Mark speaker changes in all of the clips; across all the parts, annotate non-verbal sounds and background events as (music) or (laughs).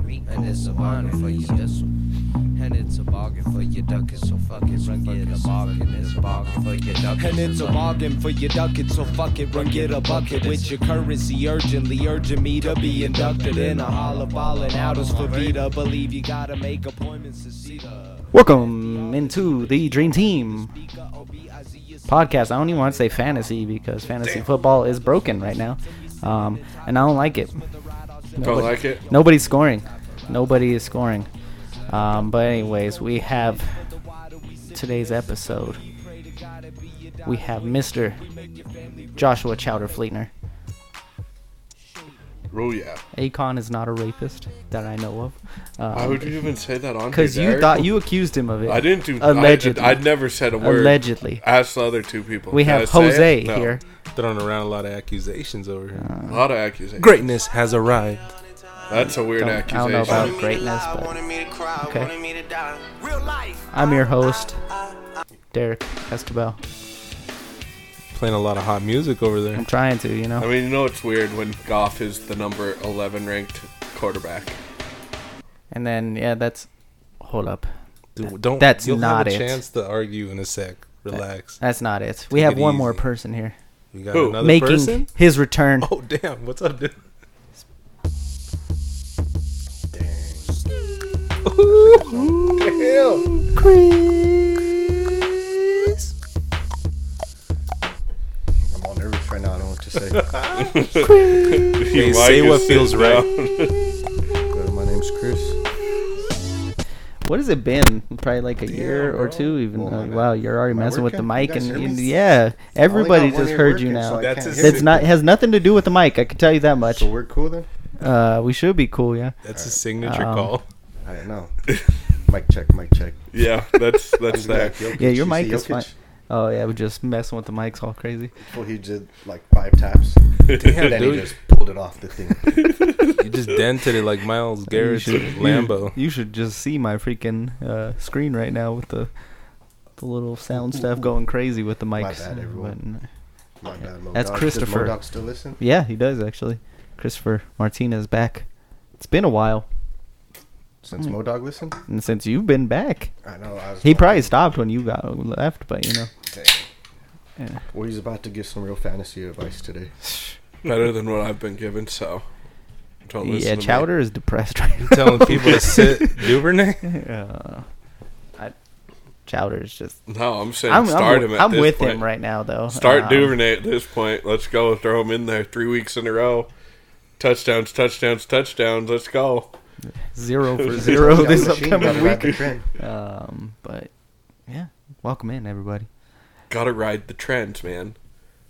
Speaker 1: street, and it's a honor for you. This one. And it's a bargain for your duck, it's so fucking run get a bargain, it's a bargain for your duck.
Speaker 2: And it's a bargain for your ducket, so fuck it, run get a bucket with your currency urgently urging me to be inducted in a hall of balling out as for Vita. Believe you gotta make appointments to see the
Speaker 3: Welcome into the Dream Team podcast. I don't even want to say fantasy because fantasy football is broken right now, um, and I don't like it.
Speaker 4: Don't like it.
Speaker 3: Nobody's scoring. Nobody is scoring. Um, but anyways, we have today's episode. We have Mr. Joshua Chowder Fleetner.
Speaker 4: Oh yeah.
Speaker 3: Akon is not a rapist that I know of.
Speaker 4: Why
Speaker 3: Um
Speaker 4: would you even say that on?
Speaker 3: because you
Speaker 4: Derek?
Speaker 3: thought you accused him of it.
Speaker 4: I didn't do.
Speaker 3: Allegedly.
Speaker 4: I, I never said a word.
Speaker 3: Allegedly.
Speaker 4: Ask the other two people.
Speaker 3: We
Speaker 4: Can
Speaker 3: have
Speaker 4: I say
Speaker 3: Jose
Speaker 4: it? No.
Speaker 3: here.
Speaker 5: throwing around a lot of accusations over here.
Speaker 4: A lot of accusations.
Speaker 5: Greatness has arrived.
Speaker 4: That's a weird
Speaker 3: Don't- I
Speaker 4: accusation.
Speaker 3: don't know about greatness, but okay. I'm your host, Derek Escabel.
Speaker 5: Playing a lot of hot music over there.
Speaker 3: I'm trying to, you know.
Speaker 4: I mean, you know it's weird when Goff is the number 11 ranked quarterback.
Speaker 3: And then yeah, that's hold up.
Speaker 5: Dude, don't.
Speaker 3: that's
Speaker 5: you'll
Speaker 3: not
Speaker 5: have
Speaker 3: it.
Speaker 5: a chance to argue in a sec. Relax.
Speaker 3: That's not it. We
Speaker 5: Take
Speaker 3: have
Speaker 5: it
Speaker 3: one more
Speaker 5: easy.
Speaker 3: person here
Speaker 5: We got
Speaker 4: Who?
Speaker 5: another
Speaker 3: making
Speaker 5: person. (laughs)
Speaker 3: his return.
Speaker 5: Oh damn! What's up, dude?
Speaker 6: I'm all nervous right now. I don't know what
Speaker 5: (laughs)
Speaker 6: to say. but
Speaker 5: Hey, say what feels right.
Speaker 6: my name's Chris.
Speaker 3: What has it been? Probably like a year or two, even.
Speaker 6: Well,
Speaker 3: Uh,
Speaker 6: Oh, my-
Speaker 3: wow, you're already
Speaker 6: my
Speaker 3: messing with the
Speaker 6: working?
Speaker 3: mic,
Speaker 6: You guys
Speaker 3: and,
Speaker 6: hear
Speaker 3: and-
Speaker 6: me?
Speaker 3: yeah,
Speaker 6: I
Speaker 3: everybody
Speaker 6: only got one
Speaker 3: just
Speaker 6: ear
Speaker 3: heard you
Speaker 6: working, so
Speaker 3: now.
Speaker 6: I
Speaker 5: That's
Speaker 6: can't
Speaker 5: his
Speaker 6: hear
Speaker 3: It's not has nothing to do with the mic. I can tell you that
Speaker 6: you.
Speaker 3: much.
Speaker 6: (laughs) So we're cool then.
Speaker 3: Uh, we should be cool, yeah.
Speaker 5: That's his signature
Speaker 3: Um,
Speaker 5: call.
Speaker 6: I
Speaker 5: (laughs)
Speaker 6: don't know. mic check. Mic check.
Speaker 4: Yeah, that's that's that.
Speaker 6: Jokic.
Speaker 3: Yeah, your
Speaker 6: You
Speaker 3: mic
Speaker 6: see
Speaker 3: is fine.
Speaker 6: Jokic?
Speaker 3: Oh yeah, we're just messing with the mics all crazy.
Speaker 6: Well, he did like five taps.
Speaker 5: Damn,
Speaker 6: then he
Speaker 5: dude,
Speaker 6: just pulled it off
Speaker 5: (laughs)
Speaker 6: the thing.
Speaker 5: you just dented it like Miles Garrett's
Speaker 3: should-
Speaker 5: Lambo.
Speaker 3: You should just see my freaking uh, screen right now with the the little sound stuff going crazy with the
Speaker 6: My
Speaker 3: mics.
Speaker 6: bad, everyone.
Speaker 3: But-
Speaker 6: My bad, Mo
Speaker 3: That's
Speaker 6: Dog.
Speaker 3: Christopher.
Speaker 6: Does Mo Dog still listen?
Speaker 3: yeah, he does actually. Christopher Martinez back. It's been a while,
Speaker 6: Since Mo Dog listened,
Speaker 3: and since you've been back,
Speaker 6: I know. I was
Speaker 3: Hmm. he probably stopped when you got left. But you know,
Speaker 6: Well, he's about to give some real fantasy advice today.
Speaker 4: Better than what I've been given, so don't Oh, listen
Speaker 3: yeah,
Speaker 4: to me.
Speaker 3: Chowder is depressed right
Speaker 5: You
Speaker 3: now. (laughs)
Speaker 5: (laughs) telling people to sit, Duvernay?
Speaker 3: uh, I, Chowder is just.
Speaker 4: No, I'm saying
Speaker 3: I'm,
Speaker 4: start
Speaker 3: I'm,
Speaker 4: him at
Speaker 3: I'm
Speaker 4: this
Speaker 3: with
Speaker 4: point.
Speaker 3: him right now though.
Speaker 4: Start
Speaker 3: Um,
Speaker 4: Duvernay at this point. Let's go. Throw him in there three weeks in a row. Touchdowns, touchdowns, touchdowns. Let's go.
Speaker 3: zero
Speaker 4: (laughs)
Speaker 3: for zero
Speaker 6: He's got a
Speaker 3: this
Speaker 6: machine gun
Speaker 3: upcoming
Speaker 6: to ride
Speaker 3: week.
Speaker 6: the trend.
Speaker 3: Um, but yeah, welcome in everybody.
Speaker 4: Gotta ride the trends, man.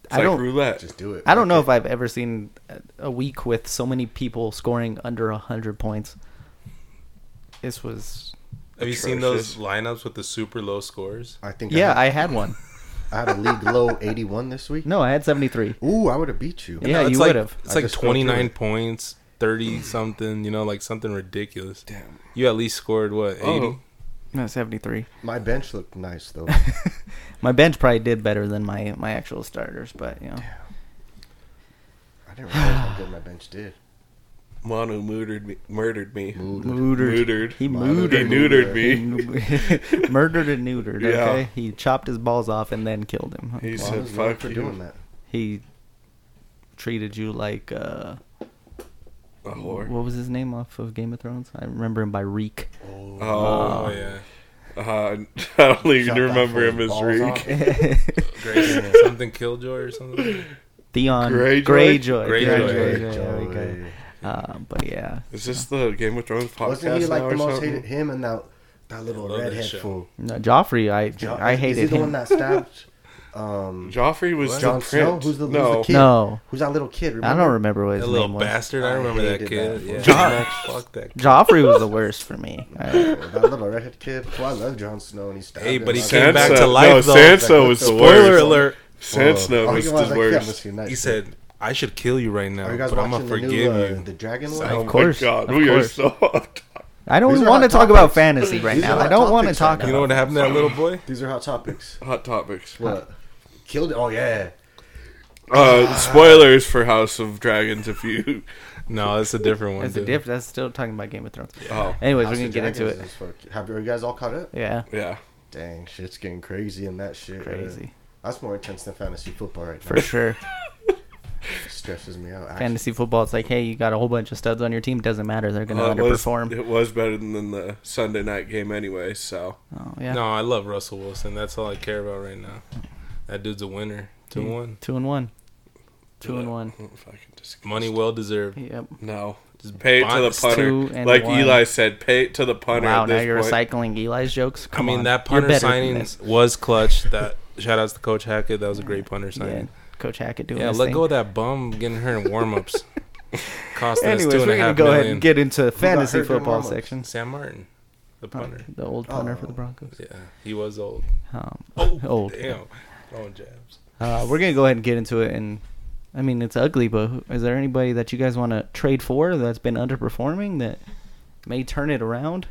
Speaker 4: It's
Speaker 3: I
Speaker 4: like
Speaker 3: don't-
Speaker 4: roulette.
Speaker 6: Just do it.
Speaker 3: I don't know
Speaker 6: Okay.
Speaker 3: if I've ever seen a- a week with so many people scoring under hundred points. This was
Speaker 5: Have you seen those lineups with the super low scores?
Speaker 6: I think.
Speaker 3: yeah,
Speaker 6: I
Speaker 3: I had one.
Speaker 6: had, I had a league low 81 this week.
Speaker 3: No, I had seventy three.
Speaker 6: Ooh, I would have beat you.
Speaker 3: Yeah,
Speaker 5: No, it's
Speaker 3: you
Speaker 5: like,
Speaker 3: would have.
Speaker 5: It's
Speaker 6: I
Speaker 5: like
Speaker 6: just go through
Speaker 5: 29
Speaker 6: it.
Speaker 5: points, 30 something, you know, like something ridiculous.
Speaker 4: Damn.
Speaker 5: You at least scored what, 80?
Speaker 4: Oh.
Speaker 3: (laughs) No, seventy three.
Speaker 6: My bench looked
Speaker 3: (laughs)
Speaker 6: nice though.
Speaker 3: My bench probably did better than my my actual starters, but you know,
Speaker 6: I didn't realize
Speaker 3: (sighs)
Speaker 6: how good my bench did.
Speaker 4: Manu murdered me. Murdered me.
Speaker 3: moodered.
Speaker 4: Neutered.
Speaker 3: He
Speaker 4: He
Speaker 3: moodered.
Speaker 4: neutered
Speaker 3: He
Speaker 4: me.
Speaker 3: nu- (laughs) murdered and neutered.
Speaker 4: Yeah.
Speaker 3: Okay, he chopped his balls off and then killed him.
Speaker 4: He
Speaker 6: Well, I
Speaker 4: said,
Speaker 6: was known
Speaker 4: "Fuck
Speaker 6: for
Speaker 4: you."
Speaker 6: doing that.
Speaker 3: He treated you like uh,
Speaker 4: A whore.
Speaker 3: what was his name off of Game of Thrones? I remember him by Reek.
Speaker 4: Oh,
Speaker 5: Oh, yeah.
Speaker 4: uh, (laughs) I only
Speaker 6: Shot that
Speaker 4: remember him as
Speaker 6: fool's balls
Speaker 4: Reek.
Speaker 6: off.
Speaker 5: Grayson, something Killjoy or something?
Speaker 3: Theon
Speaker 4: Greyjoy?
Speaker 3: Greyjoy. Greyjoy.
Speaker 5: Greyjoy.
Speaker 3: yeah, there we go. Uh, but yeah,
Speaker 4: Is this the Game of Thrones podcast?
Speaker 6: Wasn't he like
Speaker 4: now
Speaker 6: the
Speaker 4: or
Speaker 6: most
Speaker 4: something?
Speaker 6: hated? Him and that that little
Speaker 5: love that
Speaker 6: redhead
Speaker 5: show.
Speaker 6: fool.
Speaker 3: no, Joffrey, I
Speaker 6: Jo-
Speaker 3: I
Speaker 6: is-
Speaker 3: hated
Speaker 6: Is he the
Speaker 3: him.
Speaker 6: one that stabbed?
Speaker 5: (laughs)
Speaker 6: Um,
Speaker 4: Joffrey was
Speaker 6: Jon
Speaker 4: the
Speaker 6: Snow?
Speaker 4: prince.
Speaker 6: Who's the- who's the
Speaker 4: no,
Speaker 6: kid?
Speaker 3: No,
Speaker 6: who's that little kid? Remember?
Speaker 3: I don't remember what his
Speaker 5: That
Speaker 3: name
Speaker 5: little
Speaker 3: was.
Speaker 5: bastard. I
Speaker 6: I
Speaker 5: remember that
Speaker 6: hated
Speaker 5: kid.
Speaker 6: that.
Speaker 5: Yeah. Fuck that kid.
Speaker 3: Joffrey was the worst for me. I,
Speaker 6: Well, that little redhead kid. Well, I love Jon Snow, and he stabbed.
Speaker 5: Hey,
Speaker 6: him.
Speaker 5: but he
Speaker 6: I was
Speaker 5: came
Speaker 6: like,
Speaker 5: back
Speaker 4: Sansa-
Speaker 5: to life,
Speaker 4: no,
Speaker 5: though.
Speaker 4: Sansa was the
Speaker 5: Spoiler
Speaker 4: worst.
Speaker 5: alert.
Speaker 6: "Whoa."
Speaker 4: Sansa
Speaker 6: Oh,
Speaker 4: was
Speaker 6: he
Speaker 4: the
Speaker 6: like, yeah, I must
Speaker 4: worst.
Speaker 6: see that
Speaker 5: He
Speaker 6: shit.
Speaker 5: said, I should kill you right now,
Speaker 6: "Are you guys
Speaker 5: but I'm going
Speaker 6: watching
Speaker 5: to
Speaker 6: the
Speaker 5: forgive
Speaker 6: new uh,
Speaker 5: you.
Speaker 6: the Dragon
Speaker 4: Oh
Speaker 6: one?"
Speaker 4: my
Speaker 3: course,
Speaker 4: god,
Speaker 3: of
Speaker 4: we are
Speaker 3: course.
Speaker 4: so (laughs) hot.
Speaker 3: I don't
Speaker 6: These are
Speaker 3: want to
Speaker 6: hot
Speaker 3: talk about
Speaker 6: topics.
Speaker 3: fantasy right
Speaker 6: These are
Speaker 3: now.
Speaker 6: hot
Speaker 3: I don't want to
Speaker 6: topics right
Speaker 3: talk
Speaker 6: now.
Speaker 5: You know
Speaker 3: about.
Speaker 5: what happened to that little boy?
Speaker 6: These are hot topics.
Speaker 4: Hot topics.
Speaker 6: What? Killed? Oh yeah.
Speaker 4: Uh, spoilers for House of Dragons if you (laughs)
Speaker 5: No, that's a different one.
Speaker 3: That's a
Speaker 5: dude.
Speaker 3: diff. That's still talking about Game of Thrones.
Speaker 4: Oh,
Speaker 3: Anyways,
Speaker 6: House
Speaker 3: we're gonna
Speaker 6: of
Speaker 3: get into
Speaker 6: Dragons
Speaker 3: it.
Speaker 6: is fuck- Have you are you guys all caught up?
Speaker 3: Yeah,
Speaker 4: yeah.
Speaker 6: Dang, shit's getting crazy in that shit. uh,
Speaker 3: crazy
Speaker 6: That's more intense than fantasy football right now.
Speaker 3: for sure.
Speaker 6: stresses me out. Actually.
Speaker 3: Fantasy football, it's like, hey, you got a whole bunch of studs on your team. Doesn't matter. They're gonna
Speaker 4: Well, Uh, it, was,
Speaker 3: underperform.
Speaker 4: it was better than the Sunday night game anyway, so.
Speaker 3: Oh yeah.
Speaker 5: No, I love Russell Wilson. That's all I care about right now. That dude's a winner. Two
Speaker 3: Dude.
Speaker 5: one.
Speaker 3: Two and one. Mm. Two and
Speaker 4: Yeah.
Speaker 3: one.
Speaker 4: mm, Fucking disgusting.
Speaker 5: Money well deserved.
Speaker 3: Yep.
Speaker 4: No. Just pay it to the
Speaker 5: Bonds,
Speaker 3: two
Speaker 4: punter.
Speaker 3: and
Speaker 4: Like
Speaker 3: one.
Speaker 4: Eli said, pay it to the punter
Speaker 3: Wow,
Speaker 4: at
Speaker 3: now
Speaker 4: this
Speaker 3: you're
Speaker 4: point.
Speaker 3: recycling Eli's jokes. Come
Speaker 5: I mean,
Speaker 3: on.
Speaker 5: that
Speaker 3: You're
Speaker 5: punter
Speaker 3: better than
Speaker 5: signing
Speaker 3: this.
Speaker 5: was clutch. That shout outs to Coach Hackett. That was a great punter
Speaker 3: Yeah,
Speaker 5: signing.
Speaker 3: Coach Hackett doing
Speaker 5: Yeah,
Speaker 3: his
Speaker 5: let
Speaker 3: thing.
Speaker 5: go of that bum getting her in
Speaker 3: (laughs)
Speaker 5: warm ups. Cost us
Speaker 3: Anyways,
Speaker 5: two and
Speaker 3: we're
Speaker 5: a
Speaker 3: gonna
Speaker 5: half
Speaker 3: go ahead
Speaker 5: million.
Speaker 3: and get Oh. into fantasy
Speaker 6: hurt in
Speaker 3: football
Speaker 6: warmups?
Speaker 3: section.
Speaker 5: Sam Martin, the punter.
Speaker 3: The old punter for the
Speaker 6: Oh.
Speaker 3: Broncos.
Speaker 5: Yeah, he was old.
Speaker 3: Um,
Speaker 5: Oh,
Speaker 3: Old.
Speaker 5: Damn. Throwing jabs.
Speaker 3: uh, we're gonna go ahead and get into it. And I mean, it's ugly, but who- is there anybody that you guys want to trade for that's been underperforming that may turn it around?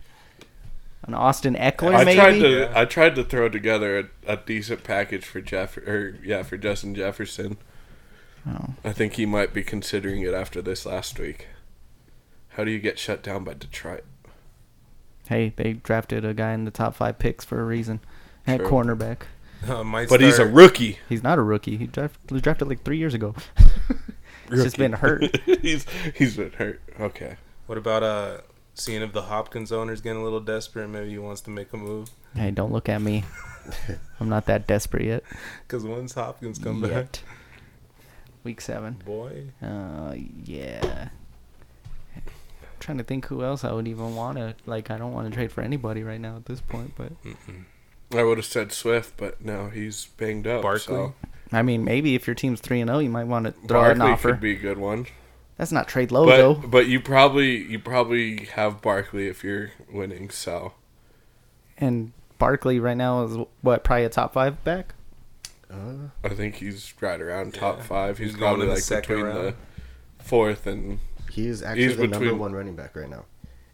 Speaker 3: An Austin Eckler,
Speaker 4: I
Speaker 3: maybe.
Speaker 4: tried to I tried to throw together a, a decent package for Jeff or yeah for Justin Jefferson.
Speaker 3: Oh.
Speaker 4: I think he might be considering it after this last week. How do you get shut down by Detroit?
Speaker 3: Hey, they drafted a guy in the top five picks for a reason. At
Speaker 4: True.
Speaker 3: cornerback,
Speaker 5: Uh, might
Speaker 4: But he's a
Speaker 5: start-
Speaker 4: rookie.
Speaker 3: he's not a rookie. He drafted, drafted like three years
Speaker 4: (laughs)
Speaker 3: ago. He's
Speaker 4: Rookie.
Speaker 3: just been hurt.
Speaker 4: (laughs) he's he's been hurt. Okay.
Speaker 5: What about uh seeing if the Hopkins owner's getting a little desperate? Maybe he wants to make a move
Speaker 3: Hey, don't look at me. I'm not that desperate yet.
Speaker 5: because when's Hopkins come back?
Speaker 3: Yet. Week seven.
Speaker 5: Boy,
Speaker 3: Uh, yeah. trying to think who else I would even want to like. I don't want to trade for anybody right now at this point, but
Speaker 4: I would have said Swift, but no, he's banged up.
Speaker 5: Barkley?
Speaker 4: so.
Speaker 3: I mean, maybe if your team's three and zero, you might want to throw out an
Speaker 4: Barkley
Speaker 3: offer.
Speaker 4: could be a good one.
Speaker 3: That's not trade low
Speaker 4: but
Speaker 3: though.
Speaker 4: but you probably you probably have Barkley if you're winning. So
Speaker 3: And Barkley right now is what probably a top five back.
Speaker 6: Uh,
Speaker 4: I think he's right around top
Speaker 5: Yeah.
Speaker 4: five. He's,
Speaker 5: He's going
Speaker 4: probably
Speaker 5: in the
Speaker 4: like
Speaker 5: second
Speaker 4: between
Speaker 5: round.
Speaker 4: the fourth and
Speaker 6: he is actually
Speaker 4: He's
Speaker 6: the number
Speaker 4: between-
Speaker 6: one running back right now,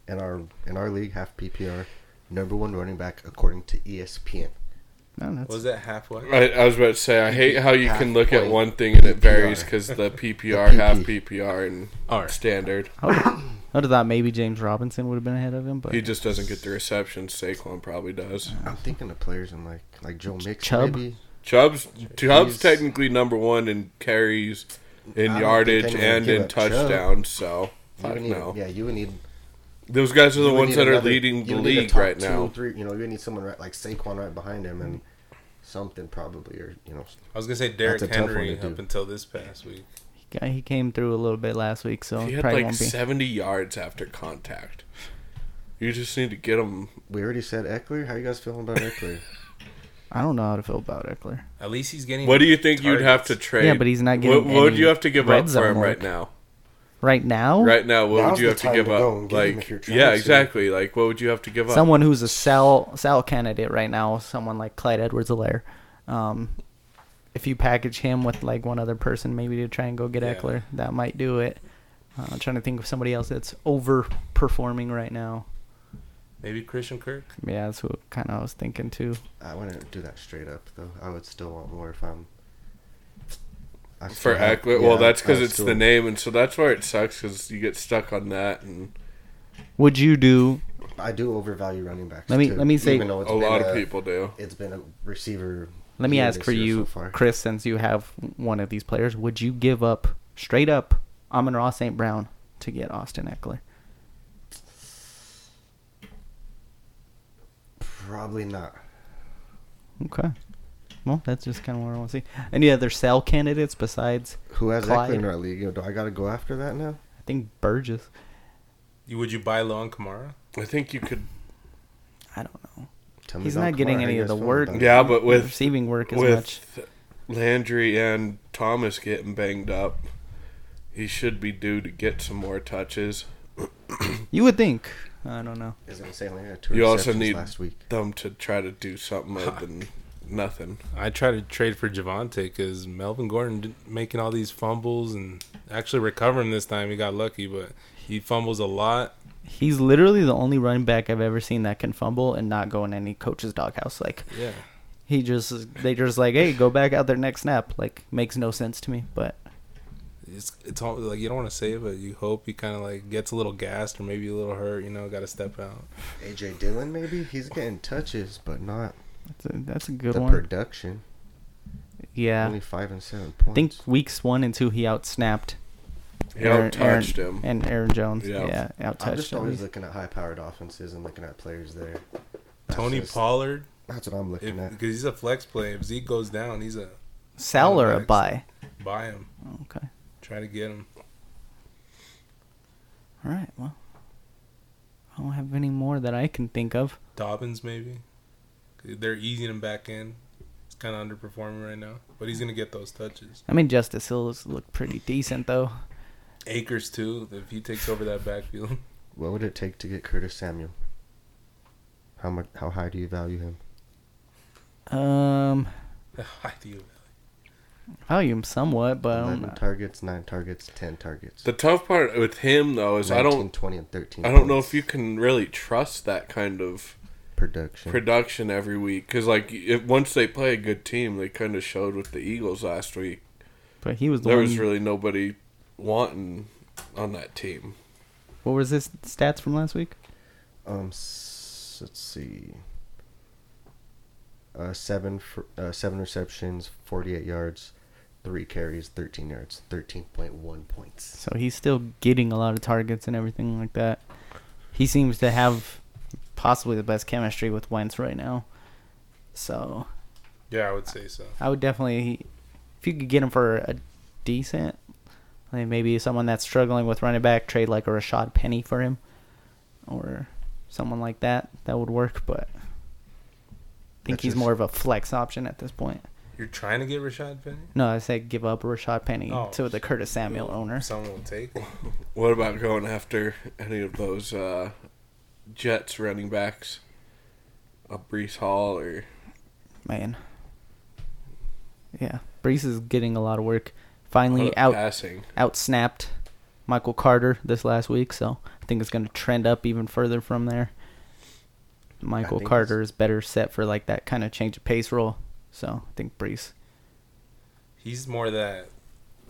Speaker 6: in our in our league half PPR, number one running back according to E ESPN.
Speaker 3: No, that's
Speaker 5: was that halfway?
Speaker 4: I, I was about to say I hate how you
Speaker 6: Half
Speaker 4: can look at
Speaker 6: point
Speaker 4: one thing and it
Speaker 6: PPR.
Speaker 4: varies because
Speaker 6: (laughs)
Speaker 4: the PPR,
Speaker 6: PP.
Speaker 4: half PPR, and
Speaker 5: All right.
Speaker 4: standard.
Speaker 3: I would have thought maybe James Robinson would have been ahead of him, but
Speaker 4: He just doesn't get the reception. Saquon probably does.
Speaker 6: I'm thinking of players in like like Joe Mixon,
Speaker 3: Chubb?
Speaker 6: maybe.
Speaker 4: Chubb's Chubb's
Speaker 6: He's-
Speaker 4: technically number one in carries, in
Speaker 6: think
Speaker 4: yardage,
Speaker 6: anyone
Speaker 4: and
Speaker 6: give
Speaker 4: in
Speaker 6: up Chubb.
Speaker 4: touchdowns. So
Speaker 6: You
Speaker 4: I
Speaker 6: would
Speaker 4: don't
Speaker 6: need,
Speaker 4: know.
Speaker 6: yeah, you would need
Speaker 4: Those guys are
Speaker 6: you
Speaker 4: the
Speaker 6: would
Speaker 4: ones
Speaker 6: need
Speaker 4: that are
Speaker 6: another-
Speaker 4: leading the
Speaker 6: you would need a
Speaker 4: league
Speaker 6: top
Speaker 4: right
Speaker 6: two,
Speaker 4: now.
Speaker 6: Three, you know, you would need someone right, like Saquon right behind him and something probably, or you know,
Speaker 5: I was gonna say Derrick
Speaker 6: a tough one
Speaker 5: Henry
Speaker 6: to do.
Speaker 5: up until this past week.
Speaker 3: Yeah, he came through a little bit last week, so
Speaker 4: He
Speaker 3: it
Speaker 4: had
Speaker 3: probably
Speaker 4: like
Speaker 3: won't be.
Speaker 4: 70 yards after contact. You just need to get him.
Speaker 6: we already said Eckler. How you guys feeling about Eckler?
Speaker 3: I don't know how to feel about Eckler.
Speaker 5: At least he's getting.
Speaker 4: What do you think you'd have to
Speaker 5: targets.
Speaker 4: trade?
Speaker 3: Yeah, but he's not
Speaker 4: What,
Speaker 3: getting
Speaker 4: what would
Speaker 3: any
Speaker 4: you have to give
Speaker 3: red
Speaker 4: up
Speaker 3: zone
Speaker 4: for him
Speaker 3: work.
Speaker 4: right now?
Speaker 3: Right now,
Speaker 4: Right now, what
Speaker 6: Now's
Speaker 4: would you
Speaker 6: the
Speaker 4: have to
Speaker 6: time
Speaker 4: give
Speaker 6: to go and
Speaker 4: up?
Speaker 6: get him if
Speaker 4: Like,
Speaker 6: you're trying
Speaker 4: yeah,
Speaker 6: to.
Speaker 4: exactly. Like, what would you have to give up?
Speaker 3: someone who's a sell sell candidate right now, someone like Clyde edwards alaire um, if you package him with like one other person, maybe to try and go get
Speaker 5: Yeah.
Speaker 3: Eckler, that might do it. Uh, I'm trying to think of somebody else that's overperforming right now.
Speaker 5: Maybe Christian Kirk.
Speaker 3: Yeah, that's what kind of I was thinking too.
Speaker 6: I wouldn't do that straight up though. I would still want more if I'm. I still
Speaker 4: for
Speaker 6: have-
Speaker 4: Eckler?
Speaker 6: yeah,
Speaker 4: well, that's because
Speaker 6: I
Speaker 4: it's the
Speaker 6: still-
Speaker 4: name, and so that's where it sucks because you get stuck on that. And
Speaker 3: Would you do?
Speaker 6: I do overvalue running backs.
Speaker 3: Let me-
Speaker 6: too,
Speaker 3: let me say-
Speaker 6: even though it's
Speaker 4: a
Speaker 6: been
Speaker 4: lot of people do.
Speaker 6: It's been a receiver.
Speaker 3: Let me
Speaker 6: year
Speaker 3: ask
Speaker 6: this
Speaker 3: for
Speaker 6: year
Speaker 3: you,
Speaker 6: so far.
Speaker 3: Chris, since you have one of these players. Would you give up straight up Amon Ross St. Brown to get Austin Eckler?
Speaker 6: Probably not.
Speaker 3: Okay. Well, that's just kind of what I want to see. Any other sell candidates besides?
Speaker 6: Who has
Speaker 3: Clyde.
Speaker 6: Eckler in our league? Yo, Do I gotta go after that now?
Speaker 3: I think Burgess.
Speaker 5: You- Would you buy low on Kamara?
Speaker 4: I think you could.
Speaker 3: I don't know.
Speaker 6: Tell me
Speaker 3: He's
Speaker 6: about
Speaker 3: not getting
Speaker 6: Kamara. How
Speaker 3: any
Speaker 6: you
Speaker 3: of the
Speaker 6: guys feeling
Speaker 3: word.
Speaker 6: about it?
Speaker 4: Yeah, but with-
Speaker 3: receiving work as
Speaker 4: with
Speaker 3: much.
Speaker 4: Landry and Thomas getting banged up, he should be due to get some more touches.
Speaker 3: You would think. I don't know.
Speaker 6: I was gonna say, like, I had two
Speaker 4: You also
Speaker 6: receptions
Speaker 4: need-
Speaker 6: last week.
Speaker 4: Them to try to do something other than nothing.
Speaker 5: I try to trade for Javante because Melvin Gordon did- making all these fumbles and actually recovering this time. He got lucky, but he fumbles a lot.
Speaker 3: He's literally the only running back I've ever seen that can fumble and not go in any coach's doghouse. Like
Speaker 5: Yeah.
Speaker 3: he just they just like, hey, go back out there next snap. Like makes no sense to me, but
Speaker 5: it's it's all like you don't want to say it, but you hope he kind of like gets a little gassed or maybe a little hurt. You know, got to step out.
Speaker 6: AJ Dillon, maybe he's getting touches, but not
Speaker 3: That's a, that's a good
Speaker 6: the
Speaker 3: one.
Speaker 6: production.
Speaker 3: yeah.
Speaker 6: Only five and seven
Speaker 3: I
Speaker 6: points.
Speaker 3: think weeks one and two he outsnapped.
Speaker 4: He outtouched
Speaker 3: Aaron,
Speaker 4: him.
Speaker 3: And Aaron Jones.
Speaker 4: Yeah.
Speaker 3: Yeah,
Speaker 6: I'm
Speaker 3: outtouched
Speaker 6: just
Speaker 3: him.
Speaker 6: always looking at high-powered offenses and looking at players there. That's
Speaker 5: Tony
Speaker 6: just-
Speaker 5: Pollard,
Speaker 6: That's what I'm looking
Speaker 5: because
Speaker 6: at.
Speaker 5: he's a flex play. If Zeke goes down, he's a
Speaker 3: Sell or a
Speaker 5: Alex.
Speaker 3: buy?
Speaker 5: buy him.
Speaker 3: Okay.
Speaker 5: Try to get him.
Speaker 3: All right. Well, I don't have any more that I can think of.
Speaker 5: Dobbins maybe. They're easing him back in. He's kind of underperforming right now, but he's gonna get those touches.
Speaker 3: I mean, Justice Hills looked pretty decent though.
Speaker 5: Akers too. If he takes over that backfield, (laughs)
Speaker 6: What would it take to get Curtis Samuel? How much? How high do you value him?
Speaker 3: Um,
Speaker 5: I do.
Speaker 3: value him somewhat, but I don't
Speaker 6: Eleven
Speaker 3: know.
Speaker 6: targets, nine targets, ten targets.
Speaker 4: The tough part with him though is I
Speaker 6: 19,
Speaker 4: don't
Speaker 6: 20 and 13
Speaker 4: I don't know
Speaker 6: points
Speaker 4: if you can really trust that kind of
Speaker 6: production
Speaker 4: production every week because like if, once they play a good team, they kind of showed with the Eagles last week.
Speaker 3: But he was the
Speaker 4: There
Speaker 3: one.
Speaker 4: was really nobody wanting on that team.
Speaker 3: what was his stats from last week?
Speaker 6: um s- let's see uh seven for, uh, seven receptions 48 yards three carries 13 yards 13.1 points
Speaker 3: So he's still getting a lot of targets and everything like that. He seems to have possibly the best chemistry with Wentz right now. So
Speaker 5: Yeah, I would say so.
Speaker 3: I would definitely, if you could get him for a decent, I mean, maybe someone that's struggling with running back, trade like a Rashad Penny for him, or someone like that. That would work, but I think
Speaker 6: That's
Speaker 3: he's
Speaker 6: just-
Speaker 3: more of a flex option at this point.
Speaker 5: You're trying to get Rashad Penny.
Speaker 3: No, I said give up Rashad Penny
Speaker 5: Oh,
Speaker 3: to the Curtis Samuel owner.
Speaker 5: Someone will take him.
Speaker 4: What about going after any of those uh, Jets running backs, a Brees Hall or
Speaker 3: Man, yeah, Brees is getting a lot of work. Finally
Speaker 4: uh,
Speaker 3: out
Speaker 4: passing?
Speaker 3: outsnapped Michael Carter this last week, so I think it's going to trend up even further from there. Michael
Speaker 6: think it's-
Speaker 3: Carter is better set for like that kind of change of pace role, so I think Brees.
Speaker 5: He's more that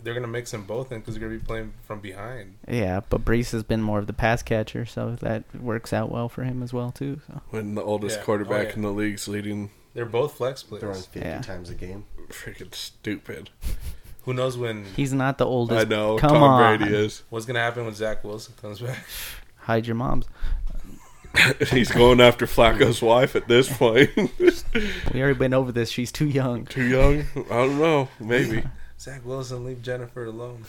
Speaker 5: they're gonna mix them both in because they're gonna be playing from behind.
Speaker 3: Yeah, but Brees has been more of the pass catcher, so that works out well for him as well too. So
Speaker 4: When the oldest
Speaker 5: Yeah. Oh,
Speaker 4: quarterback
Speaker 5: yeah.
Speaker 4: in the league's leading,
Speaker 5: They're both flex players.
Speaker 6: throwing 50
Speaker 3: Yeah.
Speaker 6: times a game
Speaker 4: freaking stupid.
Speaker 5: Who knows when
Speaker 3: he's not the oldest.
Speaker 4: I know
Speaker 3: Come
Speaker 4: Tom
Speaker 3: on,
Speaker 4: Brady is.
Speaker 5: what's gonna happen when Zach Wilson comes (laughs) back?
Speaker 3: hide your moms.
Speaker 4: (laughs) He's going after Flacco's wife at this point. (laughs)
Speaker 3: We already went over this. She's too young.
Speaker 4: Too young? I don't know. Maybe.
Speaker 5: Zach Wilson, leave Jennifer alone.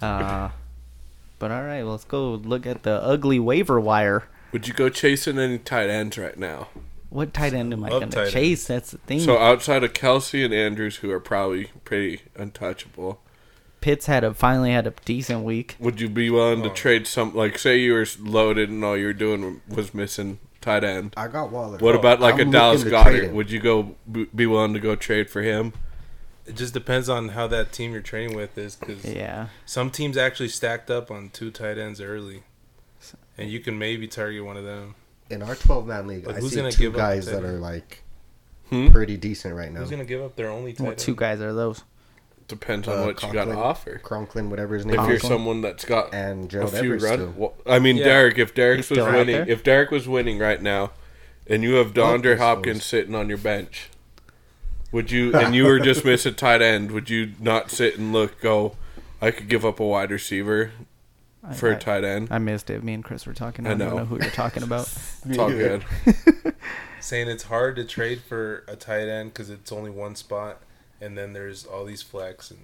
Speaker 3: Uh, but all right, let's go look at the ugly waiver wire.
Speaker 4: Would you go chasing any tight ends right now?
Speaker 3: What tight end am I
Speaker 5: Love
Speaker 3: going
Speaker 5: tight
Speaker 3: to
Speaker 5: uh, ends.
Speaker 3: chase? That's the thing.
Speaker 6: Mm.
Speaker 4: So outside of Kelsey and Andrews, who are probably pretty untouchable,
Speaker 3: Pitts had a finally had a decent week.
Speaker 4: would you be willing to
Speaker 5: Oh.
Speaker 4: trade some? Like, say you were loaded and all you were doing was missing tight end.
Speaker 6: i got waller
Speaker 4: What about like
Speaker 6: oh, I'm
Speaker 4: a Dallas
Speaker 6: looking to trade
Speaker 4: Goddard?
Speaker 6: him.
Speaker 4: Would you go b- be willing to go trade for him?
Speaker 5: It just depends on how that team you're training with is because
Speaker 3: Yeah.
Speaker 5: some teams actually stacked up on two tight ends early, and you can maybe target one of them.
Speaker 6: in our 12 man league
Speaker 5: But
Speaker 6: i
Speaker 5: who's
Speaker 6: see
Speaker 5: gonna
Speaker 6: two
Speaker 5: give up
Speaker 6: guys
Speaker 5: the
Speaker 6: that
Speaker 5: tight
Speaker 6: are
Speaker 5: end?
Speaker 6: like
Speaker 4: Hmm?
Speaker 6: pretty decent right now
Speaker 5: Who's gonna give up their only tight
Speaker 3: What
Speaker 5: end?
Speaker 3: two guys are those?
Speaker 4: Depends on
Speaker 6: Uh,
Speaker 4: what you got to
Speaker 6: Conklin-
Speaker 4: offer.
Speaker 6: Cronklin, whatever his name
Speaker 4: If you're
Speaker 6: is
Speaker 4: someone that's got
Speaker 6: and
Speaker 4: a
Speaker 6: gerald
Speaker 4: few
Speaker 6: everett still.
Speaker 4: run, well, I mean,
Speaker 5: Yeah.
Speaker 4: Derek. If Derek
Speaker 3: He's
Speaker 4: was
Speaker 3: still out
Speaker 4: winning,
Speaker 3: there?
Speaker 4: if Derek was winning right now, and you have DeAndre
Speaker 6: Hopkins
Speaker 4: Hopkins
Speaker 6: was-
Speaker 4: sitting on your bench, would you? And you
Speaker 3: (laughs)
Speaker 4: were just missing tight end. Would you not sit and look? Go, I could give up a wide receiver for a
Speaker 3: I-
Speaker 4: tight end.
Speaker 3: I missed it. Me and Chris were talking. I,
Speaker 4: I
Speaker 3: don't
Speaker 4: know.
Speaker 3: know who you're talking about.
Speaker 5: (laughs)
Speaker 3: (laughs)
Speaker 4: It's all good.
Speaker 5: saying it's hard to trade for a tight end because it's only one spot, and then there's all these flex and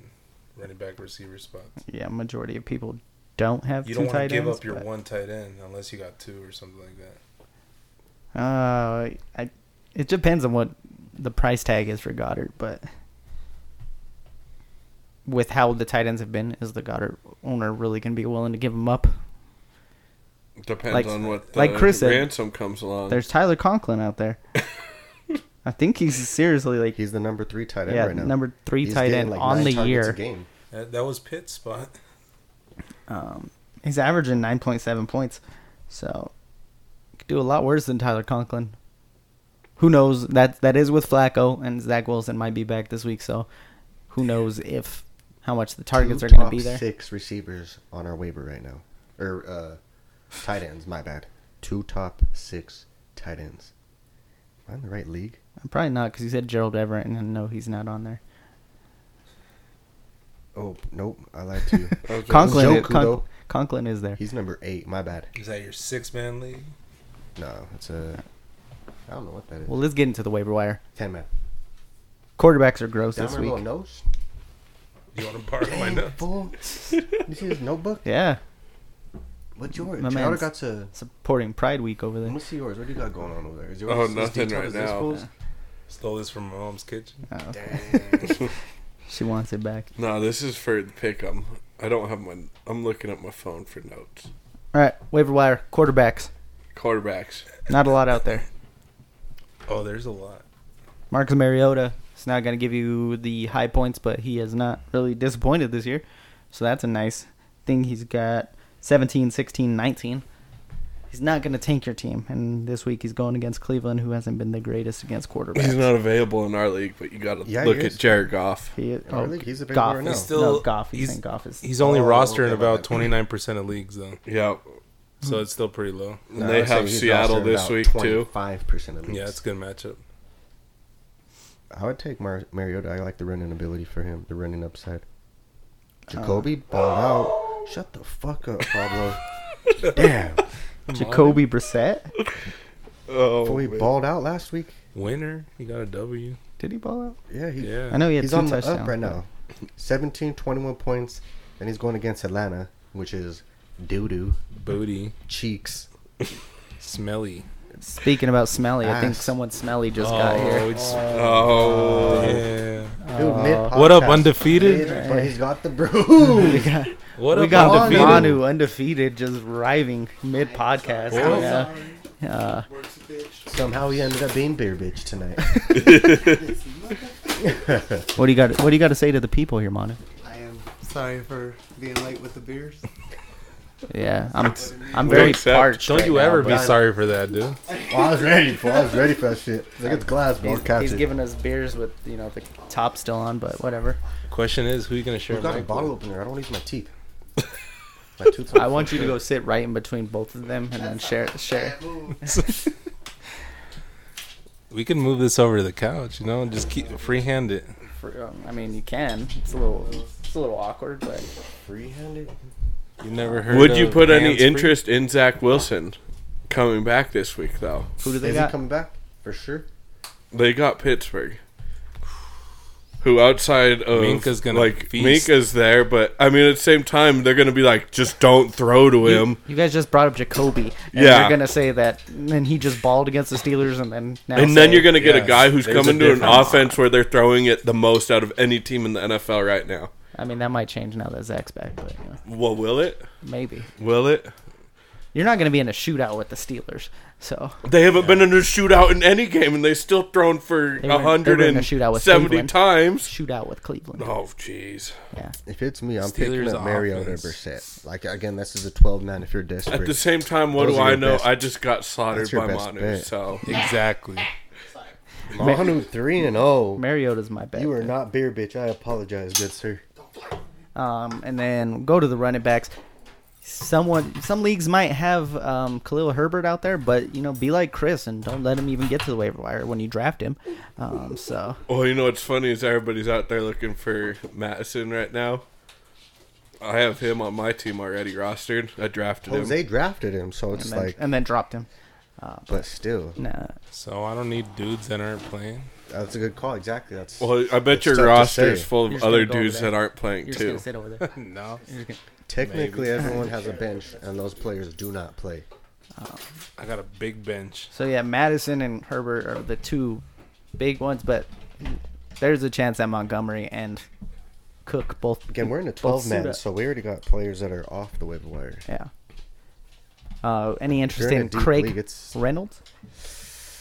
Speaker 5: running back receiver spots.
Speaker 3: yeah, majority of people don't have
Speaker 5: You
Speaker 3: two
Speaker 5: don't want to
Speaker 3: tight
Speaker 5: give
Speaker 3: ends.
Speaker 5: up your
Speaker 3: but,
Speaker 5: one tight end unless you got two or something like that.
Speaker 3: Uh, I, it depends on what the price tag is for Goddard, but with how the tight ends have been, is the Goddard owner really going to be willing to give him up?
Speaker 4: Depends
Speaker 3: Like-
Speaker 4: on what the
Speaker 3: like Chris said,
Speaker 4: ransom comes along.
Speaker 3: There's Tyler Conklin out
Speaker 6: (laughs)
Speaker 3: there. I think he's seriously like
Speaker 6: he's the number three tight end
Speaker 3: yeah,
Speaker 6: right now
Speaker 3: number three
Speaker 6: He's
Speaker 3: tight
Speaker 6: getting,
Speaker 3: end
Speaker 6: like,
Speaker 3: on
Speaker 6: nine
Speaker 3: the
Speaker 6: targets a
Speaker 3: year.
Speaker 6: game.
Speaker 5: That, that was Pitt's spot. (laughs)
Speaker 3: Um, he's averaging 9.7 points, so could do a lot worse than Tyler Conklin. Who knows? That that is with Flacco and Zach Wilson might be back this week, so who knows if how much the targets
Speaker 6: Two
Speaker 3: are going to
Speaker 6: top
Speaker 3: be there.
Speaker 6: Six receivers on our waiver right now, or uh, tight ends. My bad. Two top six tight ends. Am I in the right league?
Speaker 3: Probably not because you said Gerald Everett, and I know he's not on there.
Speaker 6: Oh nope, I lied
Speaker 3: (laughs)
Speaker 6: to you.
Speaker 3: Conklin,
Speaker 6: Joku,
Speaker 3: Con-
Speaker 6: Oh, though.
Speaker 3: Conklin is there.
Speaker 6: He's number eight. My bad.
Speaker 5: Is that your six man league?
Speaker 6: No, it's a. I don't know what that is.
Speaker 3: Well, let's get into the waiver wire.
Speaker 6: Ten man.
Speaker 3: Quarterbacks are gross
Speaker 6: Down
Speaker 3: this
Speaker 6: my little
Speaker 3: week.
Speaker 6: nose.
Speaker 5: You want to borrow (laughs) my
Speaker 6: Damn,
Speaker 5: notes?
Speaker 6: fool.
Speaker 4: (laughs)
Speaker 6: You see his notebook?
Speaker 3: Yeah,
Speaker 6: What's yours?
Speaker 3: My
Speaker 6: Chowder
Speaker 3: man's-
Speaker 6: got to.
Speaker 3: supporting Pride Week over
Speaker 6: Let
Speaker 3: there.
Speaker 6: me see yours. What do you got going on over there? Is yours
Speaker 4: Oh,
Speaker 6: as
Speaker 4: nothing
Speaker 6: detailed
Speaker 4: right
Speaker 6: as this
Speaker 4: now.
Speaker 6: fool's?
Speaker 5: Stole this from my mom's kitchen.
Speaker 3: Oh,
Speaker 6: Dang.
Speaker 3: (laughs) she wants it back.
Speaker 4: No, this is for the pick'em. I don't have my. I'm looking at my phone for notes.
Speaker 3: All right, waiver wire quarterbacks.
Speaker 4: Quarterbacks.
Speaker 3: Not a lot out there.
Speaker 5: Oh, there's a lot.
Speaker 3: Marcus Mariota is not going to give you the high points, but he has not really disappointed this year. So that's a nice thing. He's got 17, 16, 19. He's not going to tank your team. And this week he's going against Cleveland, who hasn't been the greatest against quarterbacks.
Speaker 4: He's not available in our league, but you got to
Speaker 6: Yeah, he
Speaker 4: look at
Speaker 6: is.
Speaker 4: Jared Goff.
Speaker 3: He is,
Speaker 6: I
Speaker 3: oh,
Speaker 6: think he's a big
Speaker 3: Goff.
Speaker 6: winner now.
Speaker 3: is-
Speaker 5: Still-
Speaker 3: no, Goff. He's,
Speaker 5: he's-
Speaker 3: saying Goff is.
Speaker 5: He's only
Speaker 6: Oh,
Speaker 5: rostering
Speaker 6: okay, my
Speaker 5: about
Speaker 6: bad.
Speaker 5: twenty nine percent of leagues though,
Speaker 4: Yeah,
Speaker 5: so
Speaker 3: Hmm.
Speaker 5: it's still pretty low.
Speaker 4: and they have Seattle this week too.
Speaker 6: Five percent of leagues.
Speaker 5: Yeah, it's a good matchup.
Speaker 6: I would take Mar- Mariota. I like the running ability for him. The running upside. Jacoby balled out. Shut the fuck up, Pablo.
Speaker 4: (laughs)
Speaker 6: Damn,
Speaker 3: Jacoby Brissett?
Speaker 4: Oh,
Speaker 6: boy, he balled out last week.
Speaker 5: Winner, he got a W.
Speaker 3: Did he ball out?
Speaker 6: Yeah, he.
Speaker 5: Yeah,
Speaker 3: I know he had
Speaker 6: He's
Speaker 3: two
Speaker 6: on the
Speaker 3: touchdowns.
Speaker 6: up right now. 17, 21 points, and he's going against Atlanta, which is doo doo
Speaker 5: booty,
Speaker 6: cheeks.
Speaker 5: smelly.
Speaker 3: Speaking about Smelly, I think
Speaker 6: Ass.
Speaker 3: someone Smelly just
Speaker 5: Oh.
Speaker 3: got here. (laughs)
Speaker 5: it's-
Speaker 4: oh,
Speaker 5: yeah.
Speaker 6: Dude, mid-podcast.
Speaker 5: What up, undefeated?
Speaker 6: Mid- But he's got the brew.
Speaker 3: We
Speaker 6: (laughs)
Speaker 3: got,
Speaker 5: What
Speaker 3: we
Speaker 5: up,
Speaker 3: got
Speaker 5: undefeated?
Speaker 3: Manu undefeated just riving mid podcast.
Speaker 5: Oh.
Speaker 3: Yeah. Uh,
Speaker 6: Somehow he ended up being beer bitch (laughs) tonight.
Speaker 3: what do you got? What do you got to say to the people here, Manu?
Speaker 7: I am sorry for being late with the beers.
Speaker 3: Yeah, I'm I'm
Speaker 4: We
Speaker 3: very
Speaker 4: accept.
Speaker 3: parched.
Speaker 5: Don't
Speaker 3: right
Speaker 5: you
Speaker 3: now,
Speaker 5: ever be
Speaker 3: bro.
Speaker 5: sorry for that, dude.
Speaker 6: Well, I was ready for. I was ready for that shit. Look at the glass, bro.
Speaker 3: He's,
Speaker 6: Catch
Speaker 3: he's
Speaker 6: it.
Speaker 3: giving us beers with you know the top still on, but
Speaker 5: (laughs)
Speaker 3: whatever.
Speaker 5: Question is, who you gonna share?
Speaker 6: Who's got a
Speaker 5: mic
Speaker 6: bottle
Speaker 5: with?
Speaker 6: opener? I don't use my teeth.
Speaker 3: (laughs)
Speaker 6: My tooth's
Speaker 3: I want you to go sit right in between both of them and then share share.
Speaker 5: We can move this over to the couch, you know, and just keep freehand it.
Speaker 3: For, um, I mean, you can. It's a little it's a little awkward, but
Speaker 6: free-handed.
Speaker 5: You never heard?
Speaker 4: would you
Speaker 5: of
Speaker 4: put any
Speaker 5: hands-free?
Speaker 4: interest in Zach Wilson coming back this week though?
Speaker 3: who do they
Speaker 6: Is he
Speaker 3: got?
Speaker 6: coming back for sure?
Speaker 4: They got Pittsburgh. Who outside of
Speaker 5: Minka's gonna
Speaker 4: like
Speaker 5: feast.
Speaker 4: Minka's there, but I mean at the same time they're gonna be like, just don't throw to him.
Speaker 3: You, you guys just brought up Jacoby. And
Speaker 4: Yeah.
Speaker 3: You're gonna say that, and then he just balled against the Steelers, and then now.
Speaker 4: and then
Speaker 3: say-
Speaker 4: you're going to get
Speaker 5: yes,
Speaker 4: a guy who's
Speaker 5: there's a
Speaker 4: coming to an
Speaker 5: difference.
Speaker 4: offense where they're throwing it the most out of any team in the NFL right now.
Speaker 3: I mean, that might change now that Zach's back, but you know,
Speaker 4: Well, will it?
Speaker 3: maybe
Speaker 4: Will it?
Speaker 3: you're not gonna be in a shootout with the Steelers. So
Speaker 4: They haven't been in a shootout in any game, and they still thrown for
Speaker 3: They were- they were in a shootout with
Speaker 4: 170
Speaker 3: Cleveland.
Speaker 4: times.
Speaker 3: shootout with Cleveland.
Speaker 4: Oh, jeez.
Speaker 3: Yeah.
Speaker 6: If it's me, I'm
Speaker 5: Steelers
Speaker 6: picking up Mariota
Speaker 5: offense.
Speaker 6: Brissett. Like again, this is a 12 man. If you're desperate,
Speaker 4: At the same time, what
Speaker 6: Those
Speaker 4: do
Speaker 6: are
Speaker 4: I
Speaker 6: your
Speaker 4: know?
Speaker 6: best-
Speaker 4: I just got slaughtered
Speaker 6: that's your
Speaker 4: by
Speaker 6: best
Speaker 4: Manu,
Speaker 6: bet.
Speaker 4: so
Speaker 5: Exactly.
Speaker 6: Manu three and oh.
Speaker 3: Mariota's my bet.
Speaker 6: You are not beer bitch. I apologize, good sir.
Speaker 3: Um, and then go to the running backs. Someone, some leagues might have um, Khalil Herbert out there, but you know, be like Chris and don't let him even get to the waiver wire when you draft him. Um, so
Speaker 4: Well, you know what's funny is everybody's out there looking for Madison right now. I have him on my team already rostered. I drafted him.
Speaker 6: Jose drafted him, so it's
Speaker 3: and then,
Speaker 6: like,
Speaker 3: and then dropped him.
Speaker 6: but still,
Speaker 3: Nah,
Speaker 5: So I don't need dudes that aren't playing. (laughs)
Speaker 6: that's a good call. Exactly. That's
Speaker 4: Well, I bet
Speaker 6: It's
Speaker 4: your
Speaker 6: tough to
Speaker 4: roster is
Speaker 6: say.
Speaker 4: full
Speaker 3: You're
Speaker 4: of
Speaker 3: just gonna
Speaker 4: other
Speaker 3: go over
Speaker 4: dudes
Speaker 3: there.
Speaker 4: that aren't playing
Speaker 3: you're just
Speaker 4: too.
Speaker 3: gonna sit over there.
Speaker 5: No.
Speaker 4: (laughs)
Speaker 6: technically everyone has a bench, and those players do not play.
Speaker 5: I got a big bench.
Speaker 3: So yeah, Madison and Herbert are the two big ones, but there's a chance that Montgomery and Cook both
Speaker 6: Again, we're in a
Speaker 3: both
Speaker 6: 12
Speaker 3: suit
Speaker 6: man,
Speaker 3: up.
Speaker 6: so we already got players that are off the waiver wire.
Speaker 3: Yeah. Uh, any interest
Speaker 6: You're in a
Speaker 3: in
Speaker 6: deep
Speaker 3: Craig
Speaker 6: league, it's-
Speaker 3: Reynolds?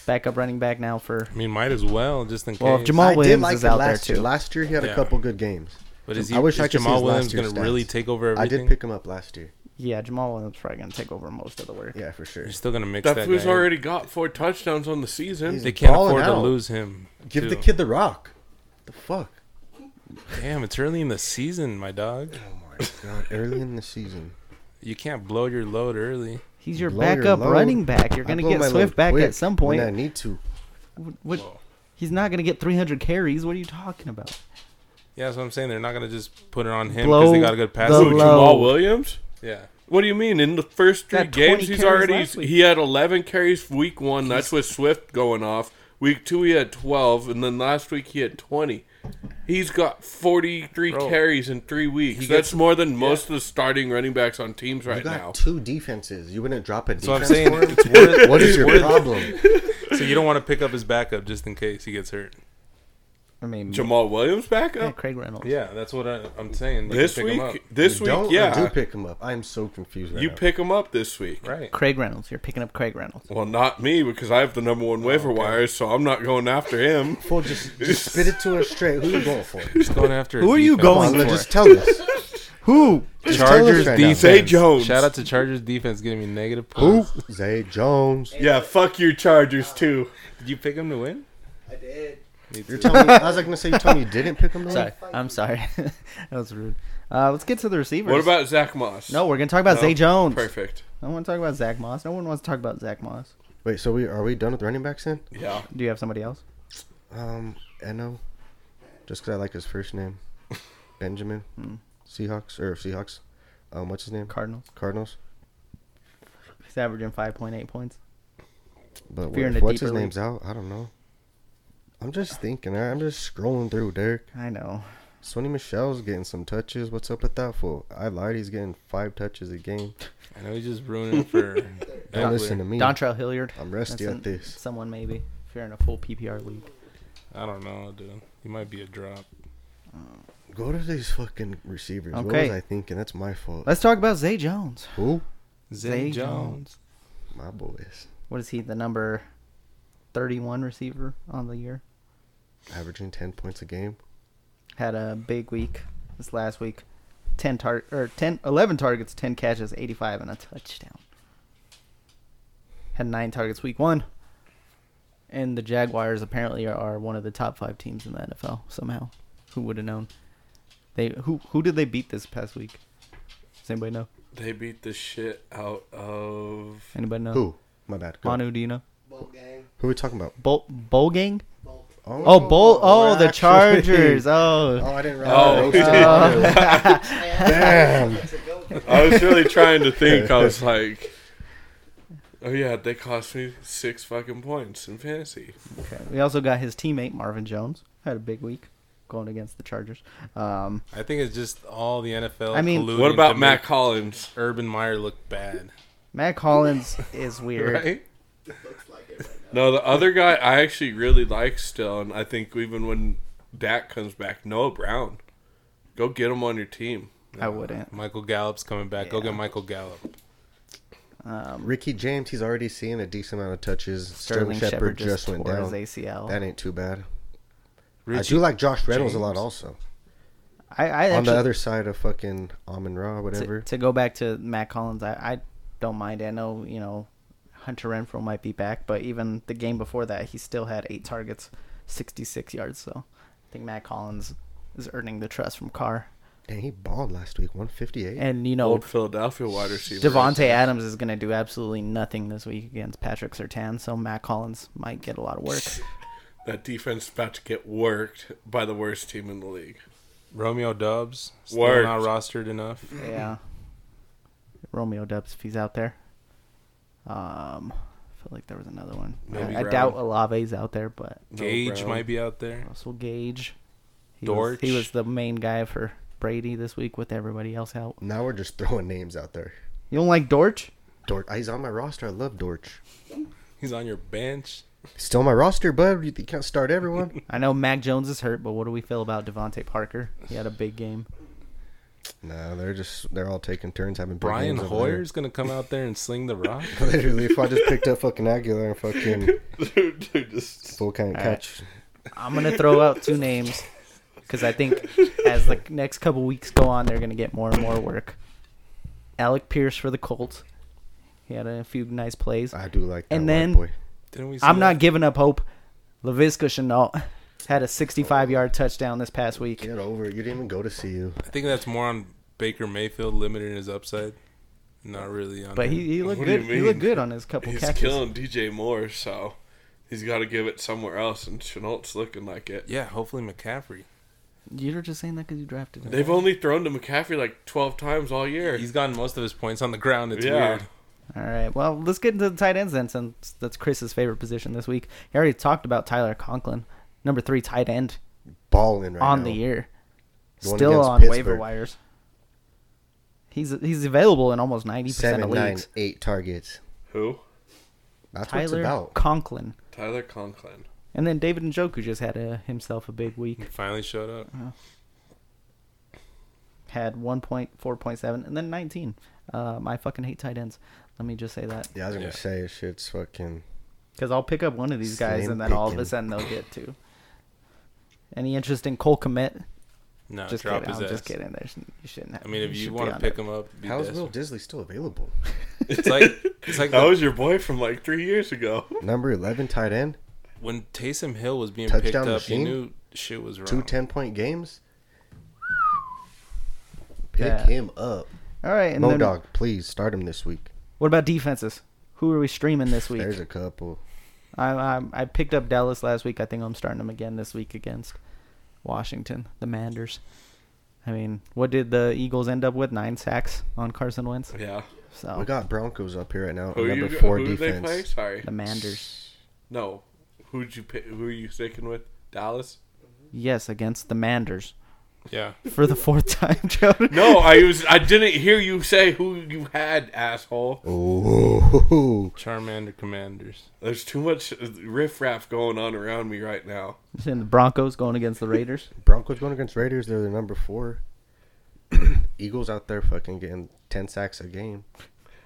Speaker 3: Backup running back now for
Speaker 5: I mean, might as well just in case.
Speaker 3: Well, if Jamal-
Speaker 6: I did
Speaker 3: Williams
Speaker 6: like
Speaker 3: is
Speaker 6: him
Speaker 3: out there,
Speaker 6: last year.
Speaker 3: too.
Speaker 6: Last year he had a
Speaker 5: Yeah.
Speaker 6: couple good games.
Speaker 5: but is, he,
Speaker 6: I wish
Speaker 5: is
Speaker 6: I could see his
Speaker 5: Jamal
Speaker 6: last
Speaker 5: Williams
Speaker 6: year's
Speaker 5: going to really
Speaker 6: stats.
Speaker 5: take over
Speaker 6: I
Speaker 5: everything?
Speaker 6: did pick him up last year.
Speaker 3: yeah Jamal Williams probably gonna take over most of the work.
Speaker 6: Yeah, for sure.
Speaker 5: You're still going to mix that,
Speaker 4: That fool's
Speaker 5: guy.
Speaker 4: already got four touchdowns on the season.
Speaker 6: He's-
Speaker 5: They can't
Speaker 6: balling
Speaker 5: afford to
Speaker 6: out.
Speaker 5: lose him.
Speaker 6: Give the
Speaker 5: too.
Speaker 6: kid the rock. The fuck.
Speaker 5: Damn, it's early in the season, my dog.
Speaker 6: Oh my god! Early in
Speaker 3: (laughs)
Speaker 6: the season,
Speaker 5: You can't blow your load early.
Speaker 3: He's your
Speaker 6: Blow your
Speaker 3: backup
Speaker 6: load.
Speaker 3: running back. You're
Speaker 6: I
Speaker 3: gonna
Speaker 6: blow
Speaker 3: get
Speaker 6: my
Speaker 3: Swift
Speaker 6: load
Speaker 3: back
Speaker 6: quick
Speaker 3: at some
Speaker 6: When I
Speaker 3: point.
Speaker 6: need to.
Speaker 3: What,
Speaker 5: Whoa.
Speaker 3: he's not gonna get 300 carries. What are you talking about?
Speaker 5: Yeah, that's what I'm saying. They're not gonna just put it on him because
Speaker 3: Blow
Speaker 5: they got a good pass.
Speaker 3: the
Speaker 4: Who,
Speaker 5: rush.
Speaker 3: load.
Speaker 4: Jamal Williams?
Speaker 5: Yeah,
Speaker 4: What do you mean? In the first three
Speaker 3: Got 20
Speaker 4: games, he's
Speaker 3: carries
Speaker 4: already
Speaker 3: last week.
Speaker 4: he had 11 carries week one. That's with Swift going off. Week two, he had 12, and then last week he had 20. He's got 43
Speaker 5: Bro,
Speaker 4: carries in three weeks.
Speaker 5: he
Speaker 4: That's
Speaker 5: gets-
Speaker 4: more than most of the starting running backs on teams
Speaker 6: You
Speaker 4: right
Speaker 6: got
Speaker 4: now.
Speaker 6: two defenses. You wouldn't drop a
Speaker 5: so I'm
Speaker 6: defense.
Speaker 5: saying
Speaker 6: for him?
Speaker 5: it's
Speaker 6: (laughs)
Speaker 5: worth.
Speaker 6: what is your
Speaker 5: worth-
Speaker 6: problem?
Speaker 5: So you don't want to pick up his backup just in case he gets hurt.
Speaker 3: I mean,
Speaker 4: Jamal Williams back
Speaker 3: yeah,
Speaker 4: up
Speaker 3: Craig Reynolds.
Speaker 5: Yeah, that's what I, I'm saying. You
Speaker 4: this
Speaker 5: can pick him
Speaker 4: week. This
Speaker 6: You
Speaker 4: week,
Speaker 6: don't or
Speaker 4: yeah,
Speaker 6: do pick him up. I am so confused. Right
Speaker 4: you
Speaker 6: now.
Speaker 4: pick him up this week.
Speaker 5: up. right?
Speaker 3: Craig Reynolds. You're picking up Craig Reynolds.
Speaker 4: Well, not me because I have the number one waiver wire, so I'm not going after him. (laughs)
Speaker 6: Fool, just, just spit it to us straight. Who you going for?
Speaker 5: Just going after.
Speaker 3: Who
Speaker 5: a
Speaker 3: are you
Speaker 5: defense.
Speaker 3: going
Speaker 6: Pablo,
Speaker 3: for?
Speaker 6: just tell us.
Speaker 3: Who?
Speaker 6: Just tell us
Speaker 5: Chargers
Speaker 6: right now.
Speaker 5: defense.
Speaker 4: Zay Jones.
Speaker 5: Shout out to Chargers defense giving me negative
Speaker 6: Who?
Speaker 5: points.
Speaker 6: Zay Jones.
Speaker 4: Yeah, fuck your Chargers too.
Speaker 5: Did you pick him to win?
Speaker 7: I did.
Speaker 5: Me
Speaker 6: You're
Speaker 5: too.
Speaker 6: telling me, I was like gonna say you told me
Speaker 3: (laughs)
Speaker 6: you didn't pick him. to win?
Speaker 3: Sorry, I'm sorry. (laughs) that was rude. Uh, let's get to the receivers.
Speaker 4: What about Zach Moss?
Speaker 3: No, we're gonna talk about
Speaker 6: Oh,
Speaker 4: No?
Speaker 3: Zay Jones.
Speaker 4: Perfect.
Speaker 3: I want to talk about Zach Moss. No one wants to talk about Zach Moss.
Speaker 6: Wait, so we are we done with running backs then?
Speaker 4: Yeah.
Speaker 3: Do you have somebody else?
Speaker 6: Um, Eno. Just 'cause I like his first name, Benjamin.
Speaker 3: Hmm.
Speaker 6: Seahawks or Seahawks. Um, what's his name?
Speaker 3: Cardinals.
Speaker 6: Cardinals.
Speaker 3: He's averaging 5.8 points.
Speaker 6: But
Speaker 3: If you're
Speaker 6: what,
Speaker 3: in a
Speaker 6: what's
Speaker 3: deeper
Speaker 6: his
Speaker 3: league.
Speaker 6: name's out? I don't know. I'm just thinking. I- I'm just scrolling through, Derek.
Speaker 3: I know.
Speaker 6: Sonny Michelle's getting some touches. What's up with that fool? I lied. He's getting five touches
Speaker 3: (laughs)
Speaker 6: a game.
Speaker 5: I know he's just ruining it for.
Speaker 6: (laughs) Don't
Speaker 5: Eckler.
Speaker 6: listen to me.
Speaker 3: Dontrell Hilliard.
Speaker 6: I'm rusty
Speaker 3: That's
Speaker 6: at
Speaker 3: an-
Speaker 6: this.
Speaker 3: Someone maybe. If you're in a full PPR league.
Speaker 5: I don't know, dude. He might be a drop.
Speaker 6: Go to these fucking receivers. What
Speaker 3: Okay.
Speaker 6: was I thinking? That's my fault.
Speaker 3: Let's talk about Zay Jones.
Speaker 6: Who?
Speaker 3: Zay
Speaker 5: Zay Jones.
Speaker 6: My boys.
Speaker 3: What is he? The number 31 receiver on the year.
Speaker 6: Averaging 10 points a game.
Speaker 3: Had a big week this last week. 10 tar- or 10 11 targets, 10 catches, 85 and a touchdown. Had 9 targets week 1. And the Jaguars apparently are one of the top 5 teams in the NFL somehow. Who would have known? They who who did they beat this past week? Does anybody know?
Speaker 4: They beat the shit out of.
Speaker 3: Anybody know?
Speaker 6: Who? My bad. Go.
Speaker 3: Manu, do you know?
Speaker 7: Bolt gang.
Speaker 6: Who are we talking about?
Speaker 3: Bowl, bowl gang?
Speaker 7: Bolt.
Speaker 3: Oh, bowl. Oh, the
Speaker 6: actually.
Speaker 3: Chargers.
Speaker 6: (laughs) Oh,
Speaker 3: Oh.
Speaker 6: I didn't
Speaker 4: Oh.
Speaker 6: realize. Oh.
Speaker 3: (laughs)
Speaker 6: Damn.
Speaker 7: That's a go.
Speaker 4: (laughs) I was really trying to think. I was like, oh yeah, they cost me six fucking points in fantasy.
Speaker 3: Okay. We also got his teammate, Marvin Jones. Had a big week going against the Chargers. Um,
Speaker 5: I think it's just all the NFL.
Speaker 3: I mean-
Speaker 5: colluding
Speaker 4: What
Speaker 5: to
Speaker 4: about
Speaker 5: make
Speaker 4: Matt Collins?
Speaker 5: Urban Meyer look
Speaker 3: (laughs)
Speaker 5: bad,
Speaker 3: Matt
Speaker 6: (laughs)
Speaker 3: Collins is weird.
Speaker 5: right?
Speaker 4: No, the other guy I actually really like still, and I think even when Dak comes back, Noah Brown, go get him on your team.
Speaker 3: I wouldn't.
Speaker 5: Michael Gallup's coming back. Go get Michael Gallup.
Speaker 6: (laughs) Ricky James, he's already seeing a decent amount of touches.
Speaker 3: Sterling Shepard
Speaker 6: Sterling, Shepard
Speaker 3: just
Speaker 6: just went
Speaker 3: tore his
Speaker 6: down.
Speaker 3: ACL.
Speaker 6: That ain't too bad. I
Speaker 5: Richie,
Speaker 6: do like Josh Reynolds a lot
Speaker 5: James.
Speaker 6: also.
Speaker 3: I, I
Speaker 6: On the
Speaker 3: actually,
Speaker 6: other side of fucking Amon Ra,
Speaker 3: to,
Speaker 6: whatever.
Speaker 3: to go back to Matt Collins, I, I don't mind. I know, you know, Hunter Renfro might be back, but even the game before that, he still had eight targets, 66 yards. So I think Matt Collins is earning the trust from Carr.
Speaker 6: Dang, he balled last week. 158.
Speaker 3: And, you know,
Speaker 4: Old Philadelphia wide receiver.
Speaker 3: Devonte Adams is going to do absolutely nothing this week against Patrick Sertan, so Matt Collins might get a lot of
Speaker 5: (laughs)
Speaker 3: work.
Speaker 4: That defense is about to get worked by the worst team in the league.
Speaker 5: Romeo Dubs. Still
Speaker 4: Worked.
Speaker 5: not rostered enough.
Speaker 3: yeah. Romeo Dubs, if he's out there. Um, I feel like there was another one.
Speaker 5: Maybe
Speaker 3: I, I
Speaker 5: Brown.
Speaker 3: doubt Alave's out there, but
Speaker 5: Gage
Speaker 4: Brown.
Speaker 5: might be out there.
Speaker 3: Russell Gage. He was, he
Speaker 5: Dortch.
Speaker 3: was the main guy for Brady this week with everybody else out.
Speaker 6: now we're just throwing names out there.
Speaker 3: You don't like Dortch?
Speaker 6: Dorch. He's on my roster. I love Dorch.
Speaker 5: He's on your bench.
Speaker 6: Still on my roster, bud. You can't
Speaker 3: (laughs)
Speaker 6: start everyone.
Speaker 3: I know Mac Jones is hurt, but what do we feel about Devonte Parker? He had a big game.
Speaker 6: no, they're just they're all taking turns having big
Speaker 5: Brian
Speaker 6: games over there.
Speaker 5: Hoyer's gonna come out there and sling
Speaker 3: (laughs)
Speaker 5: the rock.
Speaker 6: (laughs) Literally, if I just picked up fucking Aguilar and fucking
Speaker 4: They're just
Speaker 6: full can't catch.
Speaker 3: I'm gonna throw out two names because I think as the next couple weeks go on, they're gonna get more and more work. Alec Pierce for the Colts. He had a few nice plays.
Speaker 6: I do like that
Speaker 3: And
Speaker 6: white
Speaker 3: then-
Speaker 6: boy.
Speaker 5: Didn't we? see
Speaker 3: I'm not
Speaker 5: that?
Speaker 3: giving up hope. Lavisca Chenault Had a 65 yard touchdown this past week.
Speaker 6: Get over it. You didn't even go to see you.
Speaker 5: I think that's more on Baker Mayfield limiting his upside, not really on.
Speaker 3: But
Speaker 5: him.
Speaker 3: he, he looked
Speaker 4: What do you
Speaker 3: good. He looked
Speaker 4: mean?
Speaker 3: good on his couple
Speaker 4: He's
Speaker 3: catches.
Speaker 4: killing DJ Moore, so he's got to give it somewhere else, and Chenault's looking like it.
Speaker 5: yeah, hopefully McCaffrey.
Speaker 3: You're just saying that because you drafted him.
Speaker 4: They've only thrown to McCaffrey like 12 times all year.
Speaker 5: He's gotten most of his points on the ground. It's
Speaker 4: Yeah.
Speaker 5: weird.
Speaker 3: All right. Well, let's get into the tight ends then, since that's Chris's favorite position this week. He already talked about Tyler Conklin, number three tight end
Speaker 6: Balling right
Speaker 3: on
Speaker 6: now.
Speaker 3: the year,
Speaker 6: Going
Speaker 3: still
Speaker 6: against
Speaker 3: on waiver
Speaker 6: Pittsburgh.
Speaker 3: wires. He's he's available in almost 90% of
Speaker 6: Seven,
Speaker 3: leagues.
Speaker 6: nine, eight targets.
Speaker 4: Who?
Speaker 6: That's what it's
Speaker 3: Tyler
Speaker 6: about.
Speaker 3: Conklin.
Speaker 4: Tyler Conklin.
Speaker 3: And then David Njoku just had a, himself a big week.
Speaker 5: Finally showed up.
Speaker 3: Had 1.4.7 and then 19. Um, I fucking hate tight ends. Let me just say that.
Speaker 6: Yeah, I was gonna
Speaker 5: Yeah.
Speaker 6: say shit's fucking.
Speaker 3: Because I'll pick up one of these guys
Speaker 6: Slim
Speaker 3: and then all of a
Speaker 6: picking.
Speaker 3: sudden they'll get two. Any interest in Cole Komet?
Speaker 5: No,
Speaker 3: just
Speaker 5: Uh, drop
Speaker 3: kidding.
Speaker 5: his
Speaker 3: I'm
Speaker 5: ass.
Speaker 3: just kidding. There's, you shouldn't have.
Speaker 5: I mean, if you
Speaker 3: should be
Speaker 5: want to
Speaker 3: on
Speaker 5: pick
Speaker 3: that.
Speaker 5: him up, be
Speaker 6: How is
Speaker 5: desperate.
Speaker 6: Will Disley still available?
Speaker 5: it's like it's like
Speaker 4: That
Speaker 5: the-
Speaker 4: was your boy from like three years (laughs) ago.
Speaker 6: Number eleven tight end.
Speaker 5: when Taysom Hill was being picked
Speaker 6: Touchdown
Speaker 5: up,
Speaker 6: machine?
Speaker 5: you knew shit was wrong.
Speaker 6: Two ten point games. Pick
Speaker 3: Yeah.
Speaker 6: him up.
Speaker 3: All right. And
Speaker 6: Mo
Speaker 3: then,
Speaker 6: Dog, please start him this week.
Speaker 3: What about defenses? Who are we streaming this week?
Speaker 6: There's a couple.
Speaker 3: I, I, um, I picked up Dallas last week. I think I'm starting them again this week against Washington, the Manders. I mean, what did the Eagles end up with? Nine sacks on Carson Wentz.
Speaker 4: Yeah.
Speaker 6: We
Speaker 3: So
Speaker 6: got Broncos up here right now.
Speaker 4: Who
Speaker 6: number
Speaker 4: you?
Speaker 6: four
Speaker 4: who they play?
Speaker 6: defense.
Speaker 4: Sorry.
Speaker 3: the Manders.
Speaker 4: No. Who'd you pick? Who are you sticking with? Dallas.
Speaker 3: Yes, against the Manders
Speaker 5: Yeah,
Speaker 3: for the fourth (laughs) time, Joe.
Speaker 4: (laughs) No, I was. I didn't hear you say who you had, asshole.
Speaker 6: Oh,
Speaker 5: Charmander Commanders.
Speaker 4: There's too much riffraff going on around me right now.
Speaker 3: And the Broncos going against the Raiders.
Speaker 6: Broncos going against Raiders. They're the number four. Eagles out there fucking getting ten sacks a game.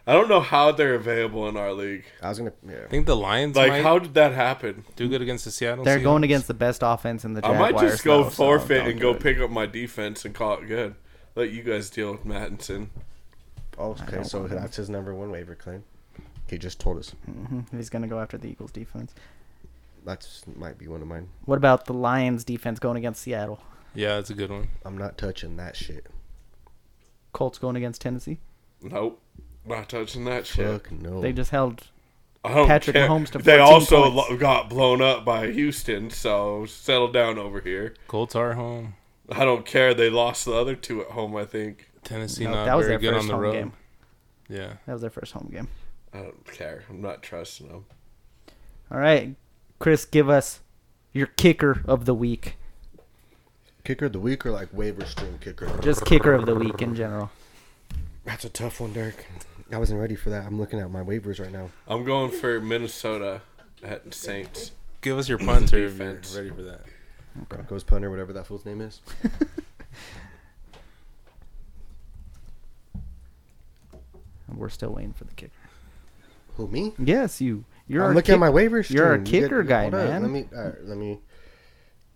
Speaker 4: I don't know how they're available in our league.
Speaker 6: I was gonna. Yeah.
Speaker 5: I think the Lions
Speaker 4: Like,
Speaker 5: might
Speaker 4: how did that happen?
Speaker 5: do good against the Seattle.
Speaker 3: They're going
Speaker 5: Seahawks.
Speaker 3: against the best offense in the
Speaker 4: I
Speaker 3: Jaguars.
Speaker 4: might just go
Speaker 3: though, so
Speaker 4: forfeit
Speaker 3: don't
Speaker 4: and
Speaker 3: do
Speaker 4: go
Speaker 3: it.
Speaker 4: pick up my defense and call it good. Let you guys deal with Mattinson.
Speaker 6: Oh, Okay,
Speaker 3: don't
Speaker 6: so
Speaker 3: want them.
Speaker 6: that's his number one waiver claim. He just told us.
Speaker 3: He's gonna go after the Eagles defense.
Speaker 6: That's might be one of mine.
Speaker 3: What about the Lions defense going against Seattle?
Speaker 5: Yeah, that's a good one.
Speaker 6: I'm not touching that shit.
Speaker 3: Colts going against Tennessee.
Speaker 4: Nope, not touching that shit.
Speaker 6: Fuck no.
Speaker 3: They just held
Speaker 4: I don't
Speaker 3: Patrick
Speaker 4: care.
Speaker 3: Mahomes to
Speaker 4: They
Speaker 3: 14
Speaker 4: also
Speaker 3: points.
Speaker 4: lo- got blown up by Houston, so settle down over here.
Speaker 5: Colts are home.
Speaker 4: I don't care. They lost the other two at home. I think
Speaker 5: Tennessee
Speaker 3: No,
Speaker 5: not
Speaker 3: that was
Speaker 5: very
Speaker 3: their
Speaker 5: good
Speaker 3: first
Speaker 5: on the
Speaker 3: home
Speaker 5: road.
Speaker 3: game.
Speaker 5: Yeah,
Speaker 3: That was their first home game.
Speaker 4: I don't care. I'm not trusting them.
Speaker 3: All right, Chris, give us your kicker of the week.
Speaker 6: kicker of the week or like waiver stream kicker.
Speaker 3: Just kicker of the week in general.
Speaker 6: That's a tough one, Derek. I wasn't ready for that. I'm looking at my waivers right now.
Speaker 4: I'm going for Minnesota at Saints.
Speaker 5: give us your punter if you're
Speaker 4: Defense.
Speaker 5: ready for that.
Speaker 6: Broncos punter, whatever that fool's name is.
Speaker 3: And we're still waiting for the kicker.
Speaker 6: Who me?
Speaker 3: Yes, you. You're
Speaker 6: I'm
Speaker 3: our
Speaker 6: looking at
Speaker 3: kick-
Speaker 6: my waivers.
Speaker 3: You're a kicker guy, man.
Speaker 6: Let me, all right, let me,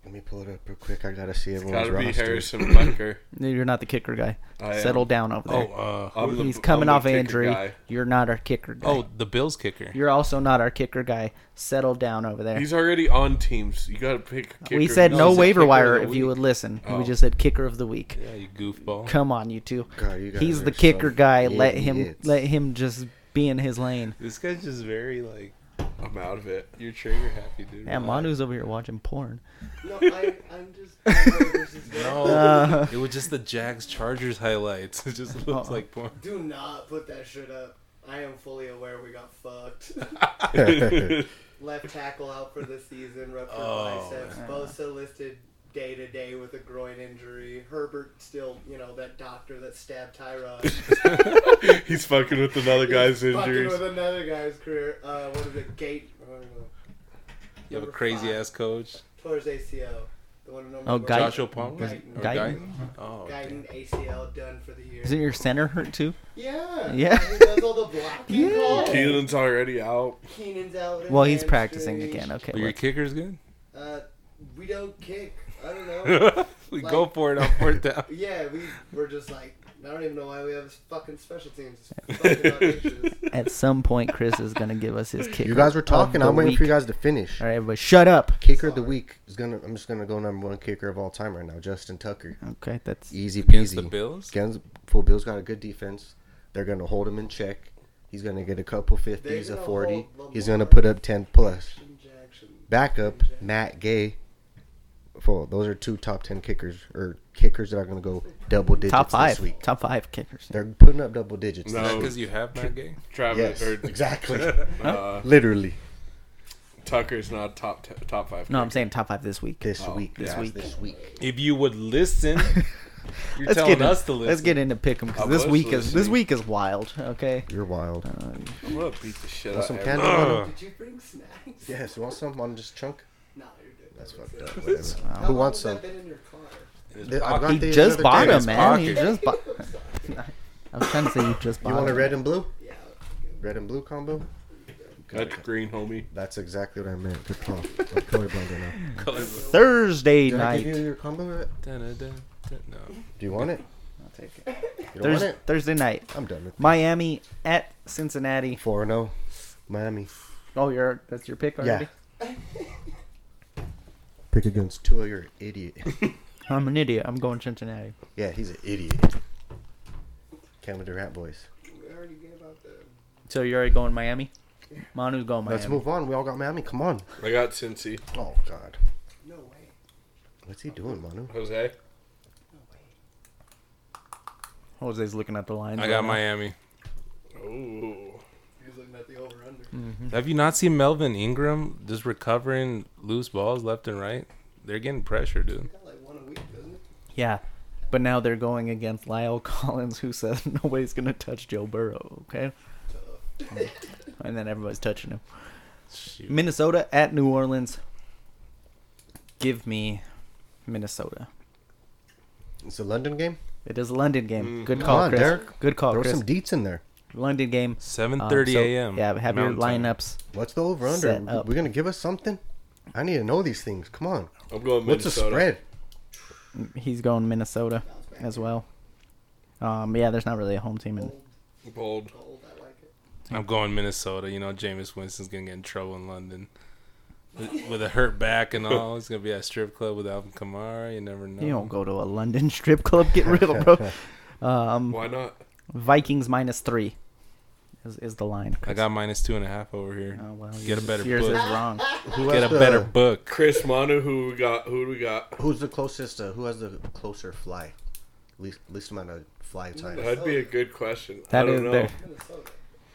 Speaker 6: let me pull it up real quick. I gotta see everyone's
Speaker 4: Gotta be
Speaker 6: roster.
Speaker 4: Harrison Butker.
Speaker 3: No, You're not the kicker guy.
Speaker 4: I am.
Speaker 3: Settle down over
Speaker 5: Oh,
Speaker 3: there.
Speaker 5: uh,
Speaker 4: I'm the-
Speaker 3: He's
Speaker 4: I'm
Speaker 3: coming
Speaker 4: the
Speaker 3: off an
Speaker 4: kicker
Speaker 3: injury.
Speaker 4: guy.
Speaker 3: You're not our kicker guy.
Speaker 5: oh, the Bills kicker.
Speaker 3: You're also not our kicker guy. Settle down over (clears throat) there.
Speaker 4: He's already on teams. You gotta pick. A kicker.
Speaker 3: we said
Speaker 5: No,
Speaker 3: no
Speaker 5: he said
Speaker 3: waiver
Speaker 5: kicker of
Speaker 3: wire
Speaker 5: the
Speaker 3: if you
Speaker 5: week.
Speaker 3: would listen. We
Speaker 4: Oh.
Speaker 3: just said kicker of the week.
Speaker 5: Yeah, you goofball.
Speaker 3: Come on, you two.
Speaker 6: God, you guys
Speaker 3: He's
Speaker 6: are
Speaker 3: the kicker
Speaker 6: some
Speaker 3: guy. Let him
Speaker 6: idiots.
Speaker 3: let him just be in his lane.
Speaker 5: This guy's just very like
Speaker 4: I'm out of it. (laughs)
Speaker 5: you're trigger happy, dude.
Speaker 3: Yeah, Manu's over here watching porn.
Speaker 7: No, I, I'm just. Raiders is bad.
Speaker 5: No,
Speaker 3: (laughs)
Speaker 5: it was just the Jags Chargers highlights. (laughs) It just looks
Speaker 3: Uh-uh.
Speaker 5: like porn.
Speaker 7: Do not put that shit up. I am fully aware we got fucked. Left tackle out for the season, ruptured
Speaker 5: Oh,
Speaker 7: biceps. Bosa listed day to day with a groin injury. Herbert still, you know, that doctor that stabbed Tyrod.
Speaker 4: He's fucking with another guy's injuries.
Speaker 7: Fucking with another guy's career. Uh, what is it? Gate. I don't know.
Speaker 5: You have a
Speaker 7: Number
Speaker 5: crazy
Speaker 7: five.
Speaker 5: ass coach,
Speaker 7: Towards ACL. The one in Omaha.
Speaker 3: Oh, Guyton.
Speaker 5: Joshua Palmer.
Speaker 7: Guyton.
Speaker 5: Or
Speaker 3: Guyton?
Speaker 5: Guyton? Oh, damn.
Speaker 7: Guyton ACL done for the year.
Speaker 3: Isn't your center hurt too?
Speaker 7: Yeah.
Speaker 3: Yeah.
Speaker 7: He does all the blocking.
Speaker 3: Yeah.
Speaker 7: calls.
Speaker 4: Keelan's already out.
Speaker 7: Keenan's out. with a
Speaker 3: Well, he's
Speaker 7: hamstring.
Speaker 3: practicing again. Okay.
Speaker 5: Well, your
Speaker 3: let's-
Speaker 5: kicker's (laughs) good.
Speaker 7: Uh,
Speaker 6: (laughs)
Speaker 7: we don't kick. I don't know.
Speaker 5: we go for it on fourth down.
Speaker 7: yeah, we were just like, I don't even know why we have fucking special teams. It's
Speaker 6: (laughs)
Speaker 7: fucking outrageous.
Speaker 3: At some point, Chris is gonna give us his kicker.
Speaker 6: You guys were talking. I'm waiting for you
Speaker 3: guys.
Speaker 6: guys to finish.
Speaker 3: All right, everybody, shut up.
Speaker 6: Kicker of the week is gonna. I'm just gonna go number one kicker of all time right now. Justin Tucker.
Speaker 3: Okay, that's
Speaker 6: Easy peasy.
Speaker 5: (laughs) Against the Bills?
Speaker 6: Against full Bills got a good defense. They're gonna hold him in check. He's gonna get a couple fifties, a
Speaker 7: gonna
Speaker 6: forty.
Speaker 7: hold
Speaker 6: He's gonna
Speaker 7: Lamar.
Speaker 6: put up ten plus.
Speaker 7: Jackson.
Speaker 6: Backup Matt Gay. Full. Those are two top ten kickers or kickers that are gonna go double digits
Speaker 3: top five.
Speaker 6: this week.
Speaker 3: top five kickers.
Speaker 6: They're putting up double digits.
Speaker 4: No.
Speaker 6: this
Speaker 5: Because you have Matt Gay?
Speaker 4: Travis
Speaker 6: Yes,
Speaker 4: or
Speaker 6: (laughs) exactly.
Speaker 4: uh,
Speaker 6: Literally
Speaker 4: Tucker's not top t- top five.
Speaker 3: No, I'm
Speaker 4: pick.
Speaker 3: saying top five this (laughs) week.
Speaker 6: this
Speaker 4: Oh,
Speaker 6: week.
Speaker 4: this
Speaker 6: guys,
Speaker 3: week.
Speaker 6: This week.
Speaker 5: If you would
Speaker 3: (laughs)
Speaker 5: listen, you're
Speaker 3: Let's
Speaker 5: telling
Speaker 3: get, in-
Speaker 5: us to listen.
Speaker 3: let's get into pick 'em 'cause
Speaker 4: I
Speaker 3: this
Speaker 4: was
Speaker 3: week is
Speaker 4: listening.
Speaker 3: this week is wild. Okay, Uh,
Speaker 6: You're wild.
Speaker 4: I'm gonna beat the shit out
Speaker 6: Want
Speaker 4: of
Speaker 6: some
Speaker 4: everyone.
Speaker 6: candle?
Speaker 5: (laughs)
Speaker 6: butter?
Speaker 5: Ugh.
Speaker 7: Did you bring snacks?
Speaker 6: Yes, you want some? I'm just chunk.
Speaker 7: No, you're good.
Speaker 6: That's
Speaker 7: That was
Speaker 6: fucked
Speaker 7: it.
Speaker 6: up. Whatever.
Speaker 7: How
Speaker 6: Who
Speaker 7: long
Speaker 6: wants
Speaker 7: has
Speaker 6: some?
Speaker 7: that been in your car?
Speaker 6: Th- I got
Speaker 5: Pocky.
Speaker 6: these
Speaker 3: just
Speaker 6: the other
Speaker 3: bought
Speaker 6: day.
Speaker 3: him,
Speaker 5: His
Speaker 3: man. He
Speaker 5: pocket.
Speaker 3: just bought.
Speaker 7: (laughs)
Speaker 3: I was trying to say you just bought.
Speaker 6: You want a
Speaker 3: him.
Speaker 6: red and blue?
Speaker 7: Yeah.
Speaker 6: Red and blue combo?
Speaker 4: That's green, homie.
Speaker 6: That's exactly what I meant. Good call. I'm colorblind right
Speaker 3: (laughs)
Speaker 6: now.
Speaker 3: Thursday
Speaker 6: Did I give
Speaker 3: night.
Speaker 6: you your combo? yet?
Speaker 5: Dun-dun-dun. No.
Speaker 6: Do you want it?
Speaker 3: I'll take it.
Speaker 6: You don't want
Speaker 3: Thursday,
Speaker 6: it?
Speaker 3: Thursday night.
Speaker 6: I'm done with
Speaker 3: Miami at Cincinnati.
Speaker 6: 4 0. oh. Miami.
Speaker 3: Oh, your that's your pick already.
Speaker 6: Yeah. Pick against Tua, you're an idiot. (laughs)
Speaker 3: I'm an idiot. I'm going Cincinnati.
Speaker 6: yeah, he's an idiot. Cameron Durant boys.
Speaker 7: We already gave out the.
Speaker 3: So you're already going Miami. Manu's going Miami.
Speaker 6: Let's move on. We all got Miami. Come on.
Speaker 4: I got Cincy.
Speaker 6: Oh, God.
Speaker 7: No way.
Speaker 6: What's he doing, Manu?
Speaker 4: Jose.
Speaker 7: No way.
Speaker 3: Jose's looking at the line.
Speaker 5: I got Miami.
Speaker 4: Ooh.
Speaker 7: He was looking at the over under.
Speaker 3: Hmm.
Speaker 5: Have you not seen Melvin Ingram just recovering loose balls left and right? They're getting pressure, dude.
Speaker 7: Got like one a week, doesn't it?
Speaker 3: Yeah. But now they're going against Lyle (laughs) Collins, who says (laughs) nobody's going to touch Joe Burrow,
Speaker 6: (laughs)
Speaker 3: okay? and then everybody's touching him.
Speaker 5: Shoot.
Speaker 3: Minnesota at New Orleans. Give me Minnesota.
Speaker 6: It's a London game?
Speaker 3: It is a London
Speaker 5: Mm.
Speaker 3: game. Good
Speaker 6: Come
Speaker 3: call,
Speaker 6: on,
Speaker 3: Chris.
Speaker 6: Derek.
Speaker 3: Good call,
Speaker 6: Throw
Speaker 3: Oh, Chris.
Speaker 6: some deets in there.
Speaker 3: London game. Um,
Speaker 5: 7:30
Speaker 3: so,
Speaker 5: a.m.
Speaker 3: Yeah, have your
Speaker 5: Mountain Time.
Speaker 3: lineups.
Speaker 6: What's the over
Speaker 3: Set
Speaker 6: under?
Speaker 3: up.
Speaker 6: We're going to give us something? I need to know these things. Come on.
Speaker 4: I'm going
Speaker 6: What's the
Speaker 4: Minnesota.
Speaker 6: spread?
Speaker 3: He's going Minnesota as well. Um, yeah, there's not really a home team in
Speaker 7: Bold,
Speaker 4: Bold.
Speaker 7: bold. I Oh, like it.
Speaker 5: I'm going Minnesota. You know, Jameis Winston's gonna get in trouble in London with, with a hurt back and all. He's gonna be at a strip club with Alvin Kamara. You never know.
Speaker 3: You don't go to a London (laughs) strip club. Get real,
Speaker 4: (laughs)
Speaker 3: bro.
Speaker 4: Why not?
Speaker 3: Vikings minus three is, is the line.
Speaker 5: I
Speaker 3: Chris.
Speaker 5: got minus two and a half over here.
Speaker 3: Oh, well,
Speaker 5: Get
Speaker 3: yours
Speaker 5: a better
Speaker 3: is, yours
Speaker 5: book.
Speaker 3: is wrong.
Speaker 6: Who
Speaker 5: Get
Speaker 6: has
Speaker 5: a
Speaker 6: the-
Speaker 5: better book.
Speaker 4: Chris Manu, who we got? Who do we got?
Speaker 6: Who's the closest? Uh, who has the closer fly? Least least amount of fly time.
Speaker 4: That'd be a good question. I
Speaker 3: That
Speaker 4: don't
Speaker 3: is
Speaker 4: know.
Speaker 3: there.
Speaker 7: Minnesota.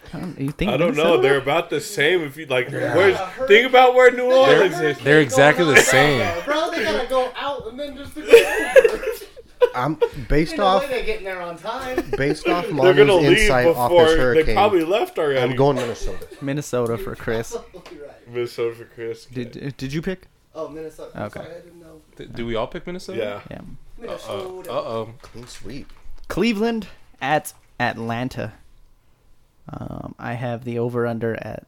Speaker 3: I don't, Um, you think
Speaker 4: I don't know.
Speaker 3: Minnesota?
Speaker 4: They're about the same. If you like, where's, think about where New Orleans is.
Speaker 5: They're exactly the same.
Speaker 7: Bro, they gotta go out and then just to go over.
Speaker 6: I'm based
Speaker 7: Ain't no
Speaker 6: off
Speaker 7: way they're getting there
Speaker 6: (laughs)
Speaker 7: on time.
Speaker 4: (laughs)
Speaker 6: based off
Speaker 4: They're gonna
Speaker 6: Manu's
Speaker 4: leave
Speaker 6: insight off
Speaker 4: before
Speaker 6: this
Speaker 4: they
Speaker 6: hurricane.
Speaker 4: probably left already.
Speaker 6: I'm going Minnesota.
Speaker 3: Minnesota for Chris.
Speaker 7: Probably right.
Speaker 4: Minnesota for Chris.
Speaker 3: Did did you pick?
Speaker 7: Oh, Minnesota. I'm
Speaker 3: Okay.
Speaker 7: Sorry, I didn't know.
Speaker 5: Th- Do we all pick Minnesota?
Speaker 4: yeah,
Speaker 3: Yeah.
Speaker 5: Uh
Speaker 7: Minnesota.
Speaker 5: oh.
Speaker 6: Clean sweep.
Speaker 3: Cleveland at Atlanta. Um, I have the over under at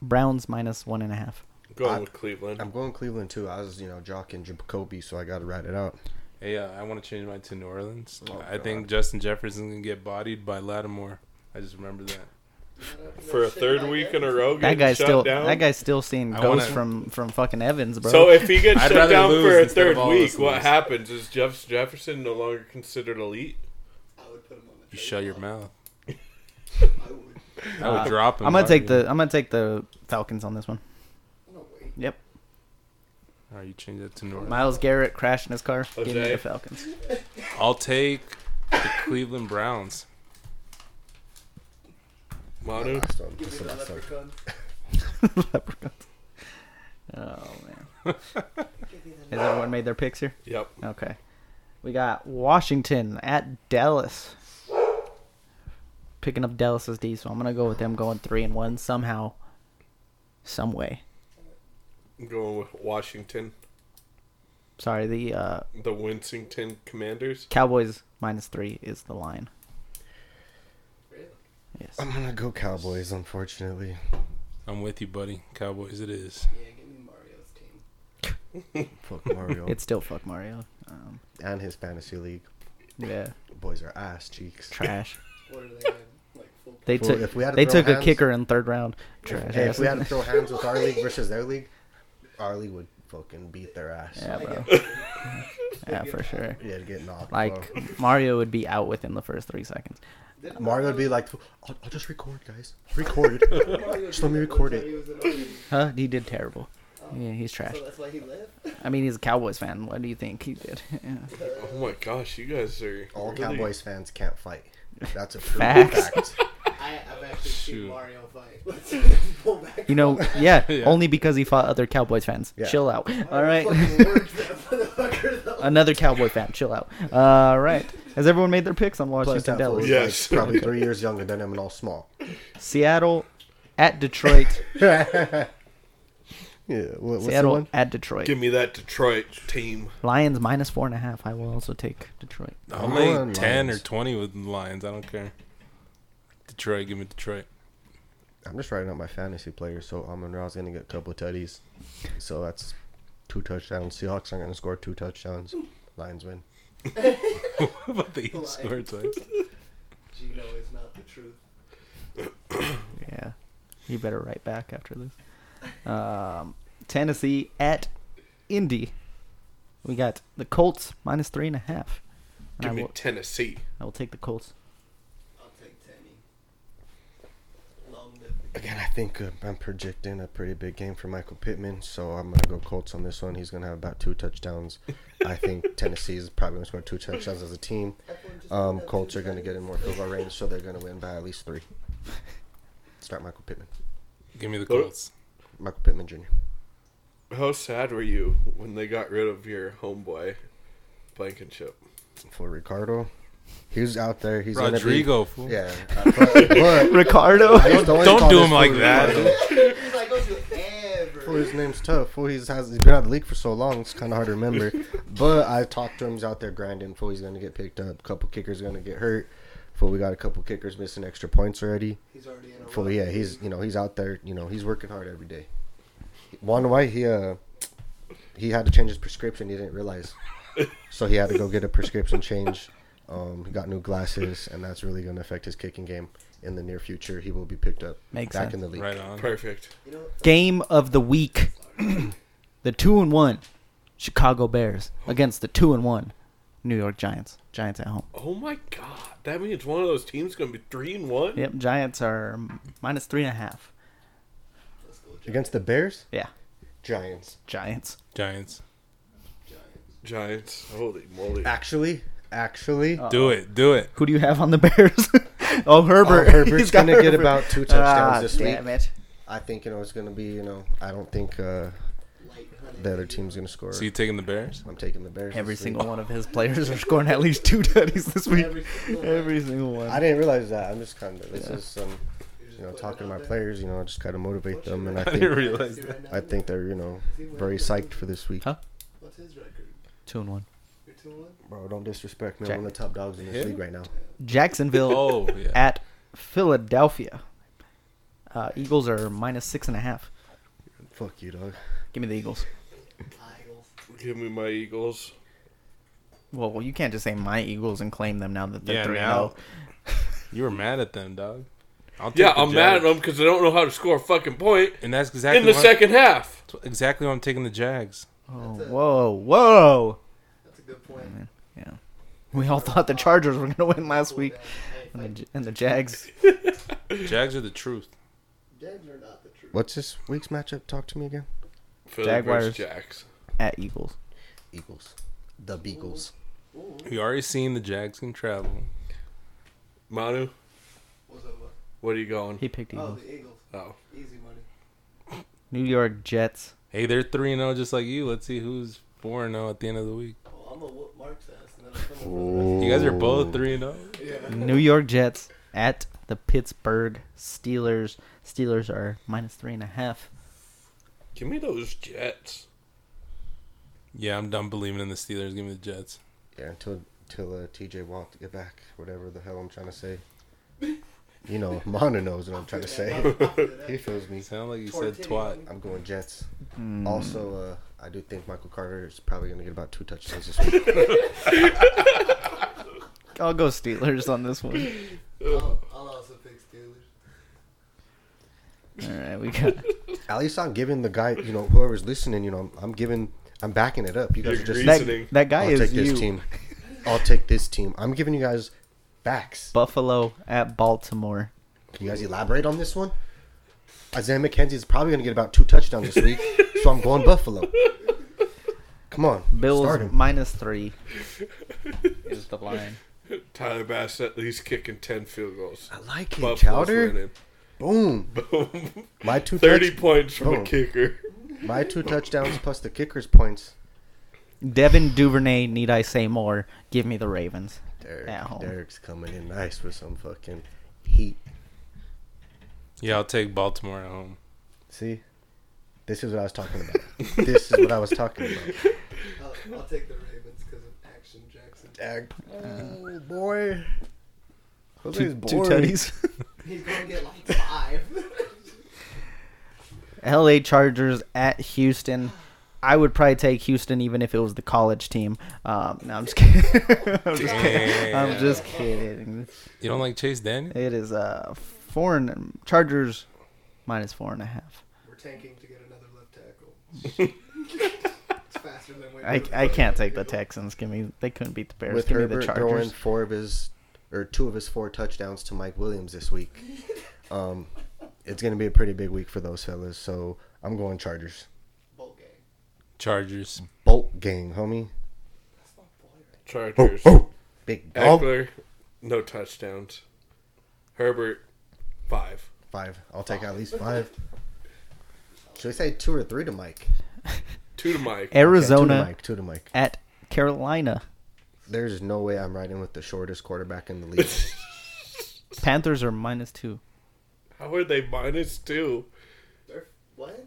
Speaker 3: Browns minus one and a half.
Speaker 4: going
Speaker 6: I-
Speaker 4: with Cleveland.
Speaker 6: I'm going Cleveland too. I was you know jocking Jacoby, so I got to ride it out.
Speaker 5: Hey, uh, I want to change mine to New Orleans.
Speaker 6: Oh,
Speaker 5: I think Justin Jefferson's gonna get bodied by Lattimore. I just remember that.
Speaker 4: for a third week in a row.
Speaker 3: That
Speaker 4: getting
Speaker 3: guy's
Speaker 4: shut
Speaker 3: still
Speaker 4: down.
Speaker 3: that guy's still seeing
Speaker 5: I
Speaker 3: ghosts
Speaker 5: wanna-
Speaker 3: from from fucking Evans, bro.
Speaker 4: So if he gets
Speaker 5: I'd
Speaker 4: shut
Speaker 5: rather
Speaker 4: down
Speaker 5: lose
Speaker 4: for a
Speaker 5: instead of
Speaker 4: third
Speaker 5: all of us
Speaker 4: week, what
Speaker 5: lose.
Speaker 4: happens? Is Jeff Jefferson no longer considered elite?
Speaker 7: I would put him on the
Speaker 5: You shut your mouth.
Speaker 7: I would.
Speaker 5: I would drop
Speaker 3: (laughs) Uh,
Speaker 5: him.
Speaker 3: I'm gonna
Speaker 5: Bobby.
Speaker 3: take the I'm gonna take the Falcons on this one.
Speaker 7: No way.
Speaker 3: Yep.
Speaker 5: All right, you change that to New Orleans.
Speaker 3: Miles Garrett crashed in his car. Give me
Speaker 4: Jose.
Speaker 3: the Falcons. (laughs)
Speaker 5: I'll take the Cleveland Browns.
Speaker 4: Manu,
Speaker 6: Last one.
Speaker 7: Give
Speaker 6: That's
Speaker 7: me
Speaker 6: the
Speaker 7: the
Speaker 6: last one.
Speaker 7: leprechaun.
Speaker 3: Leprechauns. Oh man. Has everyone made their picks here?
Speaker 4: yep.
Speaker 3: Okay. We got Washington at Dallas. Picking up Dallas's D, so I'm gonna go with them going three and one somehow, some way.
Speaker 4: I'm going with Washington,
Speaker 3: Sorry, the uh,
Speaker 4: the Winsington Commanders.
Speaker 3: Cowboys minus three is the line.
Speaker 7: Really?
Speaker 3: Yes.
Speaker 6: I'm gonna go Cowboys. Unfortunately,
Speaker 5: I'm with you, buddy. Cowboys, it is.
Speaker 7: Yeah, give me Mario's team.
Speaker 6: fuck Mario
Speaker 3: (laughs)
Speaker 6: Oh.
Speaker 3: It's still fuck Mario. Um,
Speaker 6: and his fantasy league.
Speaker 3: Yeah,
Speaker 6: (laughs) Boys are ass cheeks.
Speaker 3: trash.
Speaker 7: What are they in? Like full
Speaker 3: They
Speaker 6: Well,
Speaker 3: took
Speaker 6: if we had to
Speaker 3: they
Speaker 6: throw
Speaker 3: took a
Speaker 6: hands-
Speaker 3: kicker in third round. Trash.
Speaker 6: Hey, if we had to
Speaker 3: ass.
Speaker 6: throw hands with our league versus their league, our league would fucking beat their ass.
Speaker 3: yeah, bro. (laughs) yeah, for sure.
Speaker 6: Yeah, to get knocked. bro.
Speaker 3: Like Mario would be out within the first three seconds.
Speaker 6: Mario would be like, I'll, I'll just record, guys. (laughs) Record. just let me record it.
Speaker 7: He was an Oregon,
Speaker 3: Huh? He did terrible. Yeah, he's trash.
Speaker 7: so that's why he left.
Speaker 5: (laughs)
Speaker 3: I mean, he's a Cowboys fan. What do you think he did? (laughs) Yeah.
Speaker 4: Oh my gosh, you guys are
Speaker 6: All
Speaker 4: really-
Speaker 6: Cowboys fans can't fight. That's a proven
Speaker 3: Facts.
Speaker 6: fact.
Speaker 7: I, I've actually
Speaker 5: Shoot.
Speaker 7: seen Mario fight. (laughs) Let's pull back.
Speaker 3: You know, yeah,
Speaker 5: Yeah.
Speaker 3: only because he fought other Cowboys fans.
Speaker 6: Yeah.
Speaker 3: Chill out. All
Speaker 7: I
Speaker 3: right.
Speaker 7: don't
Speaker 3: (laughs)
Speaker 7: fucking words that motherfucker, (laughs) though.
Speaker 3: Another Cowboy fan. Chill out. All right. Has everyone made their picks on
Speaker 6: Plus,
Speaker 3: Washington
Speaker 6: that fool
Speaker 3: Dallas?
Speaker 6: was
Speaker 4: Yeah.
Speaker 6: like
Speaker 4: Yes.
Speaker 6: probably three (laughs) years younger than him and all small.
Speaker 3: Seattle at Detroit.
Speaker 6: Yeah, what, what's the
Speaker 3: Seattle
Speaker 6: one?
Speaker 3: at Detroit.
Speaker 4: Give me that Detroit team.
Speaker 3: Lions minus four and a half. I will also take Detroit.
Speaker 5: I'll
Speaker 6: I'm
Speaker 5: lay
Speaker 6: going
Speaker 5: ten
Speaker 6: Lions.
Speaker 5: or twenty with the Lions. I don't care. Detroit, give me Detroit. (laughs)
Speaker 6: I'm just writing out my fantasy players. So Amon Ra's gonna get a couple of tutties. So that's two touchdowns. Seahawks are gonna score two touchdowns. Lions win.
Speaker 5: but they each scored twice.
Speaker 7: Gino is not the truth.
Speaker 3: Yeah. You better write back after this. Um, Tennessee at Indy. We got the Colts minus three and a half. And
Speaker 4: Give
Speaker 3: I,
Speaker 4: me
Speaker 3: will,
Speaker 4: Tennessee.
Speaker 3: I will take the Colts.
Speaker 7: I'll take Tammy. Long live
Speaker 6: Again, I think uh, I'm projecting a pretty big game for Michael Pittman, so I'm gonna go Colts on this one. He's gonna have about two touchdowns. I think Tennessee is probably gonna score two touchdowns as a team. Um, Colts are gonna get in more field goal range, so they're gonna win by at least three. Start Michael Pittman.
Speaker 5: Give me the Colts.
Speaker 6: Michael Pittman Jr.
Speaker 4: How sad were you when they got rid of your homeboy, Blankenship?
Speaker 6: for Ricardo. He's out there. He's gonna be-
Speaker 5: Rodrigo, fool.
Speaker 6: Yeah, uh, but,
Speaker 5: (laughs)
Speaker 6: but (laughs)
Speaker 3: Ricardo.
Speaker 6: I used to always
Speaker 5: Don't
Speaker 6: call
Speaker 5: do
Speaker 6: this
Speaker 5: him like
Speaker 6: fool
Speaker 5: that.
Speaker 6: Ricardo.
Speaker 7: the (laughs) He's like, go to
Speaker 6: Fool,
Speaker 7: ever.
Speaker 6: his name's tough. Fool, he's has he's been out of the league for so long. It's kind of hard to remember. but I talked to him. He's out there grinding. Fool, he's gonna get picked up. A couple kickers gonna get hurt. Fool, we got a couple kickers missing extra points already.
Speaker 7: He's already in a
Speaker 6: Fool,
Speaker 7: rut.
Speaker 6: yeah, he's you know he's out there. You know he's working hard every day. One way he uh he had to change his prescription. He didn't realize, so he had to go get a prescription change. Um, he got new glasses, and that's really going to affect his kicking game in the near future. He will be picked up
Speaker 3: Makes
Speaker 6: back
Speaker 3: sense.
Speaker 6: in the league.
Speaker 5: Right
Speaker 3: Mm.
Speaker 5: on.
Speaker 4: Perfect.
Speaker 7: You know,
Speaker 3: Game of the week. the two and one Chicago Bears against the two and one New York Giants. Giants at home.
Speaker 4: Oh my god, that means one of those teams gonna be three and one.
Speaker 3: Yep, Giants are minus three and a half.
Speaker 7: let's go
Speaker 6: Against the Bears,
Speaker 3: Yeah,
Speaker 6: Giants.
Speaker 3: Giants.
Speaker 5: Giants.
Speaker 4: Giants. Holy moly!
Speaker 6: Actually, actually,
Speaker 3: Oh.
Speaker 5: Do it. Do it.
Speaker 3: Who do you have on the (laughs) Bears? oh, Herbert.
Speaker 6: Oh, Herbert's
Speaker 3: (laughs) He's got
Speaker 6: gonna get about two touchdowns this week.
Speaker 3: damn it.
Speaker 6: I think you know it's going to be. You know, I don't think uh,
Speaker 7: light honey.
Speaker 6: the other team's going to score.
Speaker 5: So you taking
Speaker 4: (laughs)
Speaker 5: the Bears?
Speaker 6: I'm taking the Bears.
Speaker 3: Every
Speaker 6: this week.
Speaker 3: single one of his players are scoring at least two tutties this week.
Speaker 7: Every single one.
Speaker 3: Every single one.
Speaker 6: I didn't realize that. I'm just kind of. This is some.
Speaker 7: You're just
Speaker 6: You know,
Speaker 7: putting
Speaker 6: talking to
Speaker 7: it out
Speaker 6: my
Speaker 7: there.
Speaker 6: players. You know, just kind of motivate
Speaker 7: What's
Speaker 6: them,
Speaker 7: your
Speaker 6: and
Speaker 5: (laughs)
Speaker 6: I
Speaker 5: I didn't
Speaker 6: think
Speaker 5: realize
Speaker 7: See
Speaker 5: that.
Speaker 7: right now?
Speaker 6: I think they're you know very psyched for this week.
Speaker 3: Huh?
Speaker 7: What's his record?
Speaker 3: Two and one.
Speaker 7: You're 2 1?
Speaker 6: Bro, don't disrespect me.
Speaker 3: Check.
Speaker 6: I'm one of the top dogs in this
Speaker 5: Yeah.
Speaker 6: league right now.
Speaker 3: Jacksonville
Speaker 5: Oh, yeah.
Speaker 4: (laughs)
Speaker 3: at Philadelphia. Uh, Eagles are minus six and a half.
Speaker 6: Fuck you, dog.
Speaker 3: Give me the Eagles.
Speaker 7: Eagles.
Speaker 4: Give me my Eagles.
Speaker 3: Well, well, you can't just say my Eagles and claim them now that they're
Speaker 5: Yeah,
Speaker 3: three
Speaker 5: now-
Speaker 3: zero.
Speaker 5: You were mad at them, dog. I'll
Speaker 4: Yeah,
Speaker 5: take the
Speaker 4: I'm mad at
Speaker 5: Jags.
Speaker 4: them because they don't know how to score a fucking point
Speaker 5: And that's exactly
Speaker 4: in the
Speaker 5: why,
Speaker 4: second
Speaker 5: (laughs)
Speaker 4: half.
Speaker 5: that's exactly why I'm taking the Jags.
Speaker 3: Oh,
Speaker 7: That's a-
Speaker 3: whoa, whoa!
Speaker 7: That's a good point.
Speaker 3: Yeah, we all thought the Chargers were gonna win last week,
Speaker 7: Hey,
Speaker 3: and the,
Speaker 7: like,
Speaker 3: J- and the Jags.
Speaker 5: Jags are the truth.
Speaker 7: Jags are not the truth.
Speaker 6: What's this week's matchup? Talk to me again.
Speaker 4: Philly
Speaker 3: Jaguars.
Speaker 4: versus Jacks.
Speaker 3: at Eagles.
Speaker 6: Eagles. The Beagles.
Speaker 7: Ooh,
Speaker 5: We already seen the Jags can travel.
Speaker 4: Manu,
Speaker 7: what's up, bud?
Speaker 4: what are you going?
Speaker 3: He picked
Speaker 7: Oh,
Speaker 3: Eagles.
Speaker 7: the Eagles.
Speaker 4: Oh,
Speaker 7: Easy money.
Speaker 3: New York Jets.
Speaker 5: Hey, they're three and zero just like you. Let's see who's four and zero at the end of the week.
Speaker 7: Oh, I'm going to whoop Mark's ass, and then I'll come over.
Speaker 5: You guys are both three and oh? zero.
Speaker 3: New York Jets at the Pittsburgh Steelers. Steelers are minus three and a half.
Speaker 4: give me those Jets.
Speaker 5: Yeah, I'm done believing in the Steelers. Give me the Jets.
Speaker 6: Yeah, until until uh, TJ Watt to get back, whatever the hell I'm trying to say. You
Speaker 4: (laughs)
Speaker 6: know, Mono knows what I'm trying to say. (laughs) he feels me.
Speaker 5: You sound like you
Speaker 7: Tortilla.
Speaker 5: said twat.
Speaker 6: I'm going Jets.
Speaker 3: Hmm.
Speaker 6: Also,
Speaker 4: (laughs)
Speaker 6: uh, I do think Michael Carter is probably going to get about two touchdowns this week.
Speaker 3: I'll go Steelers on this one.
Speaker 7: I'll, (laughs) I'll also pick Steelers.
Speaker 3: All right, we got
Speaker 6: At least I'm giving the guy, you know, whoever's listening, you know, I'm, I'm giving, I'm backing it up. You guys
Speaker 4: You're
Speaker 6: are just
Speaker 4: greasing.
Speaker 3: that.
Speaker 4: Reasoning.
Speaker 3: That guy
Speaker 6: I'll
Speaker 3: is
Speaker 6: take
Speaker 3: you. (laughs)
Speaker 6: this team. I'll take this team. I'm giving you guys backs.
Speaker 3: Buffalo at Baltimore.
Speaker 6: Can you guys elaborate on this one? Isaiah McKenzie is probably going to get about two touchdowns this week, so I'm going Buffalo. Come on,
Speaker 3: Bills
Speaker 6: start him.
Speaker 3: minus three is the line.
Speaker 4: Tyler Bass at least kicking ten field goals.
Speaker 6: I like it,
Speaker 4: Buffalo's
Speaker 6: Chowder.
Speaker 4: winning.
Speaker 6: Boom.
Speaker 4: Boom.
Speaker 6: My two
Speaker 4: Thirty
Speaker 6: touch-
Speaker 4: points from a
Speaker 6: Boom.
Speaker 4: kicker.
Speaker 6: my two touchdowns plus the kicker's points.
Speaker 3: Devin Duvernay, need I say more? Give me the Ravens.
Speaker 6: Derek,
Speaker 3: At home.
Speaker 6: Derek's coming in nice for some fucking heat.
Speaker 5: Yeah, I'll take Baltimore at home.
Speaker 6: See, this is what I was
Speaker 4: (laughs)
Speaker 6: talking about. this is what I was talking about.
Speaker 7: I'll, I'll take the Ravens because of Action Jackson.
Speaker 6: Derek. Oh boy. Jose's
Speaker 3: Uh. two
Speaker 6: bored.
Speaker 3: tutties.
Speaker 7: He's gonna get like five. (laughs)
Speaker 3: LA Chargers at Houston. I would probably take Houston even if it was the college team. Um, no, I'm just kidding. (laughs) I'm, just kidding. I'm just kidding.
Speaker 5: You don't like Chase Daniel?
Speaker 3: It is uh, four and Chargers minus four and a half.
Speaker 7: We're tanking to get another
Speaker 3: (laughs)
Speaker 7: left tackle. it's faster than when
Speaker 3: I, I can't take the Texans. Give me they couldn't beat the Bears.
Speaker 6: With
Speaker 3: Give me
Speaker 6: Herbert
Speaker 3: the
Speaker 6: throwing
Speaker 3: Chargers.
Speaker 6: four of his or two of his four touchdowns to Mike Williams this week, um, it's going to be a pretty big week for those fellas. So I'm going Chargers.
Speaker 7: Bowl game.
Speaker 5: Chargers.
Speaker 6: Bolt gang, homie.
Speaker 7: That's not boy right.
Speaker 4: Chargers.
Speaker 6: oh, Big dog.
Speaker 4: Eckler, no touchdowns. Herbert, five.
Speaker 6: Five. I'll take at least five. Should we say two or three to Mike?
Speaker 4: Two to Mike.
Speaker 3: Arizona
Speaker 6: Yeah, two to Mike. Two to Mike.
Speaker 3: at Carolina.
Speaker 6: There's no way I'm riding with the shortest quarterback in the league.
Speaker 3: Panthers are minus two.
Speaker 4: (laughs) How are they minus two?
Speaker 7: They're, what?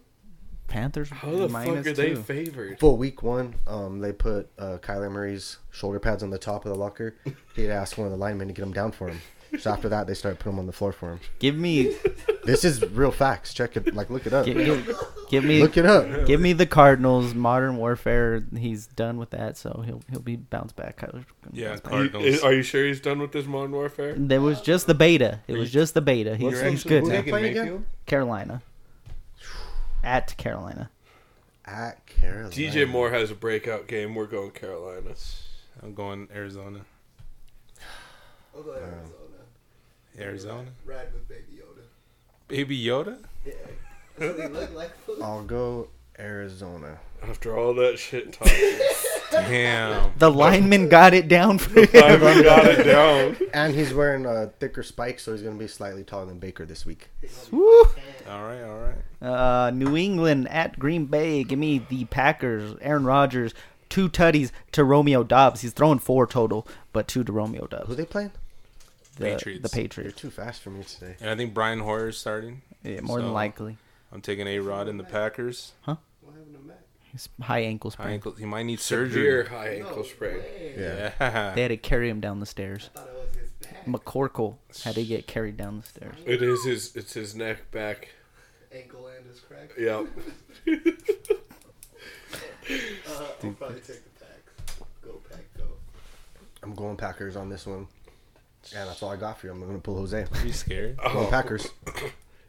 Speaker 3: Panthers
Speaker 4: How the
Speaker 3: minus
Speaker 4: fuck are they
Speaker 3: two.
Speaker 4: favored?
Speaker 6: Full week one, um, they put uh, Kyler Murray's shoulder pads on the top of the locker. He had asked one of the linemen to get them down for him. So after that, they started putting them on the floor for him.
Speaker 3: give me,
Speaker 6: This is real facts. Check it. Like, look it up.
Speaker 3: give,
Speaker 4: (laughs)
Speaker 3: give, give me,
Speaker 6: Look it up.
Speaker 3: give me the Cardinals. Modern warfare. He's done with that, so he'll he'll be bounced back. Kyler's gonna
Speaker 5: Yeah,
Speaker 3: bounce back.
Speaker 4: You-
Speaker 5: Cardinals.
Speaker 4: are you sure he's done with this modern warfare?
Speaker 3: There was just the beta. It was just the beta. He's, he's good
Speaker 6: Who they
Speaker 3: now.
Speaker 6: playing again?
Speaker 3: Carolina. At Carolina.
Speaker 6: At Carolina.
Speaker 4: DJ Moore has a breakout game. We're going
Speaker 5: (sighs)
Speaker 4: Carolina.
Speaker 5: I'm going Arizona.
Speaker 7: I'll go
Speaker 3: Um.
Speaker 7: Arizona.
Speaker 5: Arizona?
Speaker 7: Ride with Baby Yoda.
Speaker 5: Baby Yoda?
Speaker 7: Yeah. That's what he looked like.
Speaker 3: (laughs)
Speaker 6: I'll go Arizona.
Speaker 4: After all that
Speaker 5: (laughs)
Speaker 4: shit talk, I
Speaker 5: Damn.
Speaker 3: The lineman got it down for him.
Speaker 4: finally got it down.
Speaker 6: And he's wearing a thicker spike, so he's going to be slightly taller than Baker this week.
Speaker 3: (laughs) Woo.
Speaker 5: All right, all right.
Speaker 3: Uh, New England at Green Bay. Give me the Packers. Aaron Rodgers. Two tutties to Romeo Dobbs. He's throwing four total, but two to Romeo
Speaker 6: Who
Speaker 3: Dobbs.
Speaker 6: they playing?
Speaker 3: The
Speaker 5: Patriots.
Speaker 3: The
Speaker 6: You're
Speaker 3: Patriots.
Speaker 6: too fast for me today.
Speaker 5: And I think Brian Hoyer's starting.
Speaker 3: Yeah, more than
Speaker 5: So,
Speaker 3: likely.
Speaker 5: I'm taking A Rod and the Packers.
Speaker 7: What happened to Mac?
Speaker 3: His high ankle
Speaker 5: High
Speaker 3: sprain.
Speaker 5: ankle. He might need
Speaker 4: Severe
Speaker 5: surgery.
Speaker 4: high ankle sprain.
Speaker 6: Yeah.
Speaker 3: They
Speaker 5: Yeah.
Speaker 3: had to carry him down the stairs.
Speaker 7: Thought it was his back.
Speaker 3: McCorkle had to get carried down the stairs.
Speaker 4: It is his. It's his neck back.
Speaker 7: Ankle and his crack.
Speaker 4: Yep.
Speaker 7: Uh, I'll probably take the Packs. Go Pack, go.
Speaker 6: I'm going Packers on this one. Yeah, that's all I got for you. I'm going to pull Jose.
Speaker 5: (laughs) Are you scared?
Speaker 6: I'm going Packers.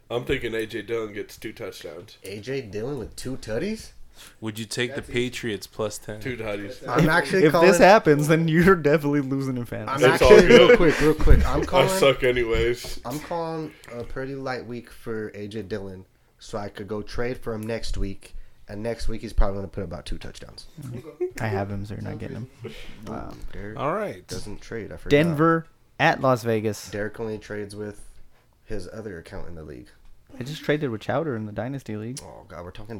Speaker 4: I'm thinking AJ Dillon gets two touchdowns,
Speaker 6: AJ Dillon with two tutties?
Speaker 5: Would you take the Patriots plus 10?
Speaker 4: two tutties.
Speaker 6: I'm actually
Speaker 3: If
Speaker 6: calling.
Speaker 3: this happens, then you're definitely losing in
Speaker 6: I'm
Speaker 3: fantasy.
Speaker 4: It's all
Speaker 6: actually real
Speaker 4: good.
Speaker 6: quick, real
Speaker 4: (laughs)
Speaker 6: quick. I'm
Speaker 4: I
Speaker 6: calling.
Speaker 4: suck anyways.
Speaker 6: I'm calling a pretty light week for AJ Dillon, so I could go trade for him next week. And next week he's probably going to put about two touchdowns.
Speaker 3: I have him, so you're not getting him.
Speaker 6: Um, Derek
Speaker 5: All right.
Speaker 6: doesn't trade. I forgot.
Speaker 3: Oh. Denver at Las Vegas.
Speaker 6: Derek only trades with his other account in the league.
Speaker 3: I just traded with Chowder in the Dynasty League.
Speaker 6: Oh God, we're talking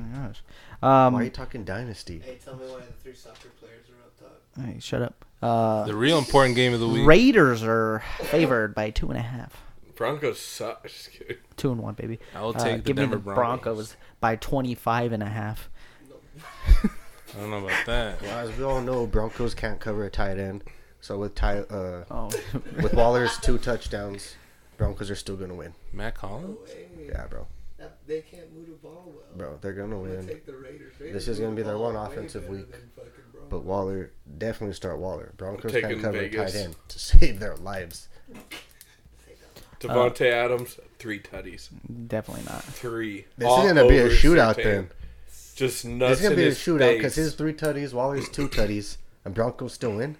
Speaker 3: Oh my gosh.
Speaker 6: Why are you
Speaker 3: Um,
Speaker 6: talking dynasty?
Speaker 7: Hey, tell me why the three soccer players are up top.
Speaker 3: Um, hey, shut up. Uh,
Speaker 5: The real important game of the week.
Speaker 3: Raiders are favored by two and a half.
Speaker 4: Broncos suck. (laughs) Just kidding.
Speaker 3: Two and one, baby.
Speaker 5: I will
Speaker 3: Uh,
Speaker 5: take the
Speaker 3: give me
Speaker 5: Denver
Speaker 3: the Broncos
Speaker 5: Broncos.
Speaker 3: by 25 and a half.
Speaker 5: I don't know about that.
Speaker 6: Well, as we all know, Broncos can't cover a tight end. So with Ty, uh,
Speaker 3: Oh,
Speaker 6: with Waller's two touchdowns, Broncos are still going to win.
Speaker 5: Matt Collins?
Speaker 6: Yeah, bro.
Speaker 7: That, they can't move the ball well.
Speaker 6: bro. They're gonna
Speaker 7: I'm gonna
Speaker 6: win.
Speaker 7: take the Raiders.
Speaker 6: This
Speaker 7: Raiders
Speaker 6: is
Speaker 7: move
Speaker 6: gonna be
Speaker 7: the
Speaker 6: their
Speaker 7: ball
Speaker 6: one
Speaker 7: way
Speaker 6: offensive
Speaker 7: better
Speaker 6: week,
Speaker 7: than fucking Broncos.
Speaker 6: But Waller definitely start Waller. Broncos
Speaker 4: taking
Speaker 6: can't cover
Speaker 4: Vegas.
Speaker 6: tight end to (laughs) save their lives.
Speaker 4: Devontae Adams, three tutties.
Speaker 3: (laughs) Definitely not.
Speaker 4: Three.
Speaker 6: This
Speaker 4: All
Speaker 6: is gonna be a
Speaker 4: over
Speaker 6: shootout
Speaker 4: Surtain.
Speaker 6: then.
Speaker 4: Just
Speaker 6: This
Speaker 4: nuts.
Speaker 6: is gonna
Speaker 4: Uh, in
Speaker 6: be a
Speaker 4: his
Speaker 6: shootout because
Speaker 4: face.
Speaker 6: his three tutties, Waller's two tutties, and Broncos still win.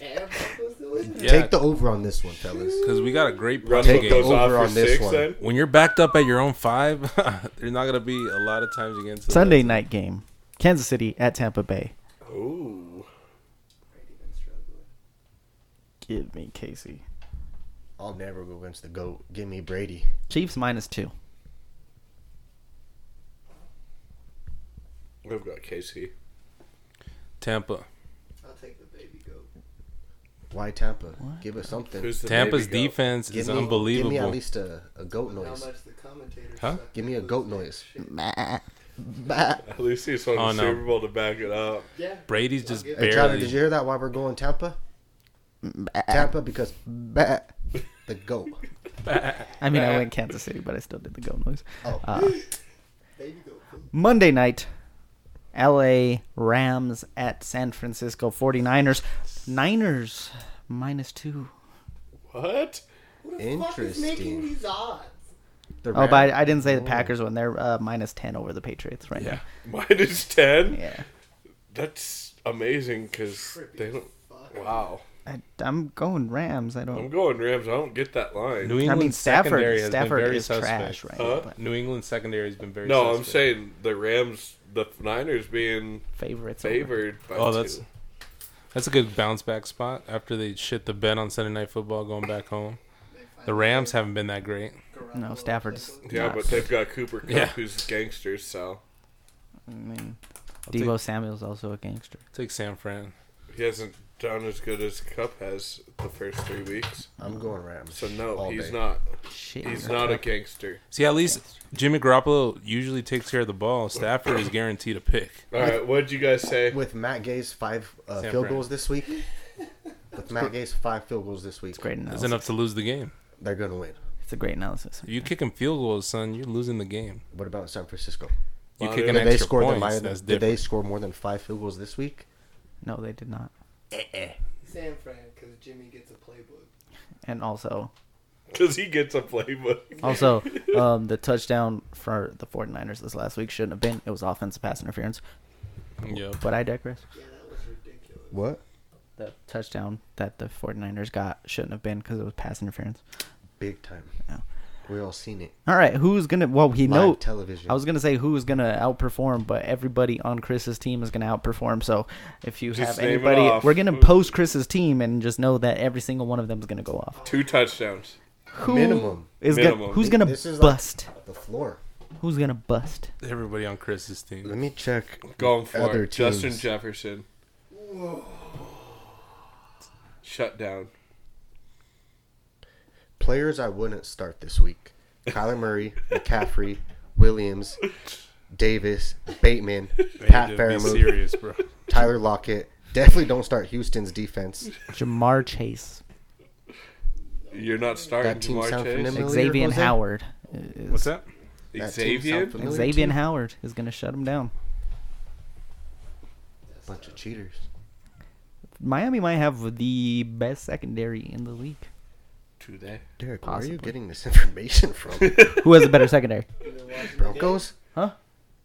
Speaker 7: And Broncos
Speaker 6: (laughs)
Speaker 7: to win.
Speaker 5: Yeah,
Speaker 6: Take the over on this one, fellas.
Speaker 5: because we got a great
Speaker 4: Russell
Speaker 5: running game.
Speaker 6: Take the
Speaker 4: goes off
Speaker 6: over
Speaker 4: for
Speaker 6: on this
Speaker 4: six
Speaker 6: one.
Speaker 4: then.
Speaker 5: When you're backed up at your own five, (laughs) there's not gonna be a lot of times against uh, the-
Speaker 3: Sunday night game. Kansas City at Tampa Bay.
Speaker 4: Ooh.
Speaker 7: Brady been struggling.
Speaker 3: Give me Casey.
Speaker 6: I'll never go against the goat. Give me Brady.
Speaker 3: Chiefs minus two.
Speaker 4: I've got KC.
Speaker 5: Tampa.
Speaker 7: I'll take the baby goat.
Speaker 6: Why Tampa? Give us something.
Speaker 4: Who's the
Speaker 5: Tampa's
Speaker 4: baby goat?
Speaker 5: defense
Speaker 6: give
Speaker 5: is
Speaker 6: me,
Speaker 5: unbelievable.
Speaker 6: Give me at least a, a goat
Speaker 7: How
Speaker 6: noise.
Speaker 7: much the commentators
Speaker 5: Huh?
Speaker 7: suck
Speaker 6: Give me a
Speaker 7: at
Speaker 6: goat
Speaker 7: those
Speaker 6: noise.
Speaker 7: shit.
Speaker 4: At least he's on
Speaker 5: Oh,
Speaker 4: the
Speaker 5: no.
Speaker 4: Super Bowl to back it up.
Speaker 7: Yeah.
Speaker 5: Brady's just
Speaker 7: Hey,
Speaker 6: Hey, Tyler,
Speaker 5: barely.
Speaker 6: did you hear that? Why we're going Tampa? Tampa because
Speaker 4: (laughs)
Speaker 6: bah, the goat.
Speaker 3: I mean, I went Kansas City, but I still did the go noise.
Speaker 6: Oh.
Speaker 3: Uh,
Speaker 7: Baby goat. please.
Speaker 3: Monday night, LA Rams at San Francisco 49ers. Niners minus two.
Speaker 4: What? (laughs)
Speaker 7: Who the fuck is making
Speaker 6: Interesting.
Speaker 7: these odds?
Speaker 6: The
Speaker 3: Oh,
Speaker 6: Ram-
Speaker 3: but I, I didn't say the Packers one. They're uh, minus 10 over the Patriots right
Speaker 5: Yeah.
Speaker 4: Minus ten.
Speaker 3: now. Yeah.
Speaker 4: That's amazing because they don't.
Speaker 7: Fuck.
Speaker 4: Wow.
Speaker 3: I, I'm going Rams. I
Speaker 4: I'm
Speaker 3: don't.
Speaker 4: going Rams. I don't get that line.
Speaker 5: New
Speaker 3: I
Speaker 5: England
Speaker 3: mean,
Speaker 5: secondary
Speaker 3: Stafford.
Speaker 5: has
Speaker 3: Stafford
Speaker 5: been very
Speaker 3: is
Speaker 5: suspect.
Speaker 3: trash right
Speaker 4: Huh?
Speaker 3: now, but
Speaker 5: New England secondary has been very.
Speaker 4: no, I'm
Speaker 5: suspect.
Speaker 4: saying the Rams, the Niners being
Speaker 3: favorites. over-
Speaker 4: favored by
Speaker 5: Oh, that's
Speaker 4: two.
Speaker 5: that's a good bounce back spot after they shit the bed on Sunday Night Football going back home. The Rams haven't been that great.
Speaker 3: No, Stafford's.
Speaker 4: Yeah,
Speaker 3: not
Speaker 4: but they've got Cooper Cup,
Speaker 5: Yeah.
Speaker 4: who's a gangster, so
Speaker 3: I mean,
Speaker 5: take-
Speaker 3: Debo Samuel's also a gangster.
Speaker 5: Take San Fran.
Speaker 4: he hasn't done as good as Cup has the first three weeks.
Speaker 6: I'm going Rams.
Speaker 4: So no,
Speaker 6: All
Speaker 4: he's
Speaker 6: day.
Speaker 4: not.
Speaker 3: Shit.
Speaker 4: He's not a gangster.
Speaker 5: See, at least Jimmy Garoppolo usually takes care of the ball. Stafford is guaranteed a pick.
Speaker 4: All right, what'd you guys say?
Speaker 6: With Matt Gay's five uh,
Speaker 5: San
Speaker 6: field
Speaker 5: Fran.
Speaker 6: goals this week. With Matt Gay's five field goals this week.
Speaker 3: It's great
Speaker 5: That's
Speaker 3: analysis.
Speaker 5: enough to lose the game.
Speaker 6: They're gonna win.
Speaker 3: It's a great analysis.
Speaker 5: If you kicking field goals, son, you're losing the game.
Speaker 6: What about San Francisco?
Speaker 5: You
Speaker 4: Well,
Speaker 5: kicking
Speaker 4: dude,
Speaker 6: Did they
Speaker 5: extra
Speaker 6: score the
Speaker 5: points.
Speaker 6: minor,
Speaker 5: that's
Speaker 6: Did
Speaker 5: different.
Speaker 6: they score more than five field goals this week?
Speaker 3: No, they did not.
Speaker 7: San Fran, because Jimmy gets a playbook.
Speaker 3: And
Speaker 4: (laughs)
Speaker 3: also,
Speaker 4: Because he gets a playbook.
Speaker 3: also, um, the touchdown for the 49ers this last week shouldn't have been. It was offensive pass interference.
Speaker 5: Yep.
Speaker 3: But I digress.
Speaker 7: Yeah, that was ridiculous.
Speaker 6: What?
Speaker 3: The touchdown that the 49ers got shouldn't have been because it was pass interference.
Speaker 6: Big time.
Speaker 3: Yeah.
Speaker 6: We all seen it.
Speaker 3: All right, who's gonna? Well, he
Speaker 6: Live
Speaker 3: know.
Speaker 6: television.
Speaker 3: I was gonna say who's gonna outperform, but everybody on Chris's team is gonna outperform. So if you
Speaker 4: Just
Speaker 3: have
Speaker 4: name it
Speaker 3: anybody,
Speaker 4: off.
Speaker 3: we're gonna post Chris's team and just know that every single one of them is gonna go off.
Speaker 4: Two touchdowns.
Speaker 3: Who
Speaker 6: Minimum.
Speaker 3: is
Speaker 4: Minimum.
Speaker 3: gonna? Who's gonna
Speaker 6: This is like-
Speaker 3: bust?
Speaker 6: the floor.
Speaker 3: Who's gonna bust?
Speaker 5: Everybody on Chris's team.
Speaker 6: Let me check.
Speaker 4: Going for
Speaker 6: Other
Speaker 4: it. Justin
Speaker 6: teams.
Speaker 4: Jefferson. Shut down.
Speaker 6: Players I wouldn't start this week: Kyler Murray, McCaffrey, Williams, Davis, Bateman, Pat
Speaker 5: Dude, be
Speaker 6: Fairmouth,
Speaker 5: serious, bro.
Speaker 6: Tyler Lockett. Definitely don't start Houston's defense.
Speaker 3: Jamar Chase,
Speaker 4: You're not starting
Speaker 6: That team
Speaker 4: Jamar
Speaker 6: sound
Speaker 4: Chase.
Speaker 6: familiar?
Speaker 3: Xavier
Speaker 6: Jose?
Speaker 3: Howard. Is,
Speaker 5: What's that?
Speaker 6: That team
Speaker 4: Xavier.
Speaker 6: sound familiar to
Speaker 3: Xavier
Speaker 6: you?
Speaker 3: Howard is gonna shut him down.
Speaker 6: Bunch of cheaters.
Speaker 3: Miami might have the best secondary in the league.
Speaker 4: Today.
Speaker 6: Derek, where are
Speaker 3: Possibly.
Speaker 6: you getting this (laughs) information from?
Speaker 3: Who has a better secondary?
Speaker 6: Broncos?
Speaker 3: Huh?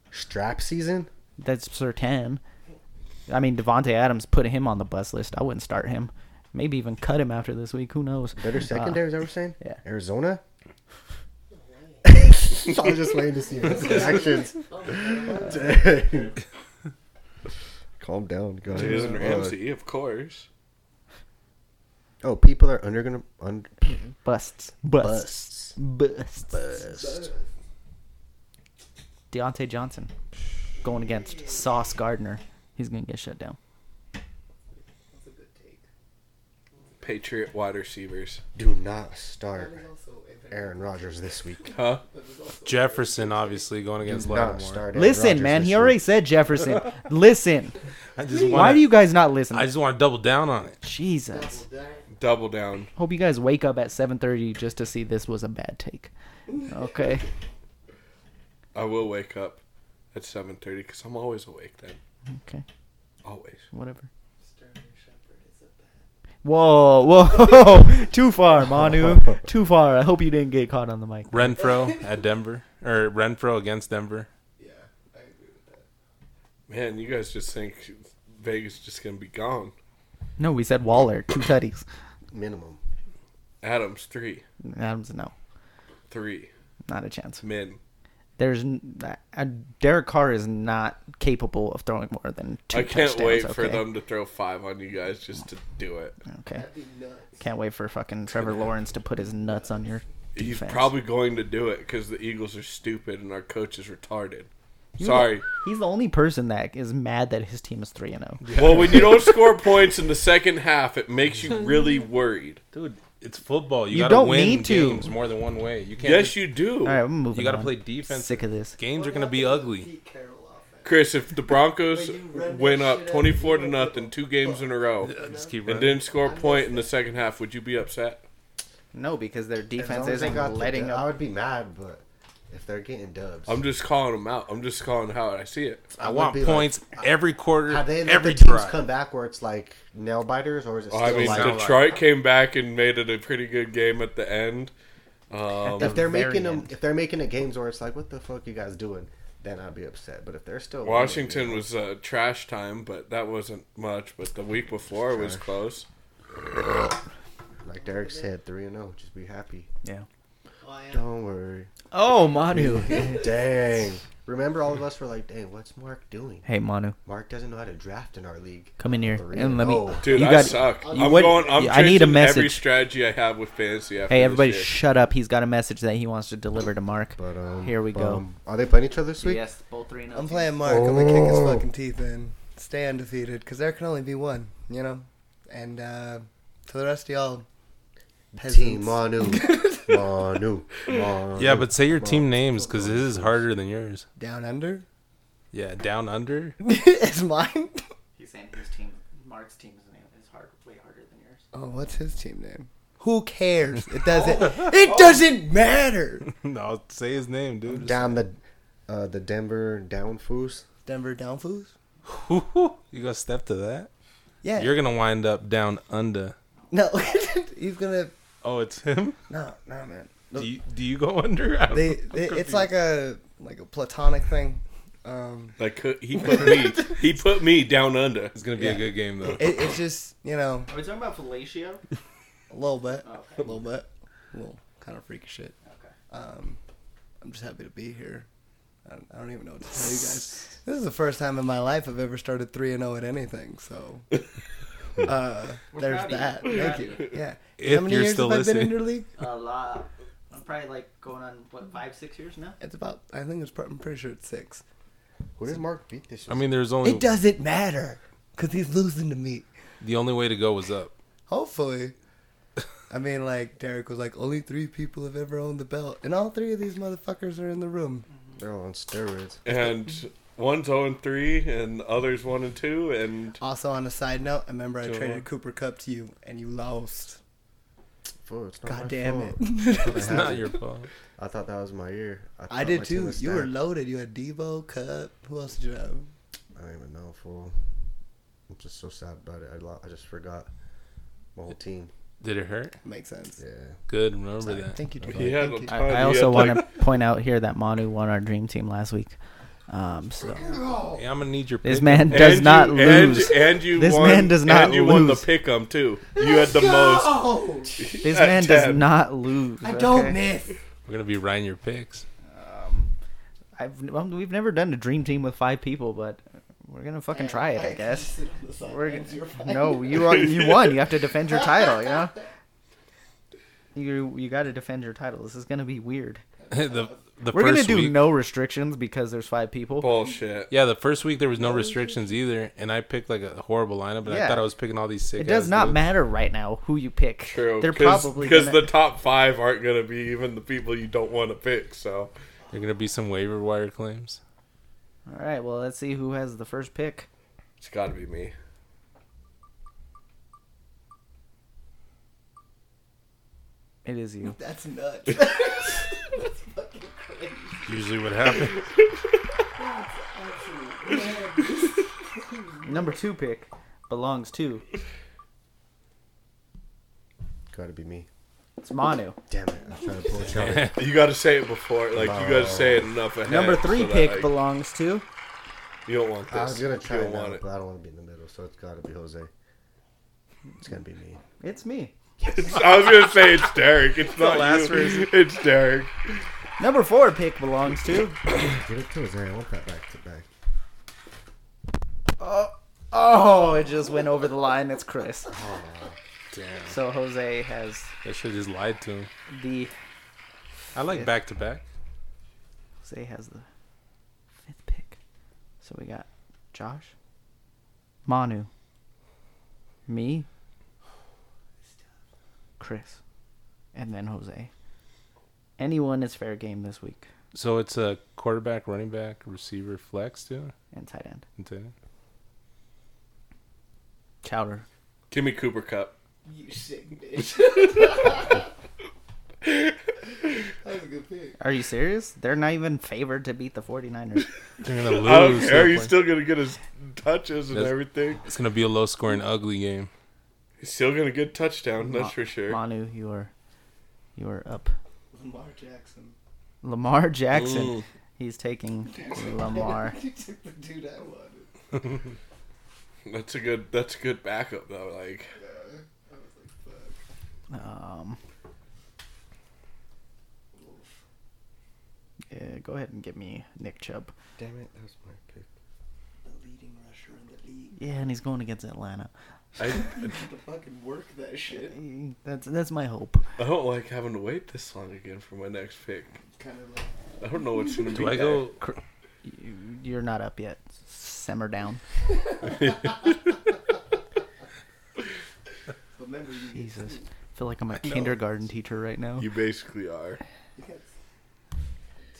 Speaker 6: Strap season?
Speaker 3: That's Sertan. I mean, Devonte Adams put him on the bus list. I wouldn't start him. Maybe even cut him after this week. Who knows?
Speaker 6: Better
Speaker 3: Uh,
Speaker 6: secondary, is that what we're saying?
Speaker 3: yeah.
Speaker 6: Arizona? I was just waiting to see his reactions. Dang. Calm down, guys.
Speaker 4: Jason
Speaker 6: Uh,
Speaker 4: Ramsey, of course.
Speaker 6: oh, people are under gonna under
Speaker 3: busts. Busts.
Speaker 6: busts.
Speaker 3: Busts. Deontay Johnson going against Sauce Gardner. He's going to get shut down.
Speaker 7: That's a good take.
Speaker 4: Patriot wide receivers.
Speaker 6: Do not
Speaker 7: That
Speaker 6: start
Speaker 7: is also a very
Speaker 6: Aaron Rodgers this week.
Speaker 4: Huh?
Speaker 5: Jefferson, obviously, going against
Speaker 6: Do not
Speaker 5: Lattimore.
Speaker 6: start Aaron
Speaker 3: Listen,
Speaker 6: Rodgers
Speaker 3: man.
Speaker 6: this
Speaker 3: He
Speaker 6: week.
Speaker 3: already said Jefferson. (laughs) Listen.
Speaker 5: I just wanna,
Speaker 3: Why do you guys not listen?
Speaker 5: I just want to double down on it.
Speaker 3: Jesus.
Speaker 4: Double down.
Speaker 3: Hope you guys wake up at 7:30 just to see this was a bad take. Okay.
Speaker 4: I will wake up at seven thirty because I'm always awake then.
Speaker 3: Okay.
Speaker 4: Always.
Speaker 3: Whatever.
Speaker 8: Sterner Shepherd is a bad.
Speaker 3: Whoa, (laughs) whoa, too far, (laughs) Manu, too far. I hope you didn't get caught on the mic.
Speaker 5: Renfro at Denver or Renfro against Denver.
Speaker 8: Yeah, I agree with that.
Speaker 4: Man, you guys just think Vegas is just gonna be gone.
Speaker 3: No, we said Waller, two tutties.
Speaker 6: minimum.
Speaker 4: Adams three,
Speaker 3: Adams, no,
Speaker 4: three
Speaker 3: not a chance.
Speaker 4: men.
Speaker 3: There's n- uh, Derek Carr is not capable of throwing more than two.
Speaker 4: I can't
Speaker 3: touchdowns,
Speaker 4: wait
Speaker 3: okay?
Speaker 4: for them to throw five on you guys just to do it.
Speaker 3: Okay,
Speaker 8: That'd be nuts.
Speaker 3: can't wait for fucking Trevor Lawrence to put his nuts on your
Speaker 4: He's
Speaker 3: defense.
Speaker 4: probably going to do it because the Eagles are stupid and our coach is retarded. Sorry.
Speaker 3: He's the only person that is mad that his team is three and oh. zero.
Speaker 4: Well, when you don't score points in the second half, it makes you
Speaker 8: (laughs)
Speaker 4: really worried.
Speaker 5: Dude, it's football. You,
Speaker 3: You
Speaker 5: gotta
Speaker 3: don't
Speaker 5: win
Speaker 3: need to.
Speaker 5: games more than one way. You can't.
Speaker 4: Yes,
Speaker 5: just-
Speaker 4: you do.
Speaker 3: All right, I'm moving.
Speaker 5: you gotta
Speaker 3: on.
Speaker 5: play defense.
Speaker 3: Sick of this.
Speaker 5: Games are
Speaker 8: What
Speaker 5: gonna be
Speaker 8: happened to
Speaker 5: ugly.
Speaker 8: Pete Carroll offense?
Speaker 4: Chris,
Speaker 8: (laughs)
Speaker 4: if the
Speaker 8: But
Speaker 4: Broncos
Speaker 8: you read that
Speaker 4: went
Speaker 8: shit
Speaker 4: up
Speaker 8: out
Speaker 4: 24
Speaker 8: of
Speaker 4: to
Speaker 8: the
Speaker 4: nothing two games in a row
Speaker 5: Just keep
Speaker 4: and
Speaker 5: running.
Speaker 4: didn't score a point in the second half, would you be upset?
Speaker 3: No, because their
Speaker 6: As long
Speaker 3: defense
Speaker 6: as they
Speaker 3: isn't
Speaker 6: got the
Speaker 3: letting
Speaker 6: dub- I
Speaker 3: up.
Speaker 6: would be mad, but if they're getting dubs,
Speaker 4: I'm just calling them out. I'm just calling how I see it.
Speaker 5: I
Speaker 6: would
Speaker 5: want
Speaker 6: be like,
Speaker 5: points every quarter,
Speaker 6: Have they let
Speaker 5: every
Speaker 6: the teams
Speaker 5: drive.
Speaker 6: come back where it's like nail biters, or is it still
Speaker 4: I mean,
Speaker 6: like
Speaker 5: sound like-
Speaker 4: Detroit came back and made it a pretty good game at the end. Um,
Speaker 6: if they're
Speaker 3: very
Speaker 6: making them,
Speaker 3: end.
Speaker 6: if they're making it games where it's like, what the fuck you guys doing? Then I'd be upset. But if they're still winning,
Speaker 4: Washington was uh, trash time, but that wasn't much. But the week before was close.
Speaker 6: like Derek said, three and zero, just be happy.
Speaker 3: Yeah.
Speaker 8: Oh, I am.
Speaker 6: Don't worry.
Speaker 3: Oh, Manu.
Speaker 6: Dang. Remember, all of us were like, dang, what's Mark doing?
Speaker 3: (laughs) hey, Manu,
Speaker 6: Mark doesn't know how to draft in our league.
Speaker 3: come in here
Speaker 6: Three
Speaker 3: and let me.
Speaker 6: oh.
Speaker 4: Dude,
Speaker 3: You
Speaker 4: I
Speaker 3: got-
Speaker 4: suck.
Speaker 3: you
Speaker 4: I'm
Speaker 3: would-
Speaker 4: going. I'm
Speaker 3: I need a
Speaker 4: changing Every
Speaker 3: message.
Speaker 4: strategy I have with fantasy. After
Speaker 3: Hey,
Speaker 4: this
Speaker 3: everybody,
Speaker 4: year.
Speaker 3: shut up. He's got a message that he wants to deliver to Mark.
Speaker 6: But um,
Speaker 3: Here we go.
Speaker 6: um, Are they playing each other this week?
Speaker 3: Yes, both three and
Speaker 7: I'm playing Mark. I'm gonna kick his fucking teeth in. Stay undefeated, cause there can only be one, you know. And uh, to the rest of y'all,
Speaker 6: Team (laughs)
Speaker 7: peasants.
Speaker 6: Manu, Manu, Manu.
Speaker 5: Yeah, but say your team names because his is harder than yours.
Speaker 7: down under (laughs)
Speaker 5: Yeah, down under. (laughs)
Speaker 7: is mine.
Speaker 3: He's saying his team, Mark's team is hard, way harder than yours.
Speaker 7: Oh, what's his team name? Who cares? It doesn't.
Speaker 5: (laughs)
Speaker 7: (laughs) It doesn't matter.
Speaker 5: no, say his name, dude.
Speaker 6: down the uh, the Denver down foos.
Speaker 7: Denver Downfus.
Speaker 5: you gonna step to that?
Speaker 7: Yeah.
Speaker 5: You're gonna wind up down under.
Speaker 7: no, (laughs) he's gonna.
Speaker 5: Oh, it's him. (laughs)
Speaker 7: No, no, man.
Speaker 5: Do you, do you go (laughs) under? I don't
Speaker 7: They,
Speaker 5: know. I'm
Speaker 7: they, it's
Speaker 5: confused.
Speaker 7: like a like a platonic thing. Um,
Speaker 4: Like uh, he put me,
Speaker 3: (laughs)
Speaker 4: he put me down under.
Speaker 5: it's gonna be a good game though.
Speaker 7: it, it's just you know
Speaker 3: Are we talking about (laughs) fellatio?
Speaker 7: a little bit,
Speaker 3: Oh, Okay.
Speaker 7: a little bit, a little kind of freaky shit.
Speaker 3: Okay.
Speaker 7: Um, I'm just happy to be here. I don't, I don't even know what to tell you guys. This is the first time in my life I've ever started three and zero at anything.
Speaker 5: (laughs)
Speaker 7: So uh, there's
Speaker 3: proud of you.
Speaker 7: that.
Speaker 3: We're
Speaker 7: Thank
Speaker 3: proud
Speaker 7: you.
Speaker 3: of you.
Speaker 7: Yeah.
Speaker 5: If
Speaker 7: How many
Speaker 5: you're
Speaker 7: years
Speaker 5: still
Speaker 7: have I been in
Speaker 5: listening,
Speaker 7: your league?
Speaker 3: A lot. I'm probably like going on what five, six years now.
Speaker 7: It's about. I think it's. pro- I'm pretty sure it's six.
Speaker 6: Who did Mark beat this?
Speaker 5: I
Speaker 6: year?
Speaker 5: mean, there's only
Speaker 7: It doesn't matter because he's losing to me.
Speaker 5: the only way to go was up.
Speaker 7: Hopefully. I mean, like, Derek was like, only three people have ever owned the belt. And all three of these motherfuckers are in the room.
Speaker 6: they're all on steroids.
Speaker 4: And one's zero and three, and the others one and two, and
Speaker 7: Also, on a side note, I remember I
Speaker 4: Sure.
Speaker 7: traded Cooper Cup to you and you lost.
Speaker 6: Fool, it's not
Speaker 7: God
Speaker 6: my
Speaker 7: damn
Speaker 6: fault.
Speaker 7: it.
Speaker 6: I
Speaker 5: (laughs) It's
Speaker 6: had
Speaker 5: not
Speaker 6: it.
Speaker 5: your fault.
Speaker 6: I thought that was my year.
Speaker 7: I
Speaker 6: thought my
Speaker 7: did
Speaker 6: team
Speaker 7: too.
Speaker 6: was
Speaker 7: You were
Speaker 6: stacked.
Speaker 7: loaded. You had Debo, Cup. Who else did you have?
Speaker 6: I don't even know, fool. I'm just so sad about it. I lo- I just forgot my whole team.
Speaker 5: Did it hurt?
Speaker 7: Makes sense.
Speaker 6: Yeah.
Speaker 5: Good, remember that.
Speaker 7: Thank you, Debo.
Speaker 4: he had a
Speaker 7: Thank you.
Speaker 4: ton.
Speaker 3: I, I
Speaker 4: he
Speaker 3: also
Speaker 4: had,
Speaker 3: want
Speaker 4: like, (laughs)
Speaker 3: to point out here that Manu won our dream team last week. Um, so
Speaker 5: Hey, I'm gonna need your.
Speaker 3: this
Speaker 5: pick.
Speaker 3: man does
Speaker 4: and
Speaker 3: not
Speaker 4: you- and-
Speaker 3: lose.
Speaker 4: And, you
Speaker 3: This
Speaker 4: won,
Speaker 3: man does not
Speaker 4: and you won the
Speaker 3: lose.
Speaker 4: pick'em too.
Speaker 3: (laughs)
Speaker 4: You had the most.
Speaker 7: Oh,
Speaker 4: (laughs)
Speaker 3: this man does
Speaker 4: 10.
Speaker 3: not lose.
Speaker 7: I don't
Speaker 3: okay?
Speaker 7: miss.
Speaker 5: We're gonna be riding your picks. (laughs)
Speaker 3: I've, um, we've never done a dream team with five people, but we're gonna fucking try it, I guess.
Speaker 7: Sit on the side.
Speaker 3: We're gonna, no, you are,
Speaker 4: (laughs)
Speaker 3: you won. You have to defend your title. You know, you you got to defend your title. This is gonna be weird.
Speaker 5: the the
Speaker 3: We're
Speaker 5: 1st
Speaker 3: gonna do
Speaker 5: week,
Speaker 3: no restrictions because there's five people.
Speaker 4: Bullshit.
Speaker 5: Yeah, the first week there was no restrictions either, and I picked like a horrible lineup, and I
Speaker 3: Yeah.
Speaker 5: thought I was picking all these sick.
Speaker 3: It does
Speaker 5: ass
Speaker 3: not
Speaker 5: dudes.
Speaker 3: matter right now who you pick.
Speaker 4: True.
Speaker 3: They're
Speaker 4: Cause,
Speaker 3: probably
Speaker 4: because
Speaker 3: gonna-
Speaker 4: the top five aren't going to be even the people you don't want to pick. So
Speaker 5: There are gonna be some waiver wire claims.
Speaker 3: All right, well, let's see who has the first pick.
Speaker 4: it's got to be me.
Speaker 3: It is you.
Speaker 7: That's nuts. That's fucking crazy.
Speaker 5: usually what happens.
Speaker 3: Number two pick belongs to
Speaker 6: Gotta be me.
Speaker 3: it's Manu.
Speaker 6: Damn it! I was trying to pull a
Speaker 5: (laughs)
Speaker 6: shot.
Speaker 4: You got to say it before. Like you got to say it enough ahead.
Speaker 3: Number three
Speaker 4: so that,
Speaker 3: pick
Speaker 4: like,
Speaker 3: belongs to
Speaker 4: you don't want this.
Speaker 6: I was gonna try
Speaker 4: You
Speaker 6: it
Speaker 4: don't
Speaker 6: now,
Speaker 4: want it.
Speaker 6: but I don't want to be in the middle, so it's gotta be Jose. It's gonna be me.
Speaker 3: it's me.
Speaker 4: (laughs) I was gonna say it's
Speaker 3: (laughs)
Speaker 4: Derek. It's not
Speaker 5: last
Speaker 4: you. It's Derek.
Speaker 3: Number four pick belongs to
Speaker 6: Get it to Jose. I want that back to back.
Speaker 3: Oh, it just went over the line. It's Chris. So Jose has
Speaker 5: I should just lied to him.
Speaker 3: the
Speaker 5: I like
Speaker 3: Yeah.
Speaker 5: back to back.
Speaker 3: Jose has the fifth pick. So we got Josh, Manu, me, Chris, and then Jose. Anyone is fair game this week
Speaker 5: So it's a quarterback, running back, receiver, flex too.
Speaker 3: and tight end.
Speaker 5: and tight
Speaker 3: Chowder.
Speaker 4: Give me Cooper Cup.
Speaker 7: You sick bitch. (laughs) that was a good pick.
Speaker 3: Are you serious? They're not even favored to beat the 49ers.
Speaker 5: end. They're gonna
Speaker 4: I don't
Speaker 5: lose.
Speaker 4: care.
Speaker 5: they're
Speaker 4: He's
Speaker 5: playing-
Speaker 4: still gonna get his touches and
Speaker 5: That's-
Speaker 4: everything.
Speaker 5: It's gonna be a low scoring, ugly game.
Speaker 4: He's still gonna get touchdown.
Speaker 3: Ma-
Speaker 4: (laughs) That's for sure.
Speaker 3: Manu, you are you are up.
Speaker 7: Lamar Jackson.
Speaker 3: Lamar Jackson.
Speaker 4: Mm.
Speaker 3: He's taking Lamar.
Speaker 7: (laughs) you took the dude I wanted.
Speaker 4: That's a good. That's a good backup though. Like
Speaker 7: I was like, fuck.
Speaker 3: Um, yeah, eh, go ahead and give me Nick Chubb.
Speaker 6: Damn it! That was my pick.
Speaker 7: The leading rusher in the league.
Speaker 3: Yeah, and he's going against Atlanta.
Speaker 4: I,
Speaker 7: (laughs) Had to fucking work that shit.
Speaker 3: Mm, That's that's my hope.
Speaker 4: I don't like having to wait this long again for my next pick.
Speaker 7: Kind of like,
Speaker 4: I don't know what's gonna be.
Speaker 5: Do I
Speaker 4: there.
Speaker 5: go?
Speaker 3: You, you're not up yet. Simmer down.
Speaker 7: remember you. get
Speaker 3: Jesus,
Speaker 7: two.
Speaker 3: I feel like I'm a kindergarten teacher right now.
Speaker 4: You basically
Speaker 5: (laughs)
Speaker 4: are. (laughs)
Speaker 7: You got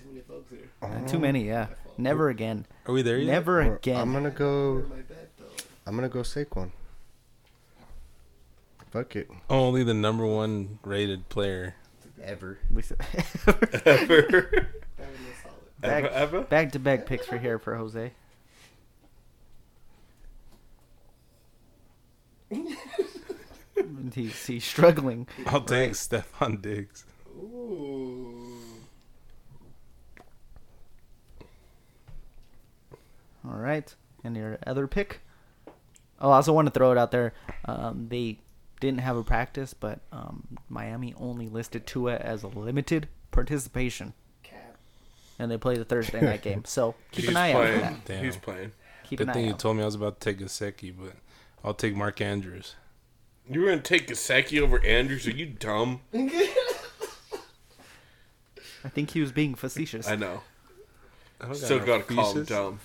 Speaker 7: too many folks here.
Speaker 3: Uh, too many, yeah. Never again.
Speaker 5: Are we there yet?
Speaker 3: Never
Speaker 6: Well, I'm
Speaker 3: again.
Speaker 6: gonna
Speaker 7: Where
Speaker 6: go.
Speaker 7: my bet though?
Speaker 6: I'm gonna go Saquon. Fuck it.
Speaker 5: Oh, Only the number one rated player.
Speaker 6: Ever.
Speaker 3: (laughs) We (laughs) s-
Speaker 4: Ever.
Speaker 7: That one was solid.
Speaker 4: Ever.
Speaker 3: back,
Speaker 4: Ever.
Speaker 3: back to back picks for here for Jose. he's, he's struggling.
Speaker 5: I'll take Stephon Diggs.
Speaker 7: Ooh.
Speaker 3: All right. And your other pick? Oh, I also want to throw it out there. Um, they didn't have a practice, but um, Miami only listed Tua as a limited participation,
Speaker 7: Cap. (laughs)
Speaker 3: and they play the Thursday night game. So keep
Speaker 4: He's
Speaker 3: an eye out for
Speaker 4: playing.
Speaker 3: that.
Speaker 5: Damn.
Speaker 4: He's playing.
Speaker 3: Keep
Speaker 5: Good
Speaker 3: an
Speaker 5: thing
Speaker 3: eye
Speaker 5: you
Speaker 3: out.
Speaker 5: told me I was about to take Gasecki, but I'll take Mark Andrews.
Speaker 4: You were gonna take Gasecki over Andrews? Are you dumb?
Speaker 3: I think he was being facetious.
Speaker 4: I know.
Speaker 5: I don't
Speaker 4: Still
Speaker 5: no
Speaker 4: gotta call him
Speaker 5: feces.
Speaker 4: dumb.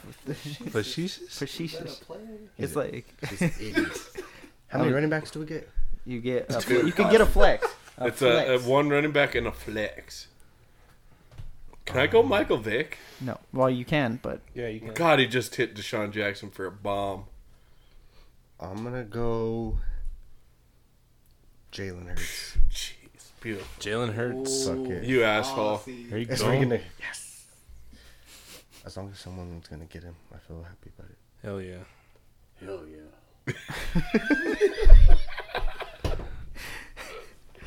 Speaker 5: Facetious?
Speaker 3: Facetious.
Speaker 7: Player.
Speaker 3: It's like
Speaker 6: (laughs) How many
Speaker 3: would-
Speaker 6: running backs do we get?
Speaker 3: you get a,
Speaker 4: Dude.
Speaker 3: you can get a flex. A
Speaker 4: it's
Speaker 3: flex.
Speaker 4: A, a one running back and a flex. Can I go
Speaker 3: Um,
Speaker 4: Michael Vick?
Speaker 3: no, well you can, but
Speaker 5: Yeah, you can.
Speaker 4: God, he just hit Deshaun Jackson for a bomb.
Speaker 6: I'm gonna go. Jalen Hurts.
Speaker 4: Jeez, beautiful.
Speaker 5: Jalen Hurts.
Speaker 6: Suck it.
Speaker 3: Oh,
Speaker 4: You asshole.
Speaker 5: There you
Speaker 6: That's what
Speaker 5: go.
Speaker 6: you're gonna- Yes. As long as someone's gonna get him, I feel happy about it.
Speaker 5: Hell yeah.
Speaker 4: (laughs)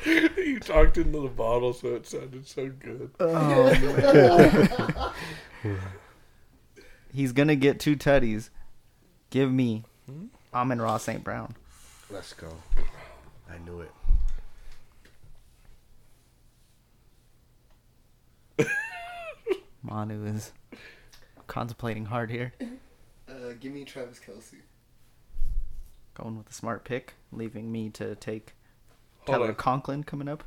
Speaker 4: you talked into the bottle, so it sounded so good.
Speaker 3: he's gonna get two tutties. Give me
Speaker 4: Hmm?
Speaker 3: Amon Ross St. Brown.
Speaker 6: Let's go. I knew it.
Speaker 3: Manu is contemplating hard here.
Speaker 7: Uh, give me Travis Kelsey.
Speaker 3: Going with a smart pick, leaving me to take
Speaker 4: Hold
Speaker 3: Tyler
Speaker 4: on.
Speaker 3: Conklin coming up.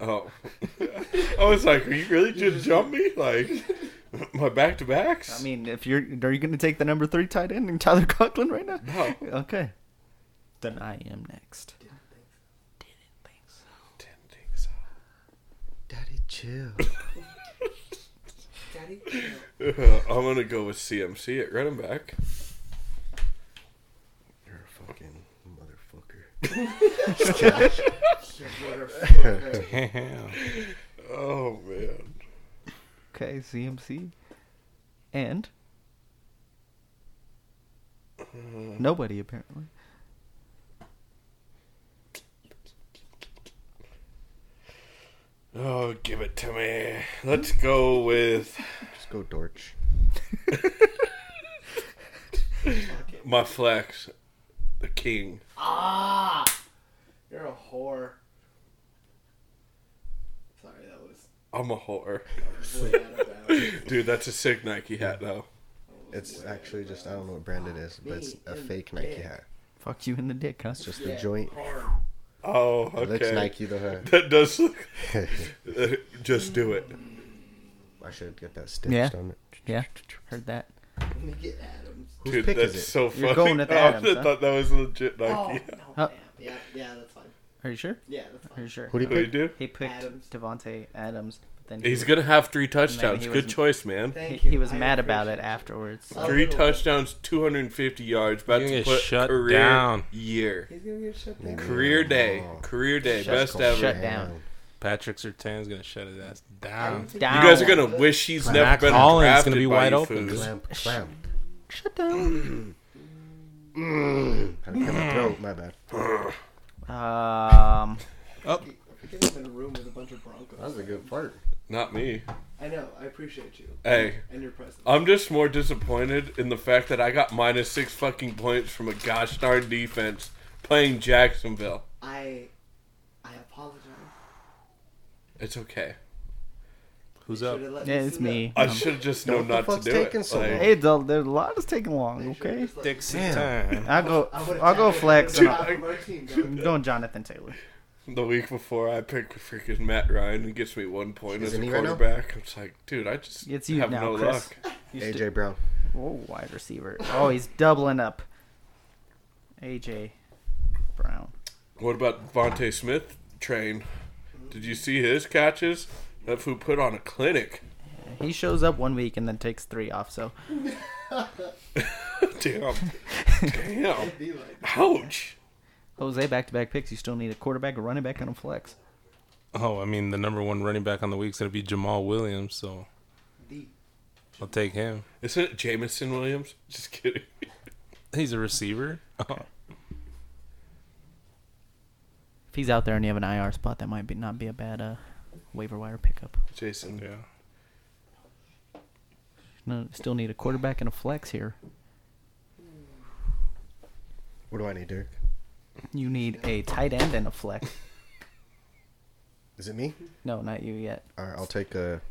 Speaker 4: Oh. (laughs) I was like, are you really just jump me? Like,
Speaker 3: (laughs)
Speaker 4: my back to backs?
Speaker 3: I mean, if you're are you gonna take the number three tight end and Tyler (laughs) Conklin right now?
Speaker 4: no.
Speaker 3: Okay. Then I am next.
Speaker 4: Didn't think so.
Speaker 6: Daddy, chill.
Speaker 7: Daddy.
Speaker 4: (laughs) I'm going to go with CMC at running back.
Speaker 6: You're a fucking motherfucker. (laughs)
Speaker 7: Motherfucker.
Speaker 5: Damn.
Speaker 4: Oh, man.
Speaker 3: Okay, CMC. And
Speaker 4: Hmm.
Speaker 3: nobody apparently.
Speaker 4: Oh, give it to me. Let's go with
Speaker 6: Just go Dorch.
Speaker 4: my flex, the king.
Speaker 7: Ah! You're a whore. Sorry, that was (laughs)
Speaker 4: I'm a whore. (laughs)
Speaker 7: way out of bounds.
Speaker 4: Dude, that's a sick Nike hat, though.
Speaker 6: It's actually just I don't know what brand it is, but it's a
Speaker 7: Me
Speaker 6: fake
Speaker 7: and
Speaker 6: Nike
Speaker 7: Dick.
Speaker 6: hat.
Speaker 3: Fuck you in the dick, huh?
Speaker 6: It's just the joint.
Speaker 7: Hard.
Speaker 4: Oh,
Speaker 6: It looks
Speaker 4: okay.
Speaker 6: Nike though. huh?
Speaker 4: That does look. (laughs) Just do it.
Speaker 6: (laughs) I should get that stitched
Speaker 3: Yeah.
Speaker 6: on it.
Speaker 3: Yeah, heard that.
Speaker 7: Let me get Adams.
Speaker 6: Whose
Speaker 4: Dude,
Speaker 6: pick
Speaker 4: that's
Speaker 6: is it?
Speaker 4: so funny.
Speaker 3: You're going with
Speaker 4: Oh,
Speaker 3: Adams,
Speaker 4: (laughs) I
Speaker 3: huh?
Speaker 4: thought that was legit
Speaker 7: Oh,
Speaker 4: (laughs) Nike.
Speaker 7: no,
Speaker 3: Huh?
Speaker 7: man. Yeah, yeah, that's fine.
Speaker 3: Are you sure?
Speaker 7: Yeah, that's
Speaker 3: Are you
Speaker 7: fine.
Speaker 3: sure?
Speaker 6: Who do you
Speaker 4: What do you
Speaker 6: pick?
Speaker 4: do?
Speaker 3: He picked
Speaker 7: Adams.
Speaker 3: Devonte Adams, but then
Speaker 4: He's
Speaker 3: he,
Speaker 4: gonna have three
Speaker 3: And then
Speaker 4: touchdowns.
Speaker 3: he
Speaker 4: Good
Speaker 3: was-
Speaker 4: choice, man.
Speaker 3: he,
Speaker 7: Thank you.
Speaker 3: he was
Speaker 7: I
Speaker 3: mad about it
Speaker 7: appreciate
Speaker 3: afterwards.
Speaker 7: Oh.
Speaker 4: Three touchdowns, 250 yards. About
Speaker 5: You're
Speaker 4: to
Speaker 5: gonna
Speaker 4: put
Speaker 5: shut
Speaker 4: career
Speaker 5: down.
Speaker 4: year.
Speaker 7: He's gonna get shut down.
Speaker 6: Maybe.
Speaker 4: Career day.
Speaker 6: Oh.
Speaker 4: Career day.
Speaker 3: Shut-
Speaker 4: Best
Speaker 3: shut
Speaker 4: ever.
Speaker 3: Shut down.
Speaker 5: Patrick Sertan's gonna shut his ass
Speaker 7: I
Speaker 5: down.
Speaker 7: don't think
Speaker 3: Down.
Speaker 4: You guys are gonna wish he's
Speaker 5: Mac
Speaker 4: never been
Speaker 5: Hollins
Speaker 4: drafted
Speaker 5: gonna be
Speaker 4: by
Speaker 5: wide
Speaker 4: you
Speaker 5: open.
Speaker 4: fools.
Speaker 6: Clamp, clamp.
Speaker 3: Shut down.
Speaker 6: Had to cut my throat. My bad.
Speaker 3: Um,
Speaker 7: I think I'm in a room with a bunch of
Speaker 6: That was
Speaker 7: Broncos.
Speaker 6: a good fart.
Speaker 4: Not me.
Speaker 7: I know. I appreciate you
Speaker 4: Hey,
Speaker 7: and your presence.
Speaker 4: I'm just more disappointed in the fact that I got minus six fucking points from a gosh darn defense playing Jacksonville.
Speaker 7: I, I apologize.
Speaker 4: It's okay.
Speaker 5: Who's
Speaker 7: You
Speaker 5: up?
Speaker 7: should've let
Speaker 3: yeah, it's
Speaker 7: sit up.
Speaker 3: me.
Speaker 4: I should have just known
Speaker 6: what Um, the
Speaker 4: not to
Speaker 6: fuck's
Speaker 4: do
Speaker 6: taking
Speaker 4: it.
Speaker 6: so
Speaker 4: Like,
Speaker 6: long?
Speaker 3: Hey, the, the lot is taking long.
Speaker 7: You should've
Speaker 3: Okay,
Speaker 7: just let me
Speaker 5: Dixie time.
Speaker 3: I'll go.
Speaker 7: I would've
Speaker 3: I'll go
Speaker 7: tackled
Speaker 3: flex.
Speaker 7: him
Speaker 3: And
Speaker 7: off (laughs)
Speaker 3: I'll,
Speaker 7: of our team, dog.
Speaker 3: I'm going Jonathan Taylor.
Speaker 4: the week before, I picked freaking Matt Ryan and gets me one point
Speaker 6: Isn't
Speaker 4: as a
Speaker 6: he right now?
Speaker 4: quarterback. it's like, dude, I just
Speaker 3: It's you
Speaker 4: have
Speaker 3: now,
Speaker 4: no
Speaker 3: Chris.
Speaker 4: luck.
Speaker 6: AJ Brown.
Speaker 3: Whoa, wide receiver. Oh, he's doubling up. AJ Brown.
Speaker 4: What about Vontae Smith train? Did you see his catches? That fool put on a clinic. (laughs)
Speaker 3: He shows up one week and then takes three off. So
Speaker 4: Damn. Damn.
Speaker 7: Be like,
Speaker 4: Ouch.
Speaker 3: Jose back to back picks. You still need a quarterback, a running back, and a flex.
Speaker 5: (laughs) Oh, I mean, the number one running back on the week's gonna be Jamal Williams, so
Speaker 7: the-
Speaker 5: I'll take him.
Speaker 4: Isn't it Jamison Williams? Just kidding. (laughs)
Speaker 5: He's a receiver. (laughs)
Speaker 3: If he's out there and you have an IR spot, that might be not be a bad uh, waiver wire pickup.
Speaker 4: Jason.
Speaker 5: yeah.
Speaker 3: No, still need a quarterback and a flex here.
Speaker 6: What do I need, Derek?
Speaker 3: You need a tight end and a flex.
Speaker 6: Is it me?
Speaker 3: No, not you yet.
Speaker 6: All right, I'll take a.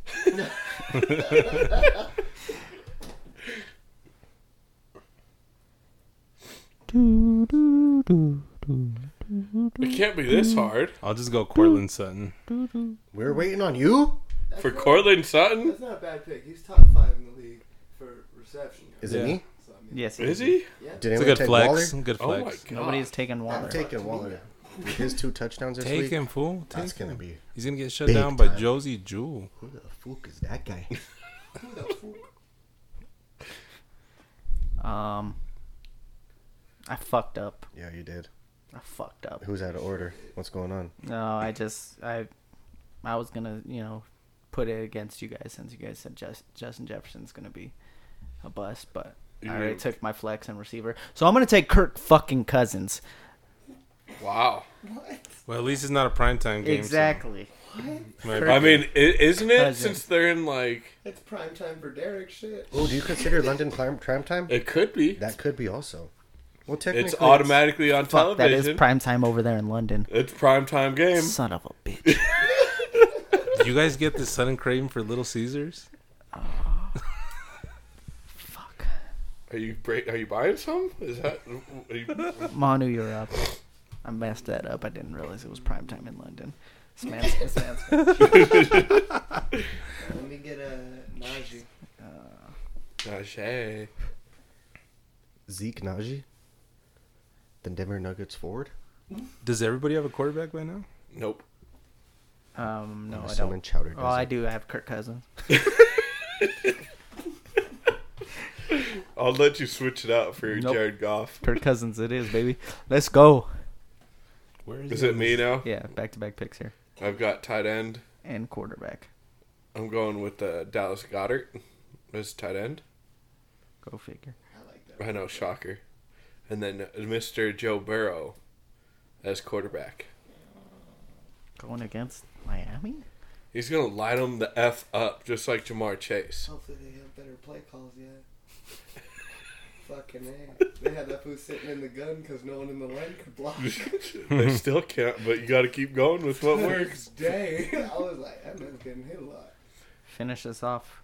Speaker 4: It can't be this hard.
Speaker 5: I'll just go Cortland Sutton.
Speaker 6: We're waiting on you.
Speaker 4: For Cortland Sutton?
Speaker 7: That's not a bad pick. He's top five in the league for reception.
Speaker 6: Is
Speaker 5: Yeah.
Speaker 6: it me?
Speaker 7: So, I mean,
Speaker 3: Yes,
Speaker 4: Is he?
Speaker 7: yeah.
Speaker 6: Did
Speaker 5: It's a
Speaker 6: anyone
Speaker 5: good
Speaker 6: take
Speaker 5: flex.
Speaker 6: Waller?
Speaker 5: Good
Speaker 4: Oh my
Speaker 5: flaken
Speaker 4: god.
Speaker 3: Nobody has taken
Speaker 6: I'm
Speaker 3: Waller.
Speaker 6: taking Waller. With his two touchdowns this
Speaker 5: Take
Speaker 6: week.
Speaker 5: him, fool. Take
Speaker 6: That's gonna
Speaker 5: him.
Speaker 6: be.
Speaker 5: He's gonna get shut
Speaker 6: big
Speaker 5: down by
Speaker 6: time.
Speaker 5: Josie Jewel.
Speaker 6: Who the fuck is that guy? (laughs)
Speaker 3: Um, I fucked up.
Speaker 6: yeah, you did.
Speaker 3: I fucked up.
Speaker 6: Who's out of order? What's going on?
Speaker 3: No, I just I I was gonna you know put it against you guys since you guys said Just, Justin Jefferson's gonna be a bust, but I already
Speaker 4: Yeah.
Speaker 3: took my flex and receiver, so I'm gonna take Kirk fucking Cousins.
Speaker 4: Wow.
Speaker 5: Well, at least it's not a primetime game. so-
Speaker 3: exactly.
Speaker 5: Might-
Speaker 4: I mean, i- isn't it
Speaker 3: Cousin.
Speaker 4: since they're in like
Speaker 7: It's prime time for Derek shit.
Speaker 6: Oh, do you consider London prime, prime time?
Speaker 4: it could be.
Speaker 6: That could be also. Well, technically,
Speaker 4: It's automatically on
Speaker 3: Fuck, that is
Speaker 4: television.
Speaker 3: prime time over there in London.
Speaker 4: It's prime time game.
Speaker 3: Son of a
Speaker 4: (laughs)
Speaker 3: bitch.
Speaker 5: Did you guys get the sudden craving for Little Caesars?
Speaker 3: Fuck.
Speaker 4: Are you break, are you buying some? Is that are you,
Speaker 3: Manu, you're up. I messed that up. I didn't realize it was prime time in London. Smash, smash,
Speaker 4: (laughs)
Speaker 3: smash.
Speaker 7: Let me get a Najee.
Speaker 3: (laughs)
Speaker 4: Gosh, hey.
Speaker 6: Zeke Najee, the Denver Nuggets forward.
Speaker 5: Does everybody have a quarterback by now?
Speaker 4: Nope.
Speaker 3: Um, no,
Speaker 6: I'm
Speaker 3: I
Speaker 6: assuming
Speaker 3: don't.
Speaker 6: Chowder does
Speaker 3: Oh, I
Speaker 6: it.
Speaker 3: do. I have Kirk Cousins.
Speaker 4: I'll let you switch it out for your
Speaker 3: Nope.
Speaker 4: Jared Goff.
Speaker 3: Kirk Cousins, it is, baby. Let's go.
Speaker 5: Where
Speaker 4: Is it me now?
Speaker 3: Yeah, back to back picks here.
Speaker 4: I've got tight end.
Speaker 3: and quarterback.
Speaker 4: I'm going with uh, Dallas Goddard as tight end.
Speaker 3: Go figure.
Speaker 7: I like that.
Speaker 4: I know, shocker. And then Mr. Joe Burrow as quarterback.
Speaker 3: Going against Miami?
Speaker 4: He's gonna light them the f up, just like
Speaker 3: (laughs)
Speaker 4: Jamar Chase.
Speaker 7: Hopefully they have better play calls yet. Fucking A. They had that fool sitting in the gun because no one in the line could block.
Speaker 4: they still can't, but you got to keep going with
Speaker 3: (laughs)
Speaker 4: (laughs) what works.
Speaker 7: Next day, (laughs) I was like, that man's getting hit a lot.
Speaker 3: Finish us off.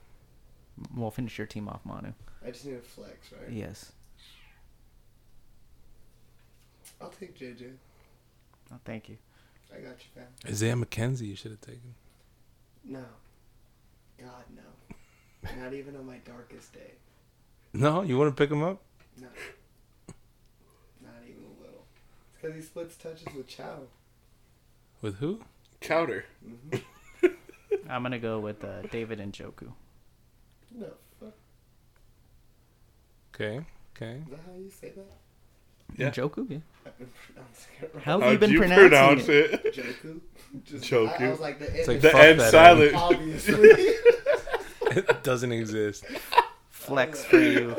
Speaker 3: Well, finish your team off, Manu.
Speaker 7: I just need a flex, right?
Speaker 3: Yes.
Speaker 7: I'll take JJ.
Speaker 3: Oh, thank you.
Speaker 7: I got you, fam.
Speaker 5: Isaiah McKenzie, you should have taken.
Speaker 7: No. God, no. Not even on my darkest day.
Speaker 5: No, you want to pick him up?
Speaker 7: No. Not even a little. It's because he splits touches with Chow.
Speaker 5: With who?
Speaker 4: Chowder.
Speaker 3: I'm gonna go with uh, David and Joku.
Speaker 7: No, fuck.
Speaker 5: Okay, okay.
Speaker 7: Is that how you say that?
Speaker 4: Yeah.
Speaker 3: Joku. Yeah.
Speaker 7: I've been pronouncing it right.
Speaker 3: How have you
Speaker 4: How'd
Speaker 3: been
Speaker 4: you
Speaker 3: pronouncing
Speaker 4: pronounce
Speaker 3: it?
Speaker 4: it? (laughs)
Speaker 7: Joku. (laughs) Just,
Speaker 4: Joku.
Speaker 7: I, I was like, the
Speaker 5: like
Speaker 7: end
Speaker 4: The
Speaker 5: Fuck
Speaker 4: end
Speaker 5: that
Speaker 4: silent.
Speaker 7: obviously.
Speaker 5: (laughs) It doesn't exist.
Speaker 3: Flex for you,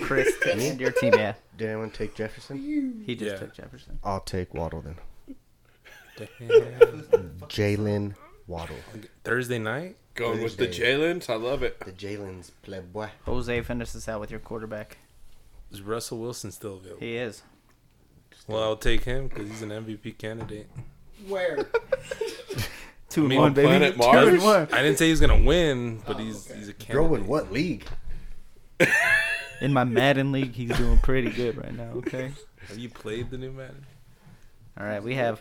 Speaker 3: Chris, (laughs) and your team. Yeah,
Speaker 6: Did anyone take Jefferson?
Speaker 3: he just
Speaker 5: Yeah.
Speaker 3: took Jefferson.
Speaker 6: I'll take Waddle then.
Speaker 5: Damn.
Speaker 6: Jalen Waddle.
Speaker 5: Thursday night?
Speaker 4: Going with the
Speaker 6: Thursday.
Speaker 4: Jalen's, I love it.
Speaker 6: The Jalen's playboy.
Speaker 3: Jose finishes out with your quarterback.
Speaker 5: Is Russell Wilson still available?
Speaker 3: He is.
Speaker 5: Well, I'll take him because he's an MVP candidate.
Speaker 7: (laughs) Where?
Speaker 3: Two
Speaker 5: I
Speaker 3: and
Speaker 5: mean,
Speaker 3: one, baby.
Speaker 4: Planet
Speaker 3: Two and
Speaker 4: Mars?
Speaker 3: one.
Speaker 5: I didn't say he's gonna win, but he's he's a
Speaker 6: Bro,
Speaker 5: candidate.
Speaker 6: in what league?
Speaker 3: In my Madden league, he's doing pretty good right now. Okay.
Speaker 5: Have you played the new Madden?
Speaker 3: All right, we have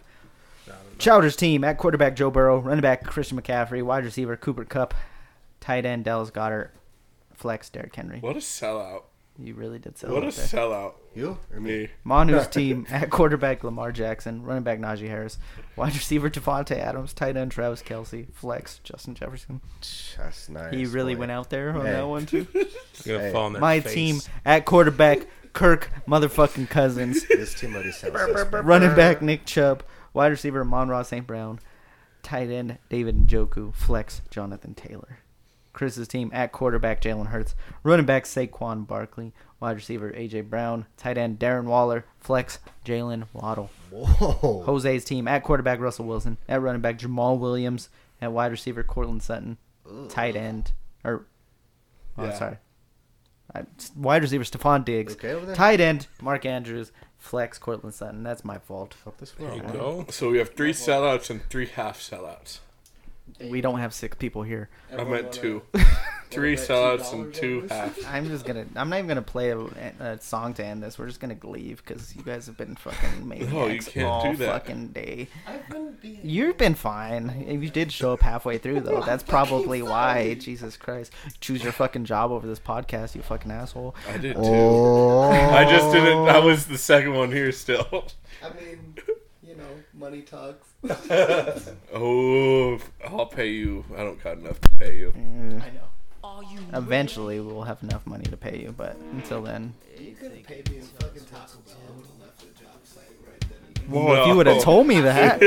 Speaker 3: Chowder's team at quarterback Joe Burrow, running back Christian McCaffrey, wide receiver Cooper Cup, tight end Dallas Goddard, flex Derrick Henry.
Speaker 4: What a sellout.
Speaker 3: You really did sell
Speaker 4: What a
Speaker 3: out there.
Speaker 4: sellout.
Speaker 6: You or me?
Speaker 4: Me.
Speaker 3: Manu's team (laughs) at quarterback Lamar Jackson, running back Najee Harris, wide receiver Devontae Adams, tight end Travis Kelsey, flex Justin Jefferson.
Speaker 6: That's nice.
Speaker 3: He really
Speaker 6: boy.
Speaker 3: went out there on
Speaker 6: Hey.
Speaker 3: that one
Speaker 4: (laughs)
Speaker 3: too.
Speaker 5: It's gonna
Speaker 6: Hey.
Speaker 5: fall on their
Speaker 3: My
Speaker 5: face.
Speaker 3: team at quarterback Kirk motherfucking Cousins,
Speaker 6: This team already sounds suspect.
Speaker 3: running back Nick Chubb, wide receiver Monroe St. Brown, tight end David Njoku, flex Jonathan Taylor. Chris's team at quarterback Jalen Hurts, running back Saquon Barkley, wide receiver AJ Brown, tight end Darren Waller, flex Jalen Waddle.
Speaker 6: Whoa.
Speaker 3: Jose's team at quarterback Russell Wilson, at running back Jamal Williams, at wide receiver Cortland Sutton, tight end or oh,
Speaker 4: Yeah.
Speaker 3: sorry, I, wide receiver Stephon Diggs,
Speaker 6: Okay over there?
Speaker 3: tight end Mark Andrews, flex Cortland Sutton. That's my fault.
Speaker 6: Up this
Speaker 5: There you
Speaker 6: world.
Speaker 5: go.
Speaker 4: So we have three sellouts and three half sellouts.
Speaker 3: We don't have six people here.
Speaker 4: I meant two. (laughs) Three
Speaker 7: Everyone
Speaker 4: sellouts
Speaker 7: (laughs) wanna- wanna
Speaker 4: and
Speaker 7: bet
Speaker 4: two
Speaker 7: $2 on
Speaker 4: half.
Speaker 7: this?
Speaker 3: I'm just gonna. I'm not even gonna play a, a song to end this. We're just gonna leave because you guys have been fucking maniacs
Speaker 4: (laughs) No, you can't
Speaker 3: all
Speaker 4: do that.
Speaker 3: fucking day.
Speaker 7: I've been being.
Speaker 3: You've been fine. You did show up halfway through
Speaker 4: (laughs)
Speaker 3: though. That's probably why. Jesus Christ, choose your fucking job over this podcast, you fucking asshole.
Speaker 4: I
Speaker 5: (laughs)
Speaker 4: did two.
Speaker 6: Oh.
Speaker 4: I just didn't. I was the second one here still. (laughs)
Speaker 7: I mean, you know, money talks.
Speaker 4: Oh, I'll pay you. I don't got enough to pay you.
Speaker 7: I know.
Speaker 3: Eventually, we'll have enough money to pay you, but until then,
Speaker 7: You could have paid me in fucking Taco Bell. I would have left the job site right then and there.
Speaker 3: well, if you would have told me
Speaker 4: (laughs)
Speaker 3: that,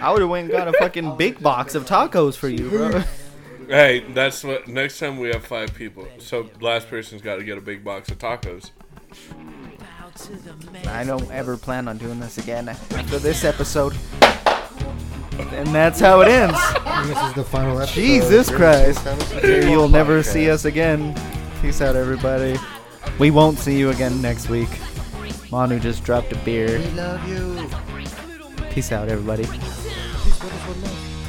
Speaker 3: I would have went and got a fucking big box of tacos for you, bro.
Speaker 4: Hey, that's what. Next time we have five people, so last person's got to get a big box of tacos.
Speaker 3: I don't ever plan on doing this again after this episode. And that's how it ends.
Speaker 6: This is the final episode.
Speaker 3: Jesus
Speaker 6: You're
Speaker 3: Christ.
Speaker 6: listening to Sound of
Speaker 3: You'll never
Speaker 6: Podcast.
Speaker 3: see us again. Peace out, everybody. We won't see you again next week. Manu just dropped a beer.
Speaker 6: We love you.
Speaker 3: Peace out, everybody.
Speaker 6: Peace, wonderful love.